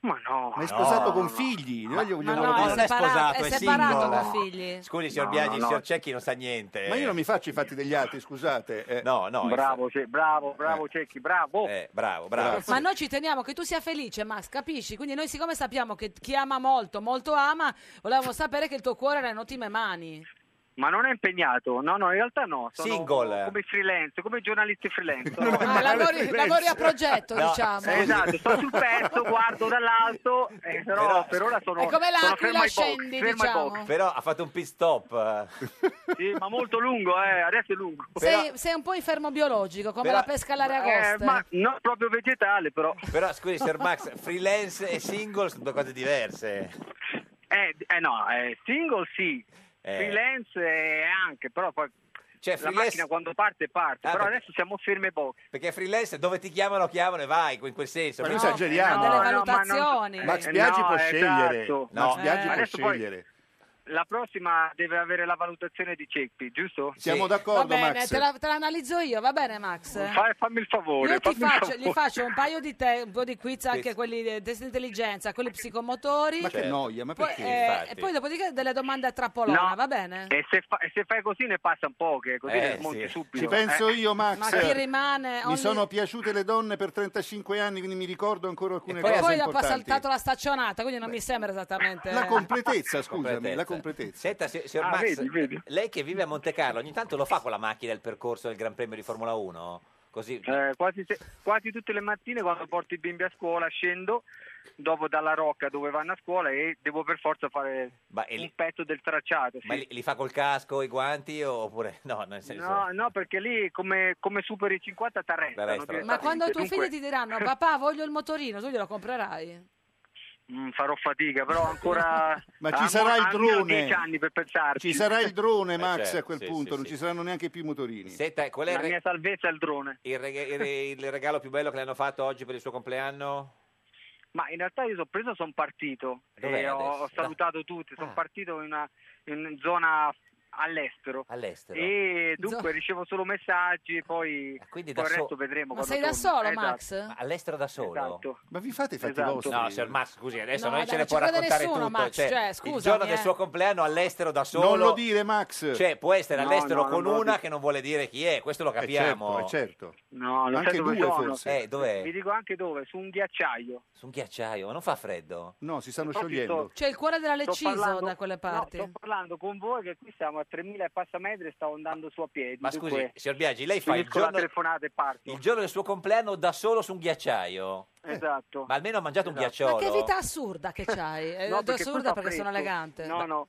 S17: Ma no,
S10: Ma è
S3: no,
S10: sposato
S3: no,
S10: con
S3: no.
S10: figli,
S3: Ma-
S10: noi gli vogliamo
S3: ma no,
S10: bene.
S3: non è separato- sposato,
S2: è
S3: è
S2: separato
S3: single.
S2: con figli.
S3: Scusi, signor
S10: No,
S3: Biaggi,
S10: no,
S3: il
S10: no.
S3: signor Cecchi non sa niente.
S10: Ma io non mi faccio i fatti degli altri, scusate. eh.
S3: No, no.
S17: Bravo, sì, bravo, bravo Cecchi, bravo.
S3: Eh, bravo, bravo.
S2: Ma noi ci teniamo che tu sia felice, Max, capisci? Quindi noi siccome sappiamo che chi ama molto, molto ama, volevamo sapere che il tuo cuore era in ottime mani.
S17: Ma non è impegnato? No, no, in realtà no. Sono
S3: Single.
S17: Come freelance, come giornalisti freelance.
S2: Ah, lavori, lavori a progetto,
S17: No,
S2: diciamo.
S17: eh, Esatto, sto sul pezzo, guardo dall'alto, eh, però,
S3: Però-
S17: per ora sono...
S2: È come
S17: sono
S2: l'aquila,
S17: fermo ai box,
S2: scendi,
S17: fermo ai box.
S2: diciamo.
S3: Però ha fatto un pit stop.
S17: (laughs) Sì, ma molto lungo, eh, adesso è lungo.
S2: Sei, sei un po' infermo biologico, come
S17: Però-
S2: la pesca all'aria agosta.
S17: Eh, ma non proprio vegetale, però.
S3: Però scusi, signor Max, freelance e single sono due cose diverse.
S17: Eh, eh, no, eh, single sì,
S3: Eh.
S17: freelance eh, anche, però poi
S3: Cioè,
S17: la
S3: freelance-
S17: macchina quando parte parte,
S3: Ah,
S17: però
S3: perché-
S17: adesso siamo ferme box.
S3: Perché freelance dove ti chiamano, chiamano e vai, in quel senso.
S10: Ma noi
S3: Freelance-
S10: esageriamo.
S17: no,
S10: eh.
S17: no, ma non-
S2: valutazioni.
S10: Max
S17: eh,
S10: Biaggi
S17: no,
S10: può
S17: esatto.
S10: scegliere. Max
S17: No.
S10: Biaggi
S17: Eh,
S10: può
S17: adesso poi-
S10: scegliere.
S17: La prossima deve avere la valutazione di Ceppi, giusto?
S10: Siamo
S2: Va
S10: d'accordo,
S2: bene,
S10: Max?
S2: te, la, te la analizzo io, va bene Max?
S17: Fai- fammi il favore.
S2: Io ti
S17: fammi il
S2: faccio,
S17: favore.
S2: gli faccio un paio di, te- un po' di quiz, anche
S10: Quiz.
S2: quelli di test di intelligenza, quelli psicomotori.
S10: Ma che noia, ma
S2: Poi,
S10: perché?
S2: eh, e poi dopodiché delle domande a trappolona,
S17: No.
S2: va bene?
S17: E se, fa- e se fai così ne passano poche, così
S10: Eh,
S17: ne smonti
S10: sì.
S17: subito.
S10: Ci penso
S17: Eh.
S10: io, Max.
S2: Ma chi rimane?
S10: Mi
S2: Eh, Ogni-
S10: sono piaciute le donne per 35 anni, quindi mi ricordo ancora alcune
S2: E
S10: cose
S2: poi dopo ha
S10: importanti.
S2: saltato la staccionata, quindi non mi sembra esattamente...
S10: La completezza, scusami,
S3: Completezza.
S10: la completezza.
S3: Senta, si- signor
S10: Ah,
S3: Max,
S10: vedi, vedi.
S3: lei che vive a Monte Carlo, ogni tanto lo fa con la macchina il percorso del Gran Premio di Formula 1? Così...
S17: Eh, quasi, se- quasi tutte le mattine quando porto i bimbi a scuola scendo dopo dalla rocca dove vanno a scuola e devo per forza fare un pezzo del tracciato. sì.
S3: Ma li, li fa col casco, i guanti oppure (laughs) no? Nel senso...
S17: No, no, perché lì come, come superi i 50
S3: T'arrestano,
S17: t'arrestano.
S3: t'arrestano.
S2: Ma quando i tuoi figli
S17: Dunque,
S2: ti diranno papà voglio il motorino, tu glielo comprerai?
S17: mm, farò fatica, però ancora...
S10: (laughs) Ma
S17: almeno-
S10: ci sarà il
S17: almeno
S10: drone.
S17: 10 anni per pensarci.
S10: Ci sarà il
S3: (laughs)
S10: drone,
S3: Eh,
S10: Max,
S3: certo,
S10: a quel
S3: sì,
S10: punto,
S3: sì,
S10: non
S3: sì.
S10: ci saranno neanche più i motorini.
S3: Senta, qual è il,
S17: La
S3: re-
S17: mia salvezza è il drone.
S3: il reg- il re- il regalo più bello che le hanno fatto oggi per il suo compleanno?
S17: Ma in realtà io sono preso, sono partito.
S3: Dov'è
S17: e ho,
S3: adesso? Ah.
S17: ho salutato tutti, sono partito in una in zona all'estero.
S3: all'estero. Ah,
S17: E dunque ricevo solo messaggi, poi
S3: Quindi
S17: poi
S3: da
S17: il resto
S3: so-
S17: vedremo.
S2: Ma
S17: quando
S2: sei da
S17: torno.
S2: solo,
S17: Eh, esatto.
S2: Oh, Max?
S3: Ma all'estero da solo?
S10: Ma vi fate i fatti
S3: Esatto.
S10: vostri?
S3: No, signor Max, scusi, adesso
S2: No,
S3: non
S2: dai,
S3: ce ne
S2: non
S3: può
S2: ci crede
S3: raccontare
S2: nessuno,
S3: tutto.
S2: Max, cioè,
S3: il
S2: scusami,
S3: giorno
S2: eh.
S3: del suo compleanno all'estero da solo.
S10: Non lo dire, Max.
S3: Cioè, può essere
S10: No,
S3: all'estero
S10: no,
S3: con
S10: non lo
S3: una
S10: dico.
S3: che non vuole dire chi è, questo lo capiamo.
S10: Eh, certo, eh, certo.
S17: No, non
S3: Anche
S17: sai dove
S3: due,
S17: sono.
S3: forse. Eh, dov'è?
S17: Vi dico anche dove, su un ghiacciaio.
S3: Su un ghiacciaio, ma non fa freddo? Cioè,
S10: No, si stanno
S17: Infatti sciogliendo.
S2: C'è il cuore della
S17: Sto
S2: Lecciso
S17: parlando-
S2: da quelle
S17: no,
S2: parti.
S17: sto parlando con voi che qui siamo a 3.000 e passa metri e stavo andando su a piedi.
S3: Ma scusi,
S17: dunque
S3: signor Biagi, lei fa il
S17: finisco la
S3: giorno,
S17: telefonata e parto.
S3: il giorno del suo compleanno da solo su un ghiacciaio?
S10: Eh.
S17: Esatto.
S3: Ma almeno ha mangiato un
S2: Ma
S3: ghiacciolo.
S2: che vita assurda che c'hai? È
S17: No, perché
S2: assurda
S17: qui fa
S2: perché sono
S17: fresco.
S2: elegante.
S17: No, no.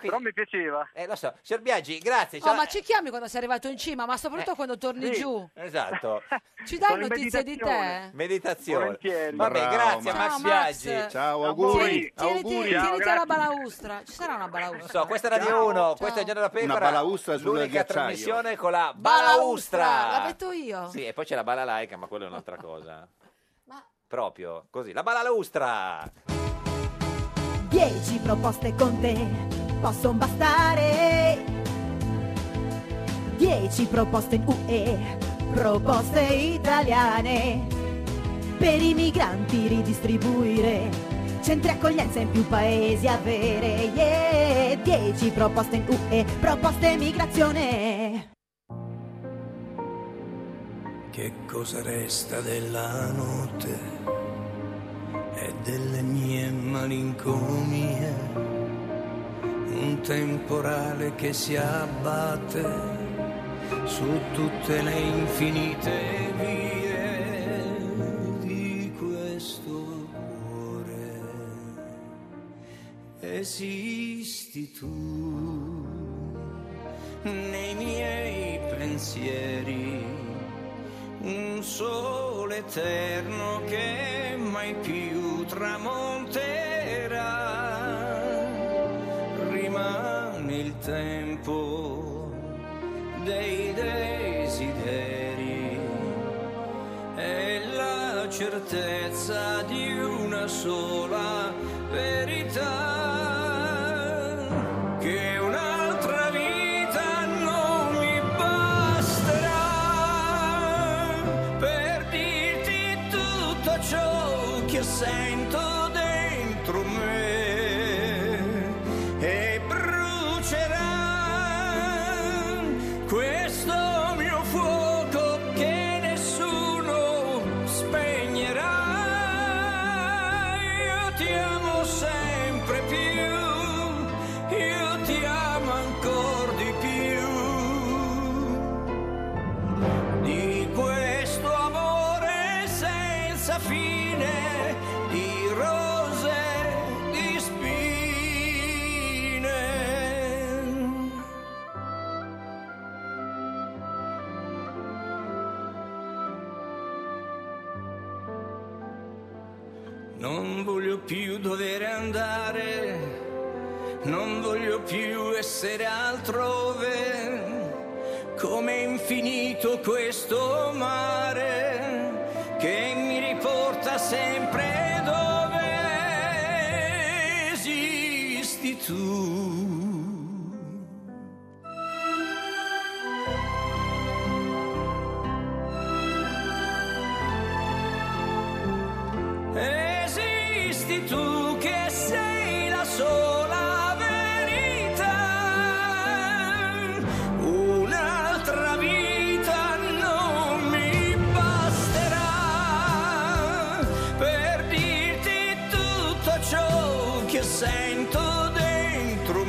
S17: Però mi piaceva.
S3: Eh, lo so. Signor Biagi, grazie.
S2: Oh,
S3: ciao.
S2: ma ci chiami quando sei arrivato in cima, ma soprattutto quando torni
S3: Sì,
S2: giù. (laughs)
S3: Esatto.
S2: Ci dai
S3: Sono in
S2: notizie di te?
S3: Meditazione.
S17: Volentieri.
S3: Vabbè,
S10: Bravo,
S3: grazie
S10: Max.
S3: Max
S10: Ciao, Max.
S3: Biagi.
S10: Ciao,
S2: Tieni-
S10: auguri.
S2: Tieniti,
S10: auguri.
S2: tieniti alla balaustra. Ci sarà una balaustra.
S3: So, questa è Radio 1, questa è Giorno da Pecora.
S10: Una balaustra sul
S3: L'unica
S10: ghiacciaio.
S3: trasmissione con la
S2: Balaustra,
S3: balaustra.
S2: l'ho detto io.
S3: Sì, e poi c'è la balalaica, ma quella è un'altra
S2: (laughs)
S3: cosa. Proprio, così. La balaustra.
S7: 10 proposte con te possono bastare. 10 proposte in UE, proposte italiane. Per i migranti ridistribuire, centri accoglienza in più paesi avere. Yeah. 10 proposte in UE, proposte migrazione.
S12: Che cosa resta della notte e delle mie malinconie? Un temporale che si abbatte su tutte le infinite vie di questo cuore. Esisti tu nei miei pensieri un sole eterno che mai più tramonterà. Rimane il tempo dei desideri e la certezza di una sola verità. Che un'altra vita non mi basterà per dirti tutto ciò che sento dentro me e brucerà questo mio fuoco che nessuno spegnerà. Io ti amo sempre più, io ti amo ancora di più. Di questo amore senza fine, di rose, di spine. Non voglio più dover andare, non voglio più essere altrove, come infinito questo mare che mi riporta sempre dove esisti tu. Esisti tu che sei la sola verità. Un'altra vita non mi basterà per dirti tutto ciò che sento dentro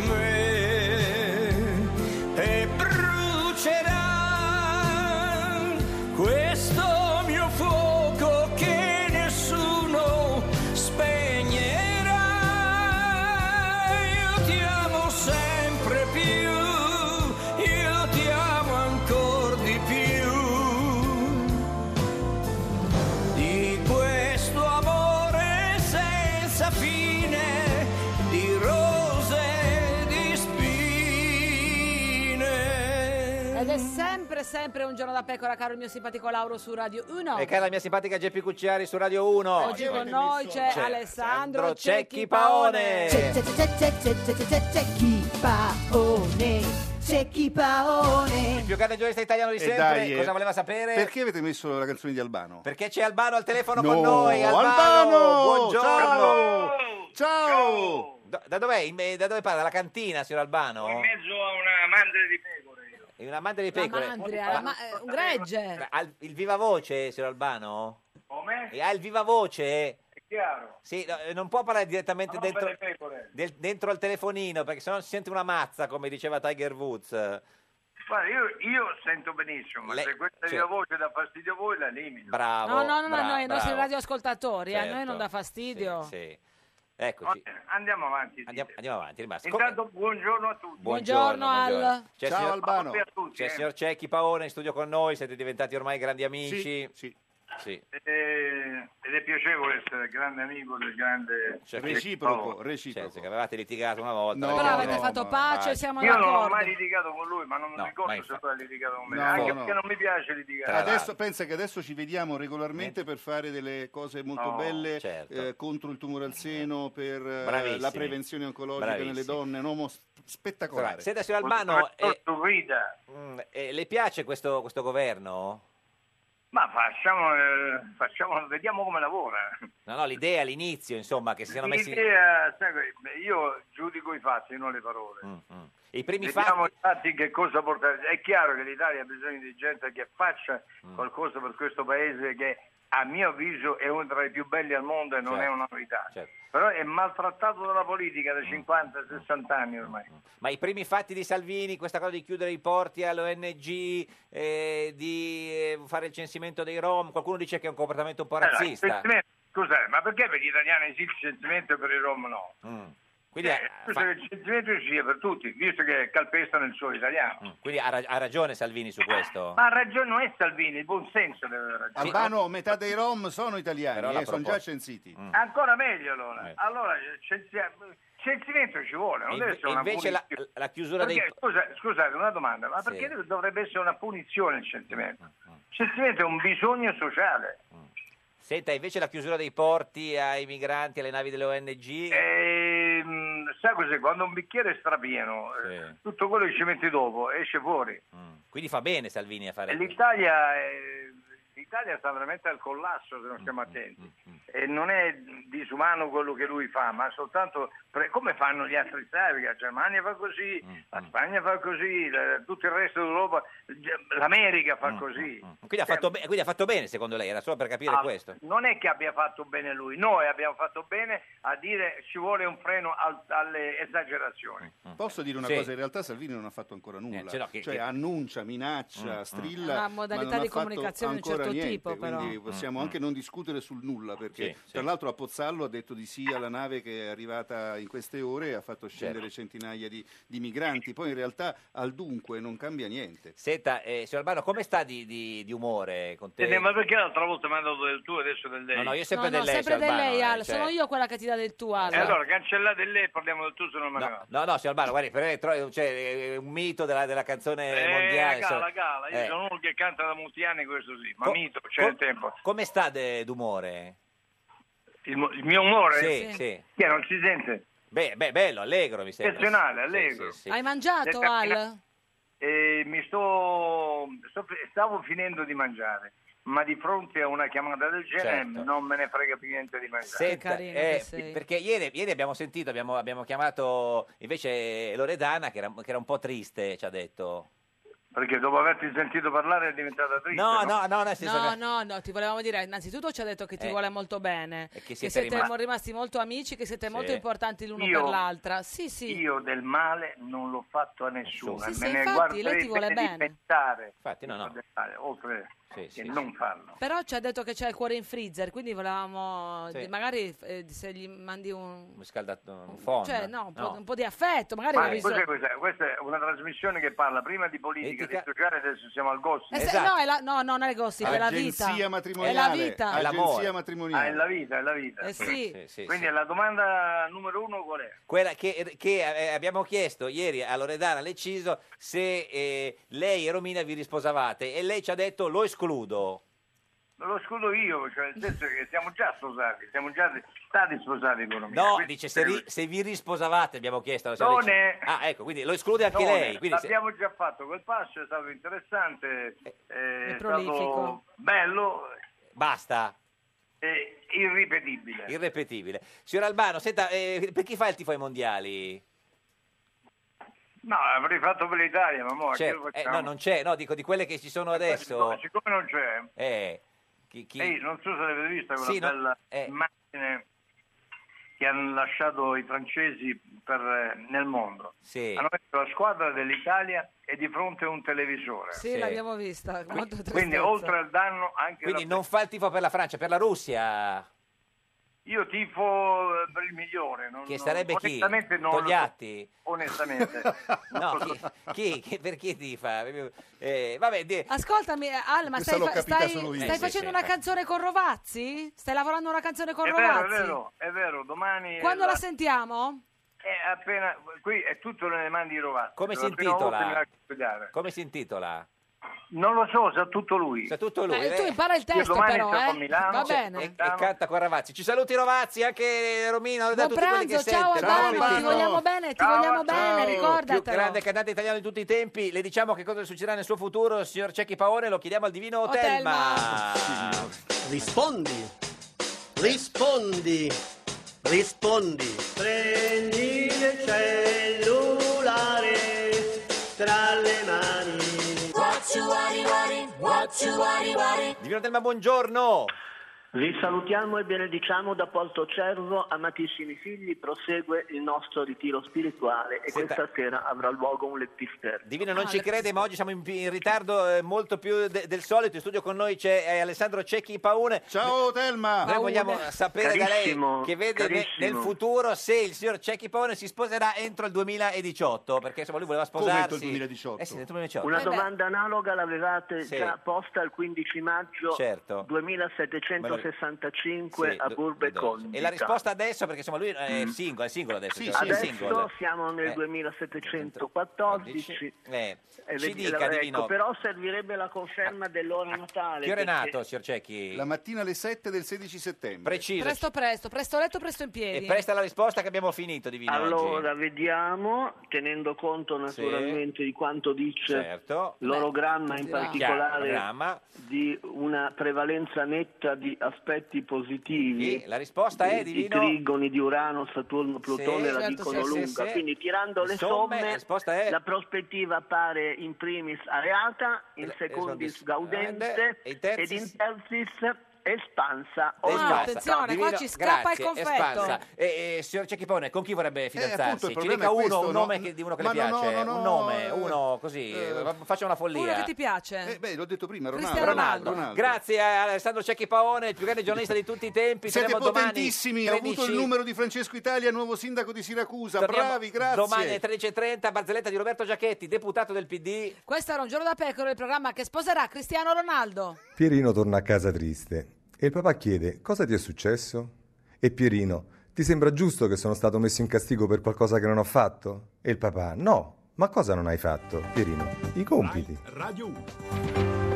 S2: Ed è sempre, sempre un giorno da pecora, caro il mio simpatico Lauro su Radio 1.
S3: E cara la mia simpatica Geppi Cucciari su Radio Cioè, 1.
S2: Oggi con noi cioè, c'è
S3: C'è
S2: Alessandro
S3: Alessandro
S2: Cecchi
S3: Cecchi Paone.
S2: Paone.
S7: C'è, c'è, c'è, c'è, c'è, c'è, c'è, c'è, c'è chi paone, c'è chi paone.
S3: Il più grande giornalista italiano di
S10: E
S3: sempre.
S10: dai, eh,
S3: Cosa voleva sapere?
S10: Perché avete messo la canzone di Albano?
S3: Perché c'è Albano al telefono
S10: No,
S3: con noi. Albano,
S10: Albano,
S3: buongiorno.
S10: Ciao.
S3: Da, da dov'è? In me- da dove parla? La cantina, signor Albano?
S18: In mezzo a una mandria di pecore. io.
S3: È una mandria di pecore.
S2: Andrea,
S3: Ma-
S2: ma, eh, un gregge.
S3: ma ha il- il viva voce, signor Albano?
S18: Come?
S3: E ha il viva voce?
S18: È chiaro.
S3: Sì, no, eh, non può parlare direttamente
S18: Ma non
S3: dentro,
S18: per le pecore.
S3: del- dentro al telefonino, perché sennò si sente una mazza, come diceva Tiger Woods.
S18: Guarda, io, io sento benissimo, ma
S3: Lei-
S18: se questa
S3: cioè-
S18: mia voce dà fastidio a voi la elimino.
S3: Bravo.
S2: No, no, no, no,
S3: bra-
S2: noi, i nostri
S3: bravo.
S2: radioascoltatori, a noi
S3: Certo.
S2: non dà fastidio.
S3: Sì. Eccoci.
S18: Andiamo avanti.
S3: Andiamo, andiamo avanti, è rimasto.
S18: Intanto buongiorno a tutti.
S3: Buongiorno,
S2: Buongiorno,
S3: buongiorno.
S2: Al.
S3: C'è
S18: Ciao,
S3: signor-
S18: Albano. Salve a tutti,
S3: C'è
S18: eh.
S3: signor Cecchi Paone in studio con noi, siete diventati ormai grandi amici.
S18: Sì,
S3: Sì.
S18: Eh, ed è piacevole essere grande amico del grande
S3: Cioè,
S18: Reciproco,
S3: reciproco. Cioè, se avevate litigato una volta.
S18: No,
S2: Però avete fatto pace, siamo
S18: Io non ho
S2: d'accordo.
S18: mai litigato con lui, ma non mi
S3: No, ma
S18: ricordo se
S3: infatti-
S18: tu hai litigato con me,
S10: No,
S18: anche
S10: no.
S18: perché non mi piace litigare.
S10: Adesso, pensa che adesso ci vediamo regolarmente per fare delle cose molto
S18: No,
S10: belle
S3: certo.
S10: eh, contro il tumore al seno, per eh,
S3: Bravissimi.
S10: la prevenzione oncologica nelle
S3: Bravissimi.
S10: donne, un uomo s- spettacolare.
S3: Allora, senta, signor Albano, eh,
S18: Sorrida.
S3: mm, eh, le piace questo, questo governo?
S18: Ma facciamo, eh, facciamo, vediamo come lavora.
S3: No, no, l'idea all'inizio, insomma, che si siano messi
S18: L'idea, eh, sai, beh, io giudico i fatti, non le parole.
S3: Mm, i primi
S18: Vediamo
S3: fatti.
S18: i fatti che cosa portare. È chiaro che l'Italia ha bisogno di gente che faccia
S3: Mm.
S18: qualcosa per questo paese che a mio avviso è uno tra i più belli al mondo e non
S3: Certo. Mm.
S18: è una novità.
S3: Certo.
S18: Però è maltrattato dalla politica da 50-60
S3: Mm,
S18: anni ormai.
S3: Ma i primi fatti di Salvini, questa cosa di chiudere i porti all'ONG, eh, di eh, fare il censimento dei Rom, qualcuno dice che è un comportamento un po'
S18: Allora, il
S3: razzista.
S18: censimento- scusate, ma perché per gli italiani sì il censimento e per i Rom no?
S3: Mm. Quindi,
S18: Eh,
S3: ha-
S18: giusto
S3: fa-
S18: che il censimento ci sia per tutti, visto che calpestano il suo italiano.
S3: Mm, quindi ha, ra- ha ragione Salvini su questo?
S18: Ma ha ragione, non è Salvini, il buon senso deve avere ragione.
S10: Albano, metà dei rom sono
S3: Però Mm.
S10: italiani,
S3: la
S10: eh, sono
S3: proposta-
S10: già censiti.
S18: Ancora meglio allora.
S10: Eh.
S18: Allora cenzia- censimento ci vuole, non
S3: E
S18: deve
S3: inve-
S18: essere una
S3: invece la,
S18: punizione.
S3: la chiusura dei
S18: Perché, scusa, scusate, una domanda, ma
S3: Sì. Mm,
S18: perché dov- dovrebbe essere una punizione il censimento? Il censimento è un bisogno sociale.
S3: Senta, invece la chiusura dei porti ai migranti, alle navi delle ONG?
S18: Eh, Ehm, sai cos'è? Quando un bicchiere è strapieno, eh, tutto quello che ci metti dopo esce fuori.
S3: Quindi fa bene Salvini a fare
S18: E L'Italia, eh, l'Italia sta veramente al collasso se
S3: Mm,
S18: non stiamo attenti. E non è disumano quello che lui fa, ma soltanto pre- come fanno gli altri Stati, perché la Germania fa così,
S3: Mm,
S18: la Spagna fa così, la- tutto il resto d'Europa, l'America fa così.
S3: Mm, Quindi ha, fatto be- quindi ha fatto bene secondo lei, era solo per capire
S18: Ah,
S3: questo.
S18: Non è che abbia fatto bene lui, noi abbiamo fatto bene a dire ci vuole un freno al- alle esagerazioni.
S3: Mm,
S10: Posso dire una
S3: Sì.
S10: cosa? In realtà Salvini non ha fatto ancora nulla.
S3: cioè, no, che-
S10: cioè
S3: che-
S10: annuncia, minaccia,
S3: Mm,
S10: strilla.
S2: Una
S10: ma
S2: modalità
S10: non ha
S2: di
S10: fatto
S2: comunicazione di un
S10: ancora
S2: certo
S10: niente,
S2: tipo, però.
S10: Quindi possiamo
S3: Mm,
S10: anche non discutere sul nulla, perché
S3: Sì, sì.
S10: tra l'altro a Pozzallo ha detto di sì alla nave che è arrivata in queste ore e ha fatto scendere
S3: Certo.
S10: centinaia di, di migranti. Poi in realtà al dunque non cambia niente.
S3: Senta, eh, signor Albano, come sta di, di- di umore? Con te?
S18: Eh, ma perché l'altra volta mi ha dato del tuo e adesso del lei?
S3: No, no, io sempre del lei,
S2: sempre
S3: signor
S2: del lei,
S3: Albano, eh,
S2: Al.
S3: cioè-
S2: Sono io quella che ti dà del
S3: Eh,
S2: tuo, Al.
S18: E allora cancellate il lei e parliamo del tuo se non me ne va.
S3: No, no, no, signor Albano, guardi, per me è tro- cioè, è un mito della, della canzone
S18: Eh,
S3: mondiale.
S18: la gala,
S3: insomma.
S18: la gala, io
S3: Eh,
S18: sono uno che canta da molti anni, questo sì, ma
S3: Co-
S18: mito, c'è il tempo.
S3: Come sta de- d'umore?
S18: Il, mo- il mio umore?
S3: Sì, sì.
S18: Che non si sente?
S3: Beh, beh, bello, allegro mi sembra.
S18: Eccezionale,
S3: Sì,
S18: allegro.
S3: sì, sì.
S2: Hai mangiato,
S18: Detta-
S2: Al?
S18: Eh, mi sto, sto- stavo finendo di mangiare, ma di fronte a una chiamata del genere
S3: Certo.
S18: non me ne frega più niente di mangiare.
S3: Senta, eh, perché ieri, ieri abbiamo sentito, abbiamo, abbiamo chiamato invece Loredana che era, che era un po' triste, ci ha detto.
S18: Perché dopo averti sentito parlare è diventata triste.
S3: No, no, no, nel senso
S2: No,
S3: che-
S2: no, no, ti volevamo dire, innanzitutto ci ha detto che ti
S3: Eh.
S2: vuole molto bene,
S3: che
S2: che
S3: siete
S2: siete,
S3: rimasti-
S2: mo- rimasti molto amici, che siete
S3: Sì.
S2: molto importanti l'uno
S18: Io-
S2: per l'altra. Sì, sì.
S18: Io del male non l'ho fatto a nessuno, eh,
S2: Sì,
S18: me
S2: sì,
S18: ne
S2: infatti,
S18: guarderei
S2: lei ti vuole
S18: di
S2: bene.
S18: pensare.
S3: Infatti, no, no.
S18: Oltre che
S3: sì,
S18: non farlo.
S2: Però ci ha detto che c'è il cuore in freezer, quindi volevamo.
S3: Sì.
S2: di- magari eh, se gli mandi un.
S3: Un scaldato, un phon.
S2: Cioè, no, un, Po', un po' di affetto, magari.
S18: Ma
S2: avvi-
S18: cos'è questa? Questa è una trasmissione che parla prima di politica, di sociale, adesso siamo al gossip.
S2: Eh, se-
S3: Esatto.
S2: no, è la- no, no, non è gossip, è la vita.
S10: Agenzia matrimoniale.
S2: È la vita.
S3: Ah,
S10: Agenzia
S3: l'amore.
S10: matrimoniale.
S18: Ah, è la vita, è la vita.
S2: Eh sì. Sì,
S3: sì,
S18: Quindi
S3: sì.
S18: la domanda numero uno qual è?
S3: Quella che, che, eh, abbiamo chiesto ieri a Loredana Leciso se eh, lei e Romina vi risposavate e lei ci ha detto lo escludo.
S18: Me lo escludo io, cioè nel senso che siamo già sposati, siamo già stati sposati con me.
S3: No, dice se, ri- se vi risposavate abbiamo chiesto alla signora
S18: Non
S3: Leciso.
S18: è-
S3: Ah, ecco, quindi lo esclude anche lei. Quindi se-
S18: Abbiamo già fatto quel passo, è stato interessante, eh, è, stato
S3: prolifico.
S18: bello
S3: Basta.
S18: e irripetibile.
S3: Irrepetibile. Signor Albano, senta, eh, per chi fa il tifo ai mondiali?
S18: No, avrei fatto per l'Italia, ma mo,
S3: Cioè,
S18: che lo
S3: eh,
S18: facciamo? Eh,
S3: no, non c'è, no, dico di quelle che ci sono adesso.
S18: Siccome non c'è,
S3: Eh, chi- chi-
S18: Ehi, non so se l'avete vista quella
S3: Sì, no, eh.
S18: bella immagine che hanno lasciato i francesi per, eh, nel mondo.
S3: Sì.
S18: Hanno messo la squadra dell'Italia e di fronte a un televisore.
S2: Sì, l'abbiamo vista. Quanto tristezza.
S18: Quindi oltre al danno anche
S3: Quindi
S18: la-
S3: non fa il tifo per la Francia, per la Russia.
S18: Io tifo eh, per il migliore. Non,
S3: Che sarebbe
S18: non,
S3: chi?
S18: onestamente non lo so.
S3: Togliatti?
S2: Ah,
S18: Onestamente.
S3: (laughs) No, chi, chi, chi- per chi tifa? Eh, vabbè, di-
S2: Ascoltami, eh, Al, ma
S3: Questa
S2: stai,
S3: l'ho
S2: fa-
S3: capita
S2: stai-
S3: solo io.
S2: stai
S3: Eh, sì,
S2: facendo
S3: sì.
S2: una canzone con Rovazzi? Stai lavorando una canzone con
S18: è vero, è
S2: Rovazzi?
S18: vero, Esatto. è vero, domani... è
S2: Quando
S18: la-
S2: la sentiamo?
S18: è appena... Qui è tutto nelle mani di Rovazzi.
S3: come si
S18: La prima volta mi
S3: intitola?
S18: lascio studiare.
S3: Come si intitola?
S18: Non lo so, sa tutto lui.
S3: Sa tutto lui.
S2: Eh, tu
S3: eh.
S2: impara il testo,
S18: domani
S2: però,
S18: sono
S2: eh.
S18: a Milano.
S2: Va
S18: Cioè,
S2: bene.
S3: E, e canta con Ravazzi. Ci saluti Rovazzi, anche eh, Romino, da
S2: Buon
S3: tutti quelli che
S2: pranzo, ciao
S3: sentono.
S2: Albano, ti vogliamo bene, ti vogliamo bene,
S3: Più
S2: ricordatelo.
S3: grande cantante italiano di tutti i tempi. Le diciamo che cosa succederà nel suo futuro, signor Cecchi Paone, lo chiediamo al divino Otelma.
S19: Rispondi, rispondi, rispondi. Prendi il cellulare tra le mani.
S8: What you worry, worry, what you worry, worry.
S3: Divino Telma, buongiorno.
S19: Vi salutiamo e benediciamo da Poltocervo, amatissimi figli, prosegue il nostro ritiro spirituale e
S3: Senta.
S19: questa sera avrà luogo un leptister.
S3: Divino non Ah, ci crede, ma oggi siamo in, in ritardo eh, molto più de- del solito. In studio con noi c'è eh, Alessandro Cecchi Paone.
S10: Ciao Telma!
S3: Noi vogliamo
S10: Paone.
S3: sapere da lei
S10: Carissimo,
S3: che vede ne- nel
S10: carissimo.
S3: futuro se il signor Cecchi Paone si sposerà entro il 2018, perché insomma lui voleva
S10: Come
S3: sposarsi.
S10: entro il 2018?
S3: Eh sì, entro il 2018.
S19: Una domanda analoga l'avevate
S3: Sì.
S19: già posta il 15 maggio
S3: Certo.
S19: 2765
S3: Sì,
S19: a
S3: do-
S19: Burbe
S3: do-
S19: Condita.
S3: E la risposta adesso, perché insomma lui eh, è singolo, è singolo adesso. cioè, è
S19: Mm. Adesso
S3: single.
S19: siamo nel
S3: Eh,
S19: 2714
S3: eh,
S19: e
S3: Ci
S19: vedi-
S3: dica,
S19: ecco,
S3: Divino,
S19: però servirebbe la conferma dell'ora natale.
S3: che ora è
S19: perché-
S3: nato, signor Cecchi?
S10: La mattina alle 7 del 16 settembre.
S3: Preciso.
S2: Presto, presto, presto letto, presto in
S3: E
S2: piedi.
S3: presta la risposta che abbiamo finito, Divino, oggi.
S19: Allora, vediamo, tenendo conto naturalmente di quanto dice
S3: Certo.
S19: l'orogramma, in
S3: Beh,
S19: particolare
S3: l'orogramma.
S19: di una prevalenza netta di aspetti positivi.
S3: Sì, la risposta è,
S19: I- I
S3: Divino?
S19: trigoni di Urano, Saturno, Plutone
S3: Sì,
S19: la
S3: certo,
S19: dicono
S3: sì, sì, sì.
S19: lunga. Quindi tirando le
S3: Somme, la
S19: somme,
S3: risposta è-
S19: la prospettiva appare in primis areata, in
S3: Eh,
S19: secondis
S3: esondis
S19: gaudente
S3: gaudente, e in
S19: ed
S3: terzis-
S19: in terzis espansa.
S3: Ah,
S19: Ormai.
S3: espansa. No, Divino, grazie, espansa. E, e, signor Cecchipone, con chi
S10: Eh,
S3: vorrebbe
S19: appunto,
S3: fidanzarsi?
S19: il
S3: Ci
S19: problema
S3: dica
S19: è
S3: uno,
S19: questo,
S3: un
S19: no?
S3: nome che- di uno che le
S10: Ma no, no,
S3: piace.
S10: no,
S3: un
S10: no,
S3: nome,
S10: eh,
S3: uno così. eh, faccia una follia.
S2: Uno che ti piace.
S10: Eh, beh, l'ho detto prima, Ronaldo.
S2: Cristiano Ronaldo.
S3: Grazie a Alessandro Cecchi Paone, il più grande giornalista di tutti i tempi.
S10: Siete
S3: Torniamo domani,
S10: potentissimi, ho avuto il
S3: 13.
S10: numero di Francesco Italia, nuovo sindaco di Siracusa.
S3: Torniamo
S10: Bravi, grazie.
S3: Domani alle 13.30, barzelletta di Roberto Giachetti, deputato del PD.
S2: Questo era un giorno da pecora, il programma che sposerà Cristiano Ronaldo.
S20: Pierino torna a casa triste e il papà chiede cosa ti è successo? E Pierino, ti sembra giusto che sono stato messo in castigo per qualcosa che non ho fatto? E il papà, no, ma cosa non hai fatto? Pierino, i compiti.
S21: Radio 1.